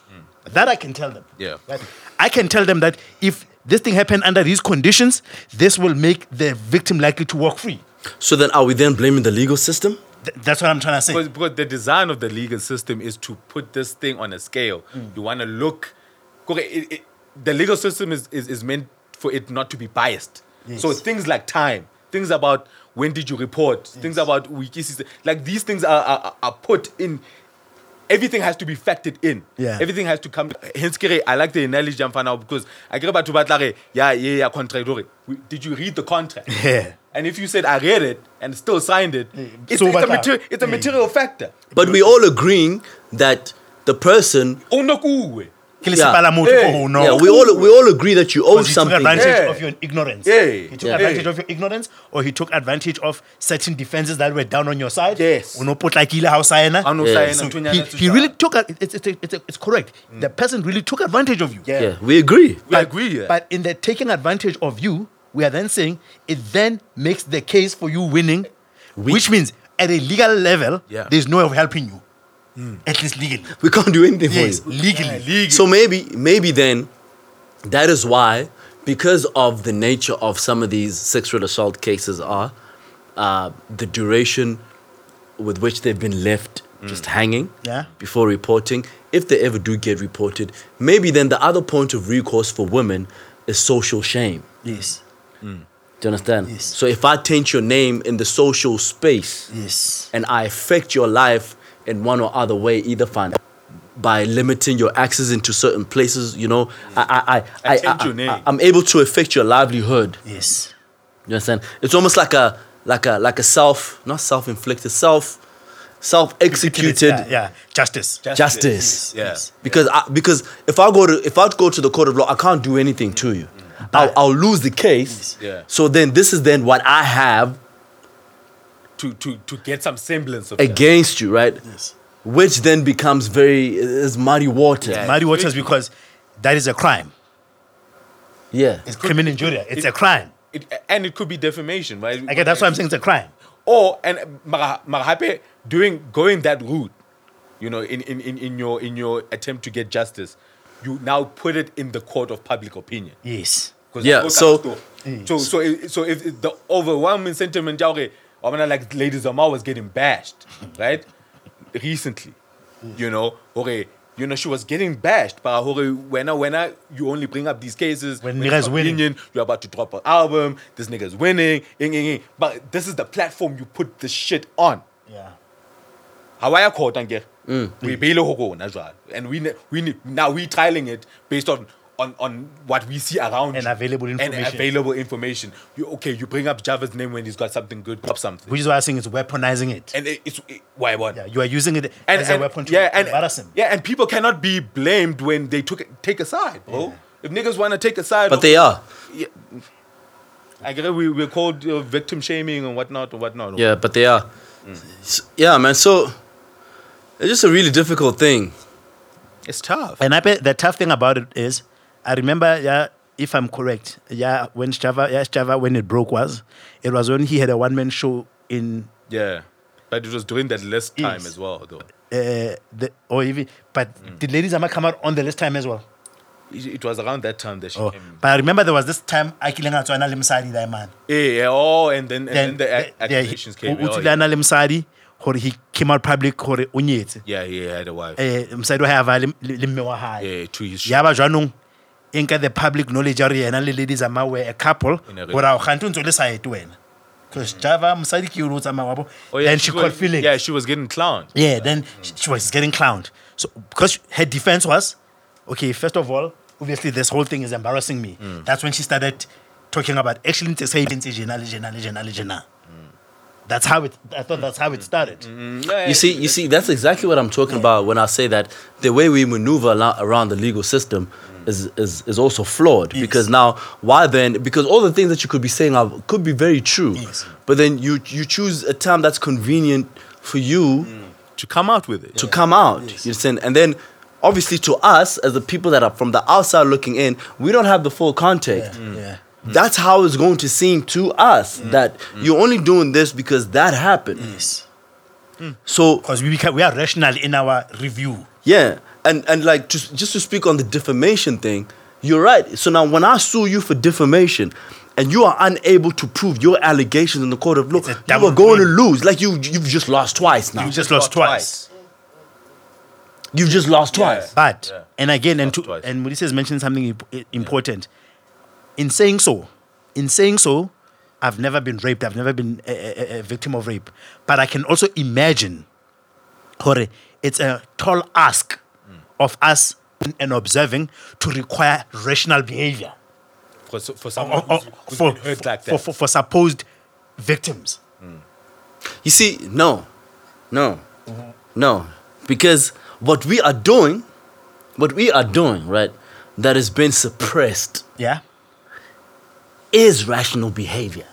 S2: That I can tell them.
S3: Yeah.
S2: Right? I can tell them that if this thing happened under these conditions, this will make the victim likely to walk free.
S4: So then, are we then blaming the legal system?
S2: Th- that's what I'm trying to say.
S3: because, because the design of the legal system is to put this thing on a scale.
S2: Mm.
S3: You want to look. Okay, it, it, the legal system is, is, is meant for it not to be biased. So things like time, things about when did you report, things about wikis, like these things are, are, are put in. Everything has to be factored in.
S2: Yeah.
S3: Everything has to come. Hence, kere, I like the analogy I'm finding out because I get about to battle. kere, Yeah, yeah, yeah, contract. okay. We- Did you read the contract?
S2: Yeah.
S3: And if you said I read it and still signed it, it's,
S2: so
S3: it's, a,
S2: batla.
S3: materi- it's a material factor.
S4: But we all agreeing that the person.
S3: Unokuwe.
S2: Kill Sipala Motu
S3: Hey.
S2: for who knows.
S4: Yeah, we all we all agree that you owe
S2: Because he took
S4: something.
S2: advantage
S3: Yeah.
S2: of your ignorance.
S3: Yeah.
S2: He took
S3: Yeah.
S2: advantage
S3: Yeah.
S2: of your ignorance, or he took advantage of certain defenses that were down on your side.
S3: Yes.
S2: Unopotlakile ha o saena.
S3: Anosaena,
S2: So
S3: thunyana
S2: he,
S3: thunyana.
S2: he really took. a- It's, it's, it's, it's correct. The person really took advantage of you.
S4: Yeah, we agree.
S3: We agree. yeah.
S2: But in the taking advantage of you, we are then saying it then makes the case for you winning, which means at a legal level,
S3: Yeah. Mm.
S2: there's no way of helping you, at least legally.
S4: We can't do anything
S2: Yes,
S4: for you.
S2: legally.
S4: So maybe maybe then that is why because of the nature of some of these sexual assault cases are uh, the duration with which they've been left just hanging
S2: Mm. Yeah.
S4: before reporting if they ever do get reported maybe then the other point of recourse for women is social shame
S2: Yes.
S4: do you understand
S2: Yes.
S4: so if i taint your name in the social space
S2: Yes.
S4: and I affect your life in one or other way, either fine by limiting your access into certain places, you know, I I I, I,
S3: Attempt your
S4: I,
S3: name.
S4: I am able to affect your livelihood.
S2: Yes.
S4: You understand? It's almost like a like a like a self not self inflicted self self executed
S2: Yeah, yeah. Justice.
S4: justice.
S3: Yeah.
S4: Because I, because if I go to if I go to the court of law, I can't do anything to you. I'll, I'll lose the
S3: Yes.
S4: case.
S3: Yeah.
S4: So then this is then what I have
S3: To, to, to get some semblance of that.
S4: against you, right?
S2: Yes.
S4: Which then becomes very is muddy water.
S3: Uh,
S2: Muddy waters because that is a crime.
S4: Yeah.
S2: It's criminal injuria. It's a crime.
S3: It, and it could be defamation, right?
S2: Okay, that's why I'm saying it's a crime.
S3: Or and mara- marahape doing going that route, you know, in, in, in, in your in your attempt to get justice, you now put it in the court of public opinion.
S2: Yes.
S3: 'Cause
S4: Yeah,
S3: I spoke
S4: so-
S3: out to-
S2: Mm.
S3: so so if, so if if the overwhelming sentiment, yeah, okay, I mean, like ladies Omar was getting bashed, right? Recently,
S2: Mm.
S3: you know, okay, you know she was getting bashed, but okay, when I, when I, you only bring up these cases
S2: When
S3: it's
S2: niggas winning.
S3: opinion, you're about to drop an album. This nigga's winning, ing, ing, ing. but this is the platform you put this shit on.
S2: Yeah.
S3: Hawaii court and get
S4: Mm.
S3: we bail na jwale. and we ne- we ne- now we trialing it based on on on what we see around
S2: And
S3: you.
S2: available
S3: and
S2: information.
S3: available information. You okay? You bring up Java's name when he's got something good, pop something,
S2: Which is why I think it's weaponizing it.
S3: and it, it's it, why what?
S2: Yeah, you are using it
S3: and,
S2: as
S3: and-
S2: a weapon to
S3: yeah, and,
S2: embarrass him.
S3: Yeah, and people cannot be blamed when they took take a side, bro. If niggas want to take a side,
S4: But they are.
S3: I guess we we're called uh, victim shaming and whatnot and whatnot.
S4: Yeah, but they are.
S2: Mm.
S4: S- Yeah, man. So it's just a really difficult thing.
S3: it's tough.
S2: And I bet the tough thing about it is, I remember, yeah, if I'm correct, yeah, when Java, yeah, Java, when it broke was, it was when he had a one-man show in,
S3: Yeah, but it was during that less time
S2: Yes.
S3: as well, though.
S2: uh, the, or even, but
S3: Mm.
S2: did Ladies Ama come out on the list time as well?
S3: It, it was around that time that she
S2: Oh,
S3: came.
S2: but I remember there was this time, Akilenga Tswana Limsadi, that man.
S3: Yeah, yeah, oh, and then and then, the ac-
S2: the- yeah, he-
S3: accusations came.
S2: u-
S3: oh,
S2: uthi
S3: yeah.
S2: lana le msadi gore he came out public gore o nyetse
S3: yeah, he had a wife.
S2: um mosadi wa gava le le mme wa gae
S3: yeah, two years.
S2: ya ba jaanong e nka the public knowledge ya gore yena le ladies ama were a couple
S3: In a relationship.
S2: gore ao gante o ntse o le saete wena because java mosadi ke yone o tsamaya wabo
S3: Oh, yeah,
S2: then she called
S3: was,
S2: feeling
S3: Yeah, she was getting clowned.
S2: yeah then she, she was getting clowned so because her defense was okay first of all obviously this whole thing is embarrassing me that's when she started talking about actually ntse sa e ntse jena le jena le jena le jena That's how it. I thought that's how it started.
S4: You see, you see, that's exactly what I'm talking about when I say that the way we maneuver alo- around the legal system
S2: Mm.
S4: is is, is also flawed because now why then? Because all the things that you could be saying are, could be very true, but then you you choose a term that's convenient for you
S2: Mm.
S3: to come out with it.
S4: to come out. You understand? And then obviously to us as the people that are from the outside looking in, we don't have the full context. Mm.
S2: Yeah. Mm.
S4: That's how it's going to seem to us that you're only doing this because that happened. Mm. So
S2: Because we become, we are rational in our review.
S4: yeah, and and like just just to speak on the defamation thing, you're right. So now when I sue you for defamation, and you are unable to prove your allegations in the court of law,
S2: a
S4: you
S2: double
S4: are going
S2: win.
S4: to lose. Like you you've just lost twice now.
S2: You just lost twice.
S4: You've just lost twice.
S2: But and again, and to,
S3: twice.
S2: and Modise has mentioned something imp- i- important. In saying so, in saying so, I've never been raped. I've never been a, a- a, a victim of rape. But I can also imagine, Hore, it's a tall ask
S3: Hmm.
S2: of us and observing to require rational behavior
S3: For, so- for
S2: of-
S3: someone
S2: of-
S3: who's, who's
S2: Oh, for,
S3: been hurt like
S2: for,
S3: that.
S2: for, for supposed victims.
S4: You see, no, no, no, because what we are doing, what we are doing, right, that has been suppressed
S2: Yeah,
S4: is rational behavior,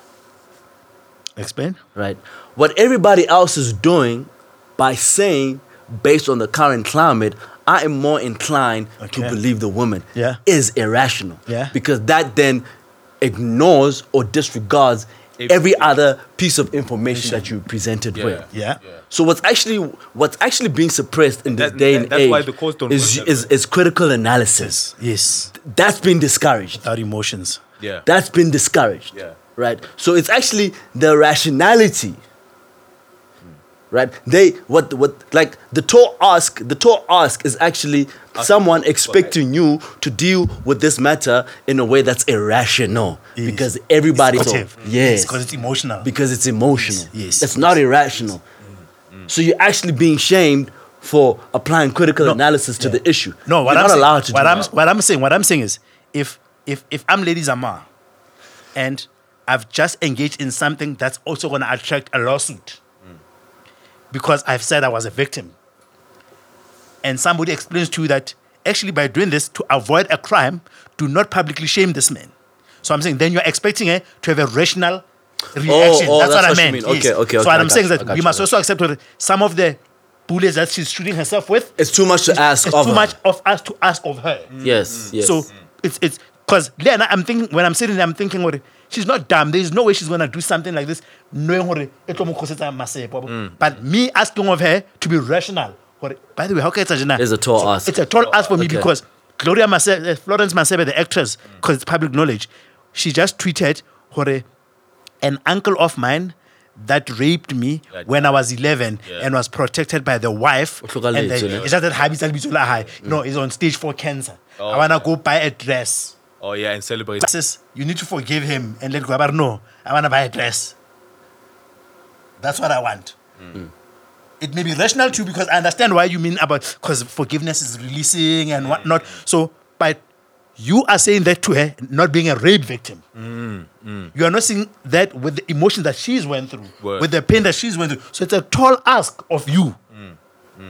S2: explain.
S4: right? What everybody else is doing by saying, based on the current climate, I am more inclined
S2: Okay.
S4: to believe the woman
S2: Yeah.
S4: is irrational.
S2: Yeah.
S4: Because that then ignores or disregards
S3: Every-
S4: every other piece of information that you presented with.
S2: Yeah.
S4: So what's actually what's actually being suppressed in this
S3: That-
S4: day
S3: that-
S4: and
S3: that's
S4: age
S3: why the courts don't
S4: is,
S3: work that
S4: is is critical analysis.
S2: Yes,
S4: That's been discouraged.
S2: without emotions.
S3: yeah.
S4: That's been discouraged.
S3: Yeah.
S4: Right. So it's actually the rationality. Right. They what what like the tall ask the tall ask is actually someone expecting you to deal with this matter in a way that's irrational
S2: Yes.
S4: because everybody's
S2: Motive.
S4: yes
S2: because it's emotional.
S4: because it's emotional.
S2: Yes, Mm, yes,
S4: It's not irrational. So you're actually being shamed for applying critical analysis to the issue.
S2: No, what
S4: you're
S2: I'm
S4: not
S2: saying,
S4: allowed to
S2: what
S4: do
S2: I'm,
S4: that.
S2: what I'm saying, what I'm saying is, if if if I'm Lady Zama, and I've just engaged in something that's also going to attract a lawsuit, because I've said I was a victim, and somebody explains to you that actually by doing this to avoid a crime, do not publicly shame this man. So I'm saying then you're expecting her to have a rational reaction.
S4: oh,
S2: that's, what,
S4: that's what
S2: I
S4: you
S2: meant.
S4: mean.
S2: yes.
S4: Okay, okay,
S2: So
S4: okay,
S2: what
S4: I
S2: I'm
S4: got
S2: saying is
S4: you, I
S2: that
S4: got
S2: we
S4: you,
S2: must
S4: I
S2: also accept what- some of the bullets that she's shooting herself with
S4: It's too much to ask
S2: it's
S4: of
S2: too
S4: her.
S2: much of us to ask of her.
S4: Yes, yes.
S2: So it's it's because Lena, I'm thinking when I'm sitting there, I'm thinking, what she's not dumb. There's no way she's gonna do something like this, knowing e what
S4: Mm.
S2: But me asking of her to be rational. hore, By the way, how can
S4: It's a tall ask.
S2: It's a tall ask for me
S4: Okay. Mm.
S2: because Gloria Masebe, uh, Florence Masebe, the actress, because it's public knowledge, she just tweeted, hore, an uncle of mine that raped me when I was 11 and was protected by the wife.
S4: Uhlukane
S2: And
S4: yethu,
S2: the,
S4: ne?
S2: it's just that habits that we high. No, it's on stage four cancer. I wanna go buy a dress.
S3: Oh, yeah, and celebrate.
S2: Says you need to forgive him and let go. But no, I wanna buy a dress. That's what I want. It may be rational too because I understand why you mean about because forgiveness is releasing and whatnot. So, but you are saying that to her, not being a rape victim. You are not seeing that with the emotion that she's went through,
S3: Word.
S2: with the pain that she's went through. So it's a tall ask of you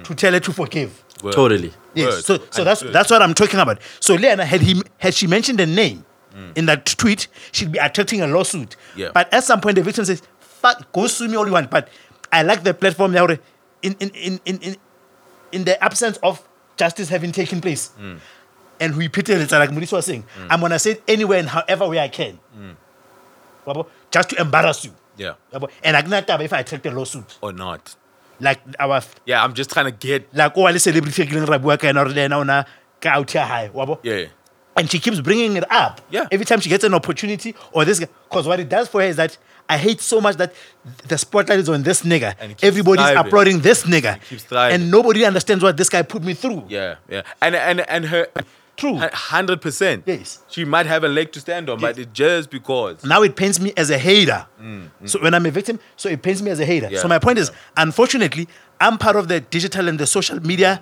S2: to tell her to forgive.
S3: Word.
S4: totally.
S3: Word.
S2: Yes. So, so that's
S3: Understood.
S2: that's what I'm talking about. So Leanna had he had she mentioned the name in that tweet, she'd be attracting a lawsuit.
S3: Yeah.
S2: But at some point, the victim says, "Fuck, go sue me all you want." But I like the platform now. In in in in in, in the absence of justice having taken place,
S3: Mm.
S2: and repeated it like Mulis was saying, "I'm gonna say it anywhere and however way I can,
S3: Mm.
S2: Wabo, just to embarrass you."
S3: Yeah.
S2: Wabo, And I can't tell if I attract a lawsuit,
S3: Or not.
S2: like our
S3: Yeah, I'm just trying to get.
S2: like oh, le celebrity e kileng ra bua ka ena hore le ena o na ka out here high wabo
S3: Yeah.
S2: and she keeps bringing it up
S3: Yeah.
S2: every time she gets an opportunity or this because what it does for her is that I hate so much that the spotlight is on this nigga.
S3: And it keeps
S2: Everybody's
S3: thriving.
S2: applauding this nigga,
S3: keeps thriving.
S2: and nobody understands what this guy put me through.
S3: Yeah. Yeah. And and and her.
S2: True.
S3: Hundred percent.
S2: Yes.
S3: She might have a leg to stand on, but
S2: Yes.
S3: it just because.
S2: Now it paints me as a hater. So when I'm a victim, so it paints me as a hater.
S3: Mm, Yeah.
S2: So my point is, unfortunately, I'm part of the digital and the social media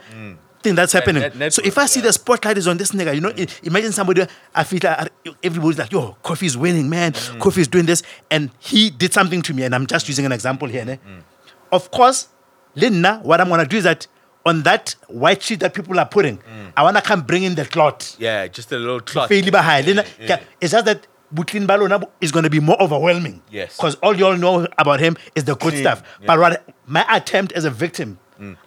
S2: thing that's happening.
S3: Mm. net- network,
S2: so if I see
S3: yeah. Mm.
S2: the spotlight is on this nigga, you know, i- imagine somebody. I feel like I- everybody's like, "Yo, coffee is winning, man.
S3: Mm.
S2: Coffee is doing this," and he did something to me, and I'm just using an example here. Ne?
S3: Mm.
S2: Of course, Linda, what I'm gonna do is that on that white sheet that people are putting,
S3: Mm.
S2: I wanna come bring in the clot.
S3: Yeah, just a little clot.
S2: Fairly behind. Then, yeah, It's just that between Balona is going to be more overwhelming.
S3: Yes.
S2: Because all you all know about him is the good stuff. But what my attempt as a victim,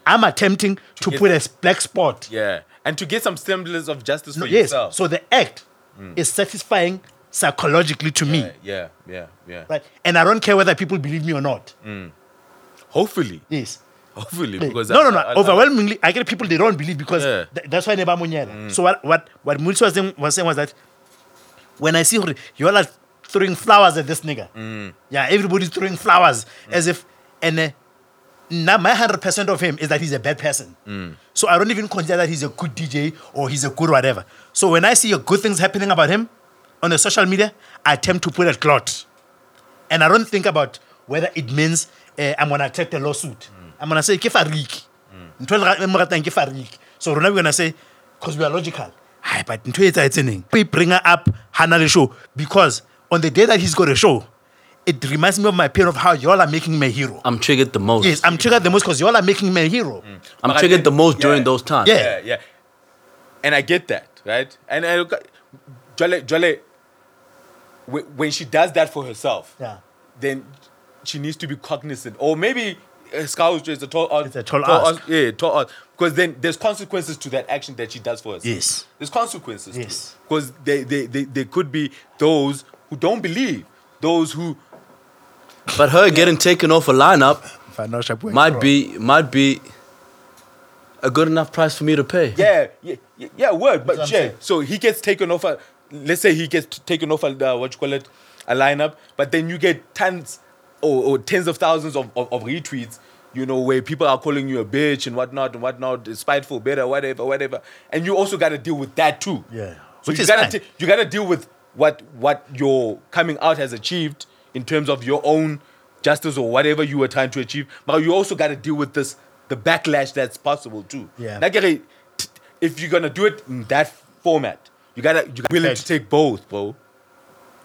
S2: I'm attempting to,
S3: Mm. get-
S2: put a black spot.
S3: Yeah, and to get some semblance of justice
S2: No,
S3: for
S2: yes.
S3: yourself. Mm.
S2: So the act is satisfying psychologically to me.
S3: yeah, yeah, yeah.
S2: Right. And I don't care whether people believe me or not.
S3: Mm. Hopefully,
S2: Yes.
S3: hopefully,
S2: Play.
S3: because
S2: no, no, no.
S3: I- I-
S2: Overwhelmingly, I get people they don't believe because
S3: Yeah. Mm.
S2: th- that's why Neba Munyela. So what what what Mutsi was saying, was saying was that when I see her, you all are throwing flowers at this nigga.
S3: Mm.
S2: Yeah, everybody's throwing flowers as if and. Uh, now my hundred percent of him is that he's a bad person. So I don't even consider that he's a good DJ or he's a good whatever. So when I see a good things happening about him on the social media, I attempt to put a clot, and I don't think about whether it means uh, I'm gonna take the lawsuit. I'm gonna say kifarik. e So now we're gonna say because we are logical. Hi, but ntho e etsahetseng, we bring her up Hanale show because on the day that he's got a show, it reminds me of my pain of how y'all are making me a hero.
S4: I'm triggered the most.
S2: Yes, I'm triggered the most because y'all are making me a hero.
S3: Mm.
S4: I'm
S3: But I
S4: triggered
S3: think-
S4: the most during
S3: yeah.
S4: those times.
S2: Yeah.
S3: yeah, yeah. And I get that, right? And I look, Jole, Jole, whe- when she does that for herself,
S2: Yeah.
S3: then she needs to be cognizant, or maybe uh, a scourge is a tall, ask-
S2: It's a tall ask.
S3: yeah, tall ask. Because then there's consequences to that action that she does for herself.
S2: Yes.
S3: there's consequences.
S2: Yes.
S3: because they, they, they, they could be those who don't believe, those who
S4: But her getting taken off a lineup
S2: If I know Shabu,
S4: might be might be a good enough price for me to pay.
S3: [LAUGHS] Yeah, yeah, yeah, yeah, word. But
S2: what I'm
S3: yeah,
S2: saying.
S3: so he gets taken off. A, let's say he gets t- taken off a uh, what you call it, a lineup. But then you get tons or, or tens of thousands of, of, of retweets. You know where people are calling you a bitch and whatnot and whatnot, spiteful, better, whatever, whatever. And you also got to deal with that too.
S2: Yeah.
S3: So
S2: Which
S3: you
S2: is
S3: gotta
S2: fine.
S3: t- you gotta deal with what what your coming out has achieved in terms of your own justice or whatever you were trying to achieve. But you also gotta deal with this the backlash that's possible too.
S2: Yeah.
S3: Like, okay, t- if you're gonna do it in that format, you gotta you gotta be willing to take both, bro.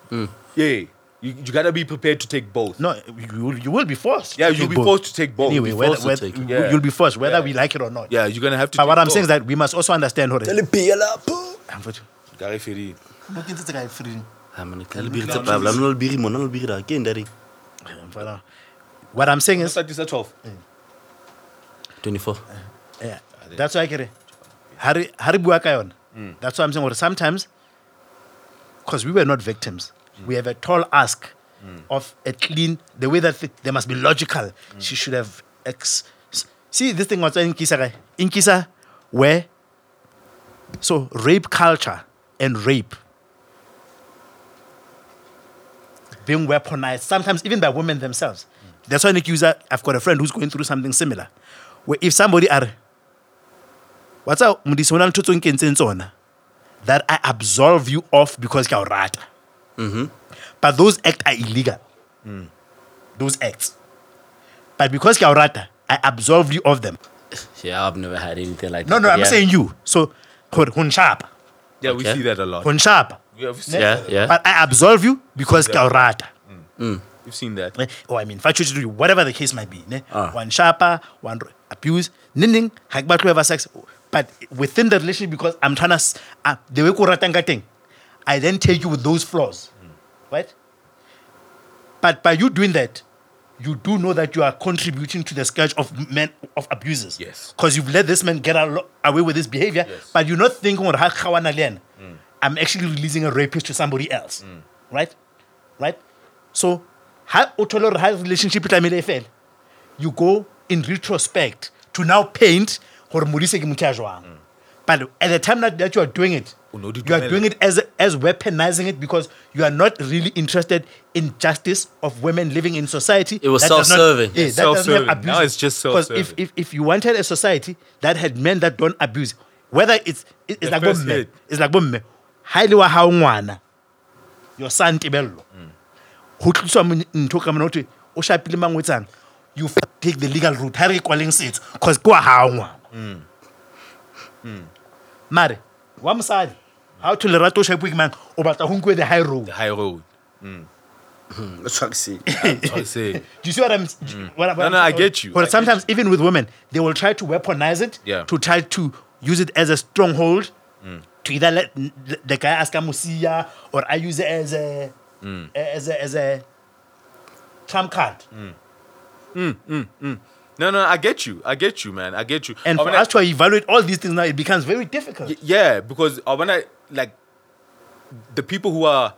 S3: Hmm. Yeah. You, you gotta be prepared to take both.
S2: No, you, will- you will be forced.
S3: Yeah,
S2: to
S3: you'll
S2: take
S3: be
S2: both.
S3: forced to take both.
S2: Anyway,
S3: You'll be
S2: whether,
S3: forced to
S2: whether,
S3: take it.
S2: you-
S3: Yeah.
S2: you'll be forced whether we like it or not.
S3: Yeah, you're gonna have to.
S2: But what
S3: take
S2: I'm saying is
S3: both.
S2: that we must also understand. Hold it. Unfortunately.
S3: Gary Ferry.
S4: I'm gonna kill Biri tsa Pablo. I'm not Biri, man. I'm not Biri. I can't, daddy.
S2: Mfana, What I'm saying is,
S3: Start this at 12.
S4: 24.
S2: yeah, that's why I get it. Hari, hari bua ka yona. That's why I'm saying. Well, sometimes, because we were not victims, we have a tall ask of a clean, the way that thi- they must be logical. She should have. Ex- s- See, this thing was in Kisa, guy. in Kisa, where So rape culture and rape being weaponized, sometimes even by women themselves. That's why an accuser, I've got a friend who's going through something similar. Where if somebody are what's up, Mudisi, wena ntho tseo nkentseng tsona, that I absolve you of because you're right.
S4: Mm-hmm.
S2: But those acts are illegal.
S4: Mm.
S2: Those acts. But because you're right, I absolve you of them.
S4: Yeah, I've never had anything like
S2: No,
S4: that.
S2: no,
S4: but
S2: I'm
S4: yeah.
S2: saying you. So, hun- hunchapa,
S3: Yeah, we
S4: Okay.
S3: see that a lot.
S2: hunchapa.
S3: We have seen
S4: Yeah,
S3: that.
S4: yeah.
S2: but I absolve you because yeah. rata.
S3: We've seen that.
S2: Or Oh, I mean, factual to do whatever the case might be. ne? One sharper, one r- abuse, nining, hakbatu ever sex. But within the relationship, because I'm trying to, uh, the way kuratanga thing, I then take you with those flaws, right? But by you doing that, you do know that you are contributing to the scourge of men of abusers.
S3: Yes.
S2: Because you've let this man get alo- away with this behavior, but you're not thinking "Oh, on how how I learn. I'm actually releasing a rapist to somebody else, right? Right. So, how otolor high relationship tlamehile e fele, you go in retrospect to now paint gore modise ke motho ya jwang. But at the time that, that you are doing it,
S3: Mm. O no di
S2: you are
S3: dumela.
S2: doing it as as weaponizing it because you are not really interested in justice of women living in society.
S4: It was
S2: That does not-
S4: self-serving.
S2: Yeah, that doesn't have
S3: Self-serving.
S2: abuse.
S3: Now it's just
S2: Because if,
S3: self-serving.
S2: if if you wanted a society that had men that don't abuse, whether it's it- it's
S3: The
S2: like
S3: first
S2: bomme,
S3: hit.
S2: it's like bomme, highly wa haungwana, your son tibello, who tluswa mon- ntho ka mona ho thwe, o shapile mangwetsana, e you f- take the legal route. Harry calling it because go haungwana.
S3: Hmm.
S2: mare wa mosadi ga o tho lerato o shapiwe ke mang o batla go nkuwe the high road
S3: The high road. Hmm. [LAUGHS]
S1: That's what I see.
S3: I say.
S2: Do you see what I'm? do you- What,
S3: Hmm. No,
S2: what
S3: no,
S2: I'm-
S3: I get you.
S2: But
S3: I get
S2: sometimes, even with women, they will try to weaponize it
S3: Yeah. Hmm.
S2: to try to use it as a stronghold to either let n- the- the guy ask Amusia or I use it as a
S3: Hmm.
S2: as a as a trump card.
S3: No, no, I get you. I get you, man. I get you.
S2: And
S3: I
S2: for
S3: mean, I-
S2: us to evaluate all these things now, it becomes very difficult.
S3: Y- yeah, because uh, I wanna like the people who are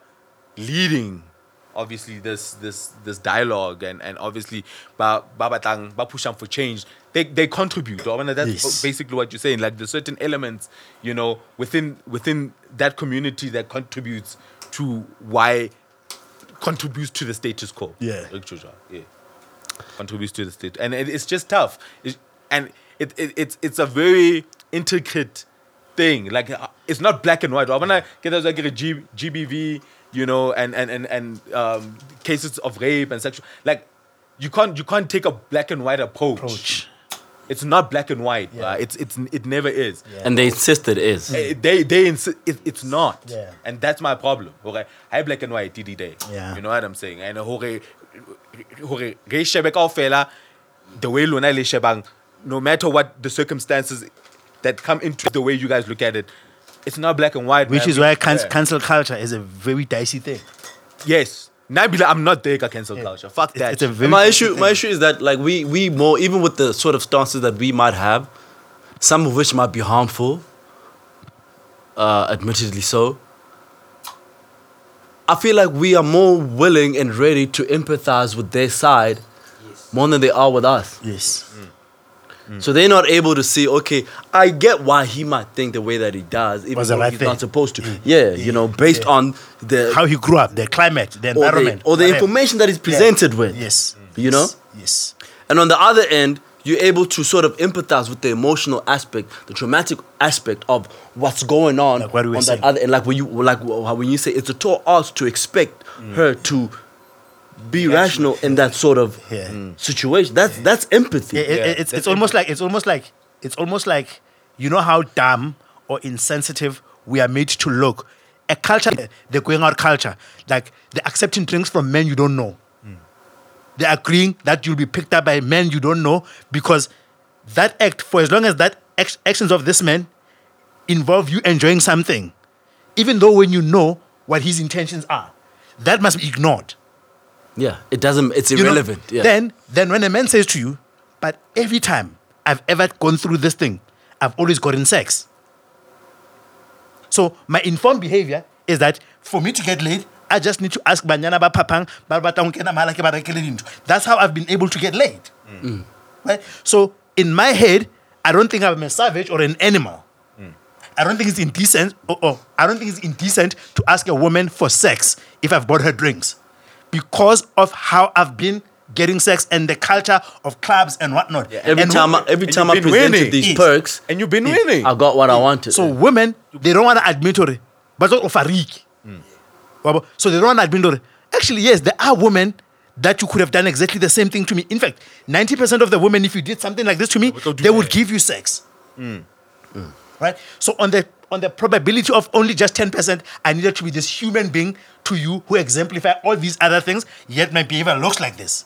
S3: leading obviously this this this dialogue and and obviously ba babatang ba pushing for change they they contribute I wanna, that's
S2: Yes.
S3: basically what you're saying like the certain elements you know within within that community that contributes to why contributes to the status quo
S2: Yeah.
S3: Like Jojo, yeah contributes to the state, and it, it's just tough. It, and it, it it's it's a very intricate thing. Like uh, it's not black and white. I wanna get us like a G, GBV, you know, and and and and um, cases of rape and sexual. Like you can't you can't take a black and white approach.
S2: Approach.
S3: It's not black and white. bruh. It's it's it never is.
S4: And they insist it is.
S3: Eh, they they insi- it, it's not
S2: Hmm. Yeah.
S3: and that's my problem okay i black and white did day
S2: Yeah.
S3: you know what i'm saying and hore hore re shebe kaofela the way lona le shebang no matter what the circumstances that come into the way you guys look at it it's not black and white
S2: Which
S3: man.
S2: is why can-
S3: Yeah.
S2: cancel culture is a very dicey thing.
S3: yes nabila i'm not there ka cancel culture fuck that
S2: It's a very
S4: my issue, my issue is that like we we more even with the sort of stances that we might have, some of which might be harmful. Uh, admittedly so. I feel like we are more willing and ready to empathize with their side more than they are with us.
S2: yes. Mm.
S4: So they're not able to see, okay, I get why he might think the way that he does, even
S2: Was the
S4: though
S2: right
S4: he's
S2: thing. Mm.
S4: not supposed to. Yeah, you know, based on the
S2: How he grew up, the climate, the
S4: or
S2: environment,
S4: the, or the
S2: whatever.
S4: information that is presented with.
S2: Yes.
S4: You know?
S2: Yes.
S4: And on the other end, you're able to sort of empathize with the emotional aspect, the traumatic aspect of what's going on
S2: Like what we were
S4: on
S2: saying.
S4: that other end. Like when you like wh- how when you say it's a tall ask to expect
S2: Mm.
S4: her to be rational in that sort of
S2: Yeah. Mm.
S4: situation. That's that's empathy.
S2: It- it-
S3: Yeah,
S2: it's
S3: that's
S2: it's almost like it's almost like it's almost like you know how dumb or insensitive we are made to look. A culture, the going out culture, like they're accepting drinks from men you don't know. They're agreeing that you'll be picked up by men you don't know because that act, for as long as that act, actions of this man involve you enjoying something, even though when you know what his intentions are, that must be ignored.
S4: Yeah, it doesn't. It's
S2: You know,
S4: irrelevant. yeah.
S2: Then, then when a man says to you, "But every time I've ever gone through this thing, I've always gotten sex." So my informed behavior is that for me to get laid, I just need to ask banyana ba papang ba ba tla nkena mahala ke ba rekele dintho. That's how I've been able to get laid. Right? So in my head, I don't think I'm a savage or an animal. I don't think it's indecent. Oh, oh, I don't think it's indecent to ask a woman for sex if I've bought her drinks, because of how I've been getting sex and the culture of clubs and whatnot.
S4: every
S2: And
S4: time, I,
S2: women-
S4: every
S3: and
S4: time
S3: you've
S4: I
S3: been
S4: presented
S3: winning.
S4: these
S2: Yes.
S4: perks,
S3: and you've been winning
S4: I got what I wanted.
S2: so women they don't want to admit or but not ofariki.
S3: Hmm.
S2: Wabo- So they don't want to admit or actually yes, there are women that you could have done exactly the same thing to me. In fact, ninety percent of the women, if you did something like this to me,
S3: don't do
S2: they would
S3: that. Hmm.
S2: give you sex. Hmm. Right. So on the on the probability of only just ten percent, I needed to be this human being to you who exemplify all these other things. Yet my behavior looks like this.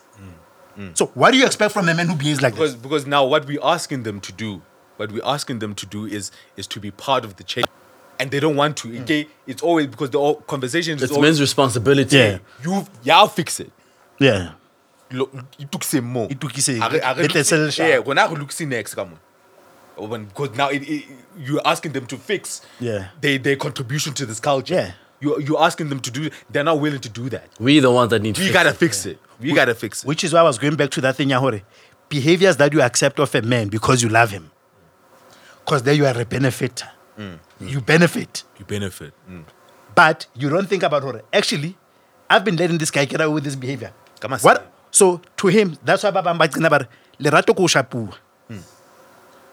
S3: Hmm.
S2: So what do you expect from a man who behaves like this?
S3: because because now what we're asking them to do, what we're asking them to do is is to be part of the change, and they don't want to. Okay, it's always because the all, conversation is
S4: it's
S3: always
S4: men's responsibility.
S2: Yeah.
S3: you y'all fix it.
S2: Yeah.
S3: Lo- It took some more.
S2: Itukise.
S3: Are- are-
S2: Let us sell
S3: Yeah,
S2: sharp.
S3: when I look see next, come on. Oh, when- Because now it, it, you're asking them to fix
S2: Yeah.
S3: their, their contribution to this culture.
S2: Yeah.
S3: You, you're asking them to do They're not willing to do that.
S4: We the ones that need.
S3: We
S4: fixing.
S3: gotta fix it. We gotta fix it.
S2: Which is why I was going back to that thing, Yahore. Behaviors that you accept of a man because you love him. Because there you are a benefactor.
S3: Mm.
S2: You benefit.
S3: You benefit. Mm,
S2: But you don't think about Hore. Actually, I've been letting this guy get away with this behavior.
S3: Come on, sir.
S2: What? So to him, that's why Baba Mbakina about Lerato Because
S3: Mm.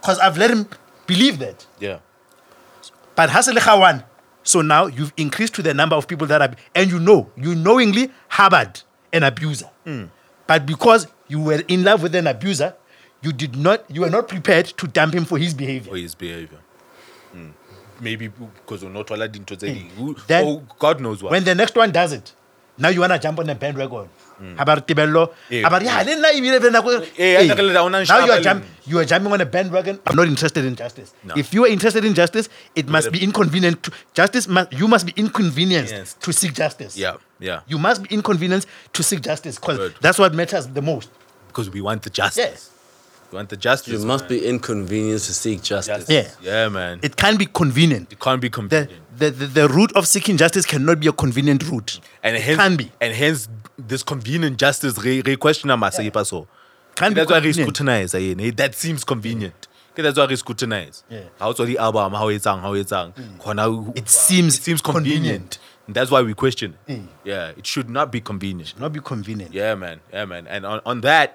S2: I've let him believe that.
S3: Yeah.
S2: But Hasele Khawan. So now you've increased to the number of people that are, and you know, you knowingly harbored an abuser.
S3: Hmm.
S2: But because you were in
S3: Oh,
S2: love with an abuser, you did not, you were not prepared to dump him for his behavior.
S3: For his behavior. Hmm. maybe because unothola dinto tse ding Who-
S2: Hmm. Then-
S3: oh god knows what
S2: When the next one does it, now you want to jump on the bandwagon. About Tibello,
S3: Yeah.
S2: about yeah, I didn't know you were even like-
S3: Yeah,
S2: Hey,
S3: Hmm. Eh. I think that one and
S2: Eh. now you are
S3: Shabalala.
S2: jump, you are jumping on a bandwagon. I'm not interested in justice.
S3: No.
S2: If you are interested in justice, it must be inconvenient. To, justice, must, you must be inconvenienced
S3: Yes.
S2: to seek justice.
S3: yeah yeah
S2: you must be inconvenienced to seek justice because
S3: Good.
S2: that's what matters the most.
S3: because we want the justice
S2: Yes.
S3: we want the justice
S4: You must
S3: man.
S4: be inconvenienced to seek justice.
S2: Yeah,
S3: yeah man it,
S2: it can be convenient.
S3: can't be
S2: The,
S3: convenient
S2: the, the, the route of seeking justice cannot be a convenient route.
S3: and
S2: it
S3: hence
S2: can be.
S3: and hence this convenient justice re, re question amasaipa so
S2: Can be
S3: that's why re
S2: convenient.
S3: scrutinize yena that seems convenient Okay, that's why re scrutinize
S2: Yeah. Hmm.
S3: how the album how it's how it's mm.
S2: It seems
S3: seems convenient,
S2: convenient. Hmm.
S3: And that's why we question it. yeah it should not be convenient
S2: Not be convenient.
S3: yeah man yeah man and on, on that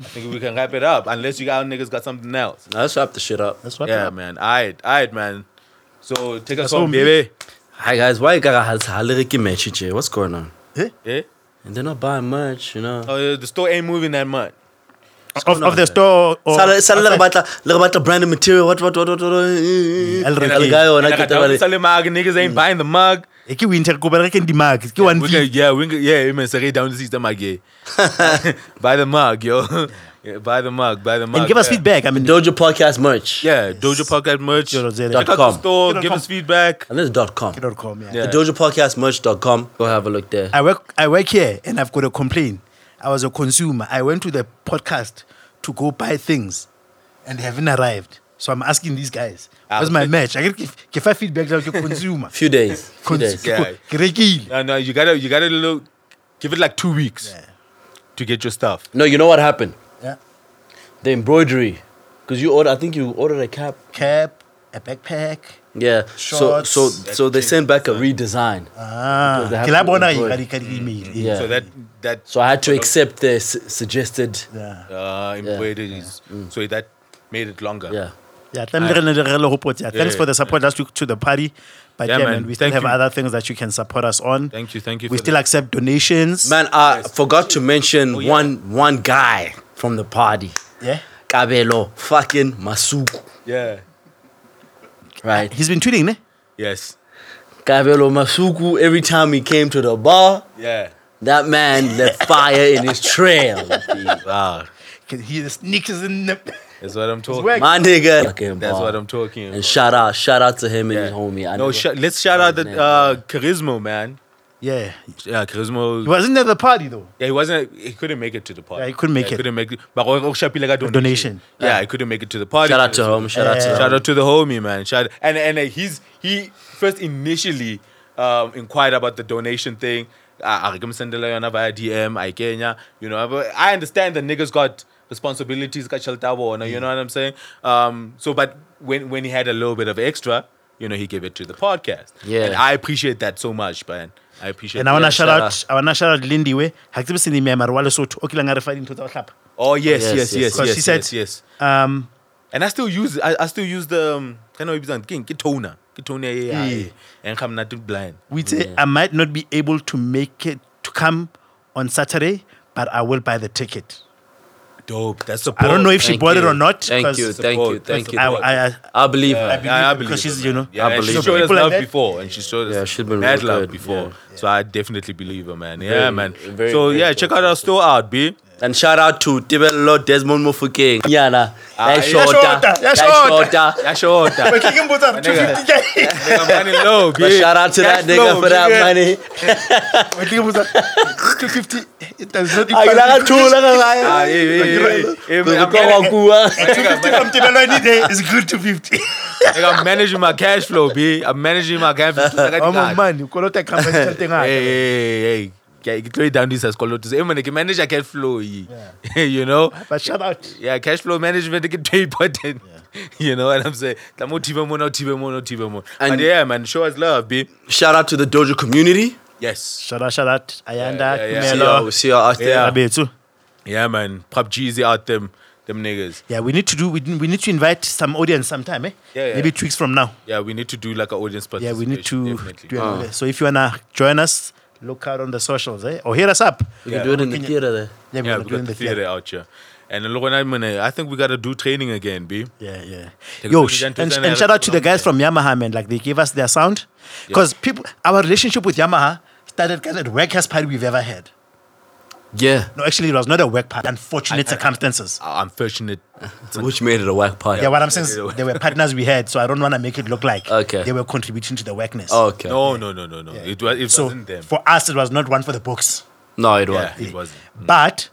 S3: I think we can wrap it up unless you got niggas got something else
S4: Let's wrap the shit up.
S2: That's what.
S3: yeah man alright alright man so take us
S2: That's all
S3: home
S2: me.
S3: baby
S4: Hi guys, why you gotta has haleriki match it, What's going on?
S3: yeah
S4: And they're not buying much, you know.
S3: oh, the store ain't moving that much
S2: of, of the store or
S4: Sala sala le batla le batla branded material. What what what what? what eh, eh, eh.
S2: El
S4: El
S2: Reki.
S4: guy
S3: And
S4: ona
S3: I
S4: ke
S3: got the
S4: tabale.
S3: Sally mug, niggas ain't buying the mug
S2: E ke winter go bereke di-mark, ke one
S3: we
S2: V.
S3: can, yeah, we can, yeah, man. Say down the system, I [LAUGHS] get. buy the mug, yo. [LAUGHS] Yeah, buy the mug, buy the mug.
S2: And give us
S3: yeah.
S2: feedback. I mean,
S4: Dojo podcast merch.
S3: Yeah, Dojo Podcast merch.
S2: Zero
S3: Check
S2: zero.
S3: out the
S4: com.
S3: store.
S2: Zero
S3: Give
S2: com.
S3: us feedback.
S4: And this is dot com.
S2: dot com, yeah.
S3: Yeah.
S4: Dojo podcast merch.com. Go have a look there.
S2: I work I work here and I've got a complaint. I was a consumer. I went to the podcast to go buy things and they haven't arrived. So I'm asking these guys,
S3: Ah,
S2: what's my match? I get give, give I feedback like a
S3: [LAUGHS]
S2: consumer.
S4: Few days. Few
S2: Cons-
S4: days.
S3: Yeah.
S2: co- ke rekile.
S3: No, no, you gotta, you gotta look. Give it like two weeks to get your stuff.
S4: No, you know what happened?
S2: Yeah.
S4: The embroidery. Cause you order I think you ordered a cap.
S2: Cap, a backpack.
S4: Yeah.
S2: Shorts.
S4: So so so they sent back a redesign.
S2: Ah,
S4: Because they have
S2: ke la
S4: to
S2: bona e
S4: avoid.
S2: ka di- ka di- email.
S4: Yeah.
S3: So that that.
S4: So I had to accept their s- suggested.
S2: Yeah.
S3: Uh, embroideries. So that made it longer.
S4: Mm. Yeah.
S2: Yeah, tlamehile re ne re- re le hopotse. Yeah, Thanks
S3: Yeah.
S2: for the support last week to the party. But
S3: Yeah,
S2: yeah,
S3: man.
S2: man, we still
S3: Thank
S2: have
S3: you.
S2: other things that you can support us on.
S3: Thank you, thank you.
S2: We
S3: for
S2: still
S3: that.
S2: accept donations.
S4: Man, I forgot to mention one one guy from the party.
S2: Yeah.
S4: Cabello fucking Masuku.
S3: Yeah.
S4: Right.
S2: He's been tweeting, ne?
S3: Yes.
S4: Cabello Masuku, every time he came to the bar,
S3: Yeah.
S4: that [LAUGHS] man left fire in his [LAUGHS] trail.
S3: Wow.
S2: Can hear the sneakers in the
S3: That's what I'm talking.
S2: working.
S4: My nigga. Fucking
S3: That's
S4: bar.
S3: what I'm talking.
S4: And
S3: about.
S4: shout out, shout out to him and
S3: Yeah.
S4: his homie. I
S3: no,
S4: never- Oh,
S3: sh- let's shout out the
S4: his name,
S3: uh, Charisma man.
S2: [LAUGHS] Yeah.
S3: Yeah, Charisma.
S2: He wasn't at the party though.
S3: Yeah, he wasn't. He couldn't make it to the party.
S2: Yeah, he couldn't make it.
S3: Couldn't make it. But Ro- Ro- Shapile got donation.
S2: donation.
S3: Yeah, he couldn't make it to the party.
S4: shout out to him. Shout out to
S2: Yeah.
S4: him.
S3: Shout out to the homie, man. Shout and and uh, he's he first initially um, inquired about the donation thing. Ah, I I send yona via DM. I e Kenya, you know. But I understand the niggas got responsibilities, got shelter warner. You know what I'm saying? Um, so, but when when he had a little bit of extra, you know, he gave it to the podcast.
S4: Yeah.
S3: and I appreciate that so much, man. I appreciate.
S2: And I wanna
S3: that.
S2: shout
S4: shout
S2: out I wanna shout out Lindiwe. Ha ke tsebe seleme ya mare wa Lesotho o kileng a re fa dintho tsa ho hlapa.
S3: Oh yes,
S4: Yes,
S3: yes, yes,
S4: yes,
S3: yes, yes,
S2: Because she said-
S3: yes, yes.
S2: Um
S3: And I still use I, I still use the um, kind of represent king kitona kitona yeah and I'm not blind.
S2: we'd say I might not be able to make it to come on Saturday, but I will buy the ticket.
S3: Dope. That's support.
S2: I don't know if she
S4: Thank
S2: bought it
S4: you.
S2: or not.
S4: Thank
S2: 'cause
S4: you, thank you,
S3: Support.
S4: thank you.
S2: I, I, I,
S4: I believe her.
S2: believe
S3: I
S2: it
S3: believe
S2: because
S3: it,
S2: she's
S3: man.
S2: you know
S3: Yeah,
S4: I
S3: and she
S4: believe
S3: showed
S2: it.
S3: us
S2: People like
S3: love
S2: that.
S3: before, and she showed us
S4: Yeah, she's been
S3: mad
S4: really
S3: love
S4: good,
S3: before. So I definitely believe her, man. Yeah,
S4: Very-
S3: man.
S4: very
S3: so yeah,
S4: grateful
S3: check out our store out, b.
S4: And shout out to Tibelo Desmond Mofokeng. Yana.
S3: Ah,
S4: That
S3: yeah,
S4: shorter.
S2: shorter, yeah,
S4: That
S2: shorter.
S4: shorter.
S3: That's your order. Nigga, money low,
S4: But
S3: b.
S4: shout out to that
S3: Cash flow,
S4: nigga for that
S3: nigga.
S4: money.
S2: [LAUGHS] It does not
S4: I
S2: equal-
S3: Ah, yeah, yeah, yeah, yeah.
S4: Because
S3: I'm
S4: we call
S3: manag-
S4: Wakua.
S2: [LAUGHS] from Tibelo any day is good to [LAUGHS] 50.
S3: nigga, I'm managing my cash flow, b. I'm managing my cash flow. Like
S2: [LAUGHS]
S3: I
S2: I'm
S3: got-
S2: a man. You call it a
S3: [LAUGHS]
S2: company, something
S3: hey,
S2: like-
S3: hey, hey, hey. Get throw it down this as called to say, man, can manage a cash flow, ye. [LAUGHS] you know.
S2: But shout out.
S3: Yeah, cash flow management is very important. [LAUGHS] You know what I'm saying? Tamo tibe mono, tibe mono, tibe mono.
S4: And-
S3: And yeah, man, show us love, b.
S4: Shout out to the Dojo community.
S3: Yes.
S2: Shout out, shout out. Ayanda,
S3: Yeah, yeah, yeah.
S4: See
S2: Kumelo.
S4: y'all, see y'all out
S3: Yeah.
S4: there.
S2: Abetsu.
S3: Yeah, man. Pop Jeezy out them, them niggas.
S2: Yeah, we need to do. We, we need to invite some audience sometime. Eh?
S3: Yeah, yeah.
S2: Maybe two weeks from now.
S3: Yeah, we need to do like an audience
S2: Yeah,
S3: participation.
S2: we need to.
S3: definitely.
S2: Do another. So if you wanna join us, look out on the socials, eh? or hit us up.
S4: We can do it in the theater there.
S2: Yeah,
S3: yeah,
S2: we're
S3: we got
S2: doing
S3: the
S2: the
S3: theater
S2: theater.
S3: out here. And look, when I'm gonna, I think we gotta do training again, B.
S2: Yeah, yeah.
S3: Take
S2: Yo,
S3: a
S2: sh-
S3: picture and
S2: and,
S3: design
S2: and
S3: a
S2: shout out to the
S3: record
S2: guys from Yamaha, man. Like they gave us their sound, because people, our relationship with Yamaha started kind of the workest party we've ever had.
S4: Yeah.
S2: No, actually, it was not a work party. Unfortunate circumstances.
S3: I'm fortunate.
S2: [LAUGHS]
S4: Which made it a whack party.
S2: yeah, what I'm saying
S3: they were-
S2: is they were partners we had, so I don't want to make it look like
S4: Okay.
S2: they were contributing to the workness.
S4: Oh, Okay. No,
S3: No, no, no, no, no. It was. Oh, It
S2: so
S3: wasn't them.
S2: for us, it was not one for the books.
S4: it was.
S3: yeah, it wasn't.
S2: But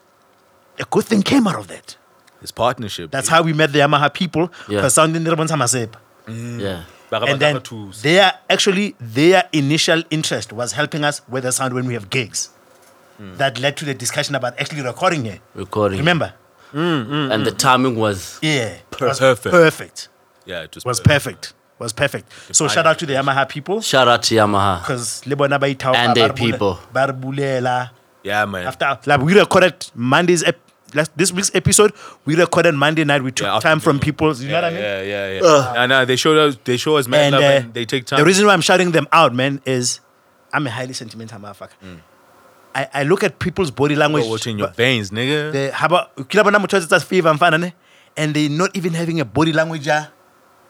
S2: a good thing came out of that.
S3: It's partnership.
S2: That's how we met the Yamaha people.
S4: Yeah.
S2: Yeah. Sounding Masep. Mm.
S4: Yeah.
S3: Barabara
S2: And then
S3: two.
S2: their actually their initial interest was helping us with the sound when we have gigs.
S3: Hmm.
S2: That led to the discussion about actually recording here.
S4: Recording.
S2: Remember? Mm.
S4: And the timing was
S2: Yeah. It was
S3: Perfect.
S2: Perfect.
S3: Yeah, it was.
S2: It was perfect.
S3: perfect.
S2: Was perfect. So shout out to the Yamaha people.
S4: shout out to Yamaha.
S2: Because and
S4: And their people.
S2: Barbulela.
S3: Yeah, man.
S2: After like we recorded Monday's ep- last, this week's episode, we recorded Monday night. We took
S3: Yeah, after
S2: time from
S3: the-
S2: people. You know what I
S3: yeah,
S2: mean?
S3: yeah, yeah, yeah. Nah, nah, they show us. They show us man
S2: and,
S3: love,
S2: uh,
S3: and they take time.
S2: The reason why I'm shouting them out, man, is I'm a highly sentimental motherfucker. I, I look at people's body language.
S3: Mm. You're watching your
S2: but
S3: veins, nigga.
S2: they- how about- kila bona motho a etsa sefave a mfana ne, and they're not even having a body language. ya-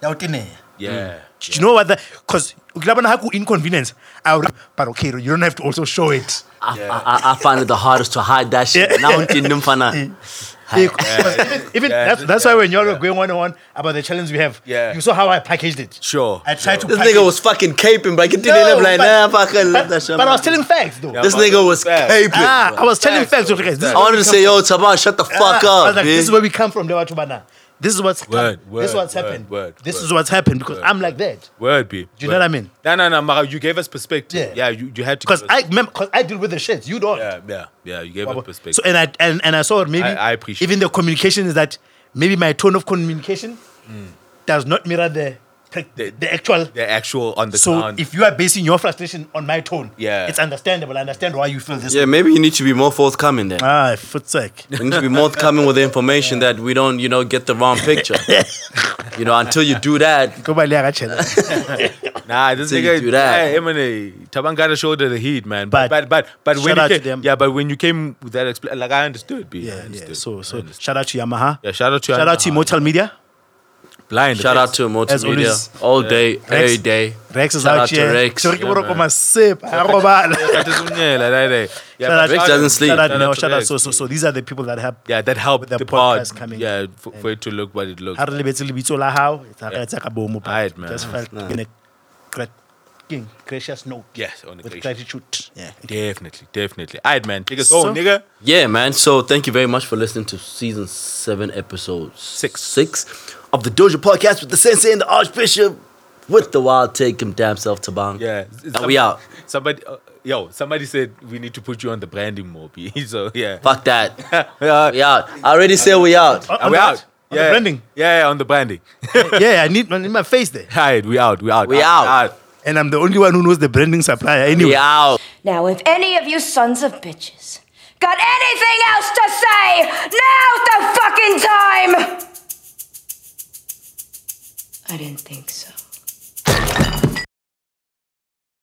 S2: ya ho teneha.
S3: yeah.
S2: Do you know what? Because inconvenience, I would, but okay, you don't have to also show it.
S4: I, I, I, I find it the hardest to hide that shit. Now I'm in
S2: Mm.
S4: Nymphana.
S2: Yeah, [LAUGHS] 'cause even even
S3: uh, Yeah,
S2: that's,
S3: just-
S2: that's why when y'all
S3: yeah.
S2: were going one on one about the challenge we have,
S3: Yeah.
S2: you saw how I packaged it.
S3: Sure.
S2: I tried to.
S4: This
S2: package-
S4: nigga was fucking caping, but I can tell
S2: No,
S4: him like,
S2: but-
S4: nah, fucking
S2: but,
S4: left that shit.
S2: but I
S4: man.
S2: was telling facts though.
S4: this nigga was caping.
S2: Ah, I was telling facts.
S3: Facts, though.
S2: okay, guys. This is
S4: I
S2: where
S4: wanted
S2: we
S4: to
S2: come
S4: say,
S2: from.
S4: yo, Taban, shut the fuck
S2: Ah, I
S4: up.
S2: was like, this is
S4: bitch.
S2: where we come from, Lewa Chubana. This is what's
S3: Word,
S2: come-
S3: word,
S2: this is what's
S3: word,
S2: happened.
S3: word,
S2: this
S3: word.
S2: is what's happened because I'm like that.
S3: Word be.
S2: Do you know what I mean?
S3: No, no, no. Mara, you gave us perspective.
S2: Yeah.
S3: Yeah, you, you had to.
S2: Because
S3: give us-
S2: I remember, because I deal with the shit. You don't.
S3: Yeah, yeah, yeah. You gave us perspective.
S2: So and I and, and I saw maybe
S3: I- I appreciate
S2: even the communication is that maybe my tone of communication does not mirror the the, the actual.
S3: Mm. the actual on the
S2: so
S3: ground.
S2: if you are basing your frustration on my tone,
S3: Yeah.
S2: it's understandable. I understand why you feel this.
S4: Yeah,
S2: way.
S4: maybe you need to be more forthcoming then.
S2: Ah, footsec.
S4: We need to be more forthcoming with the information that we don't, you know, get the wrong picture. you know, until you do that,
S2: Go by Lia
S3: [LAUGHS]
S2: Rachel.
S3: nah, this
S4: So you
S3: nigga,
S4: do that.
S3: Hey, Emine, Taban gotta shoulder the heat, man. But but
S2: But-
S3: but, but
S2: shout
S3: when you
S2: out to
S3: came,
S2: them.
S3: yeah, but when you came with that, expl- like I understood, B. I
S2: Yeah,
S3: understood.
S2: yeah. So,
S3: I
S2: so
S3: understood.
S2: shout out to Yamaha.
S3: yeah, shout out to
S2: shout out to Motel Media.
S3: Blind.
S4: shout out to
S2: As always,
S4: Multimedia all day, every day.
S2: Rex is
S4: Shout
S2: out,
S4: out to
S2: here.
S4: Rex.
S2: Sorry,
S4: Yeah,
S2: Boroko Masip. Arobala.
S3: Shout out to Rex
S2: Shout out-
S4: Rex doesn't sleep.
S2: Shout out,
S3: Shout
S2: no,
S3: out to
S2: shout out.
S3: Rex.
S2: So, so, so these are the people that help.
S3: Yeah, that helped
S2: With the
S3: pod.
S2: podcast coming.
S3: Yeah, for, for it to look what it looks.
S2: Ha re lebetse lebitso la hao, it's like- it's like a bomo, but
S3: Aight, man.
S2: Just felt in a gra- king- gracious note.
S3: Yes, on the
S2: With
S3: gracious.
S2: gratitude. Yeah.
S3: Definitely, definitely. Alright, man. Take us
S2: So-
S3: home, nigga.
S4: Yeah, man. So thank you very much for listening to season seven, episode
S3: Six.
S4: six of the Doja Podcast with the Sensei and the Archbishop, with the wild take him damn self Tabang.
S3: Yeah.
S4: and we out.
S3: Somebody, uh, yo, somebody said we need to put you on the branding more, B. [LAUGHS] So yeah,
S4: Fuck that.
S3: yeah,
S4: we out. I already said we out.
S2: On-
S3: Are
S2: on
S3: we
S2: the
S3: out?
S2: what? On the branding.
S3: Yeah, yeah, on the branding. [LAUGHS]
S2: yeah, I need I need my face there.
S3: Alright, we out. We out.
S4: We out.
S2: And I'm the only one who knows the branding supplier anyway.
S4: We out.
S10: Now, if any of you sons of bitches got anything else to say, now's the fucking time! I didn't think so.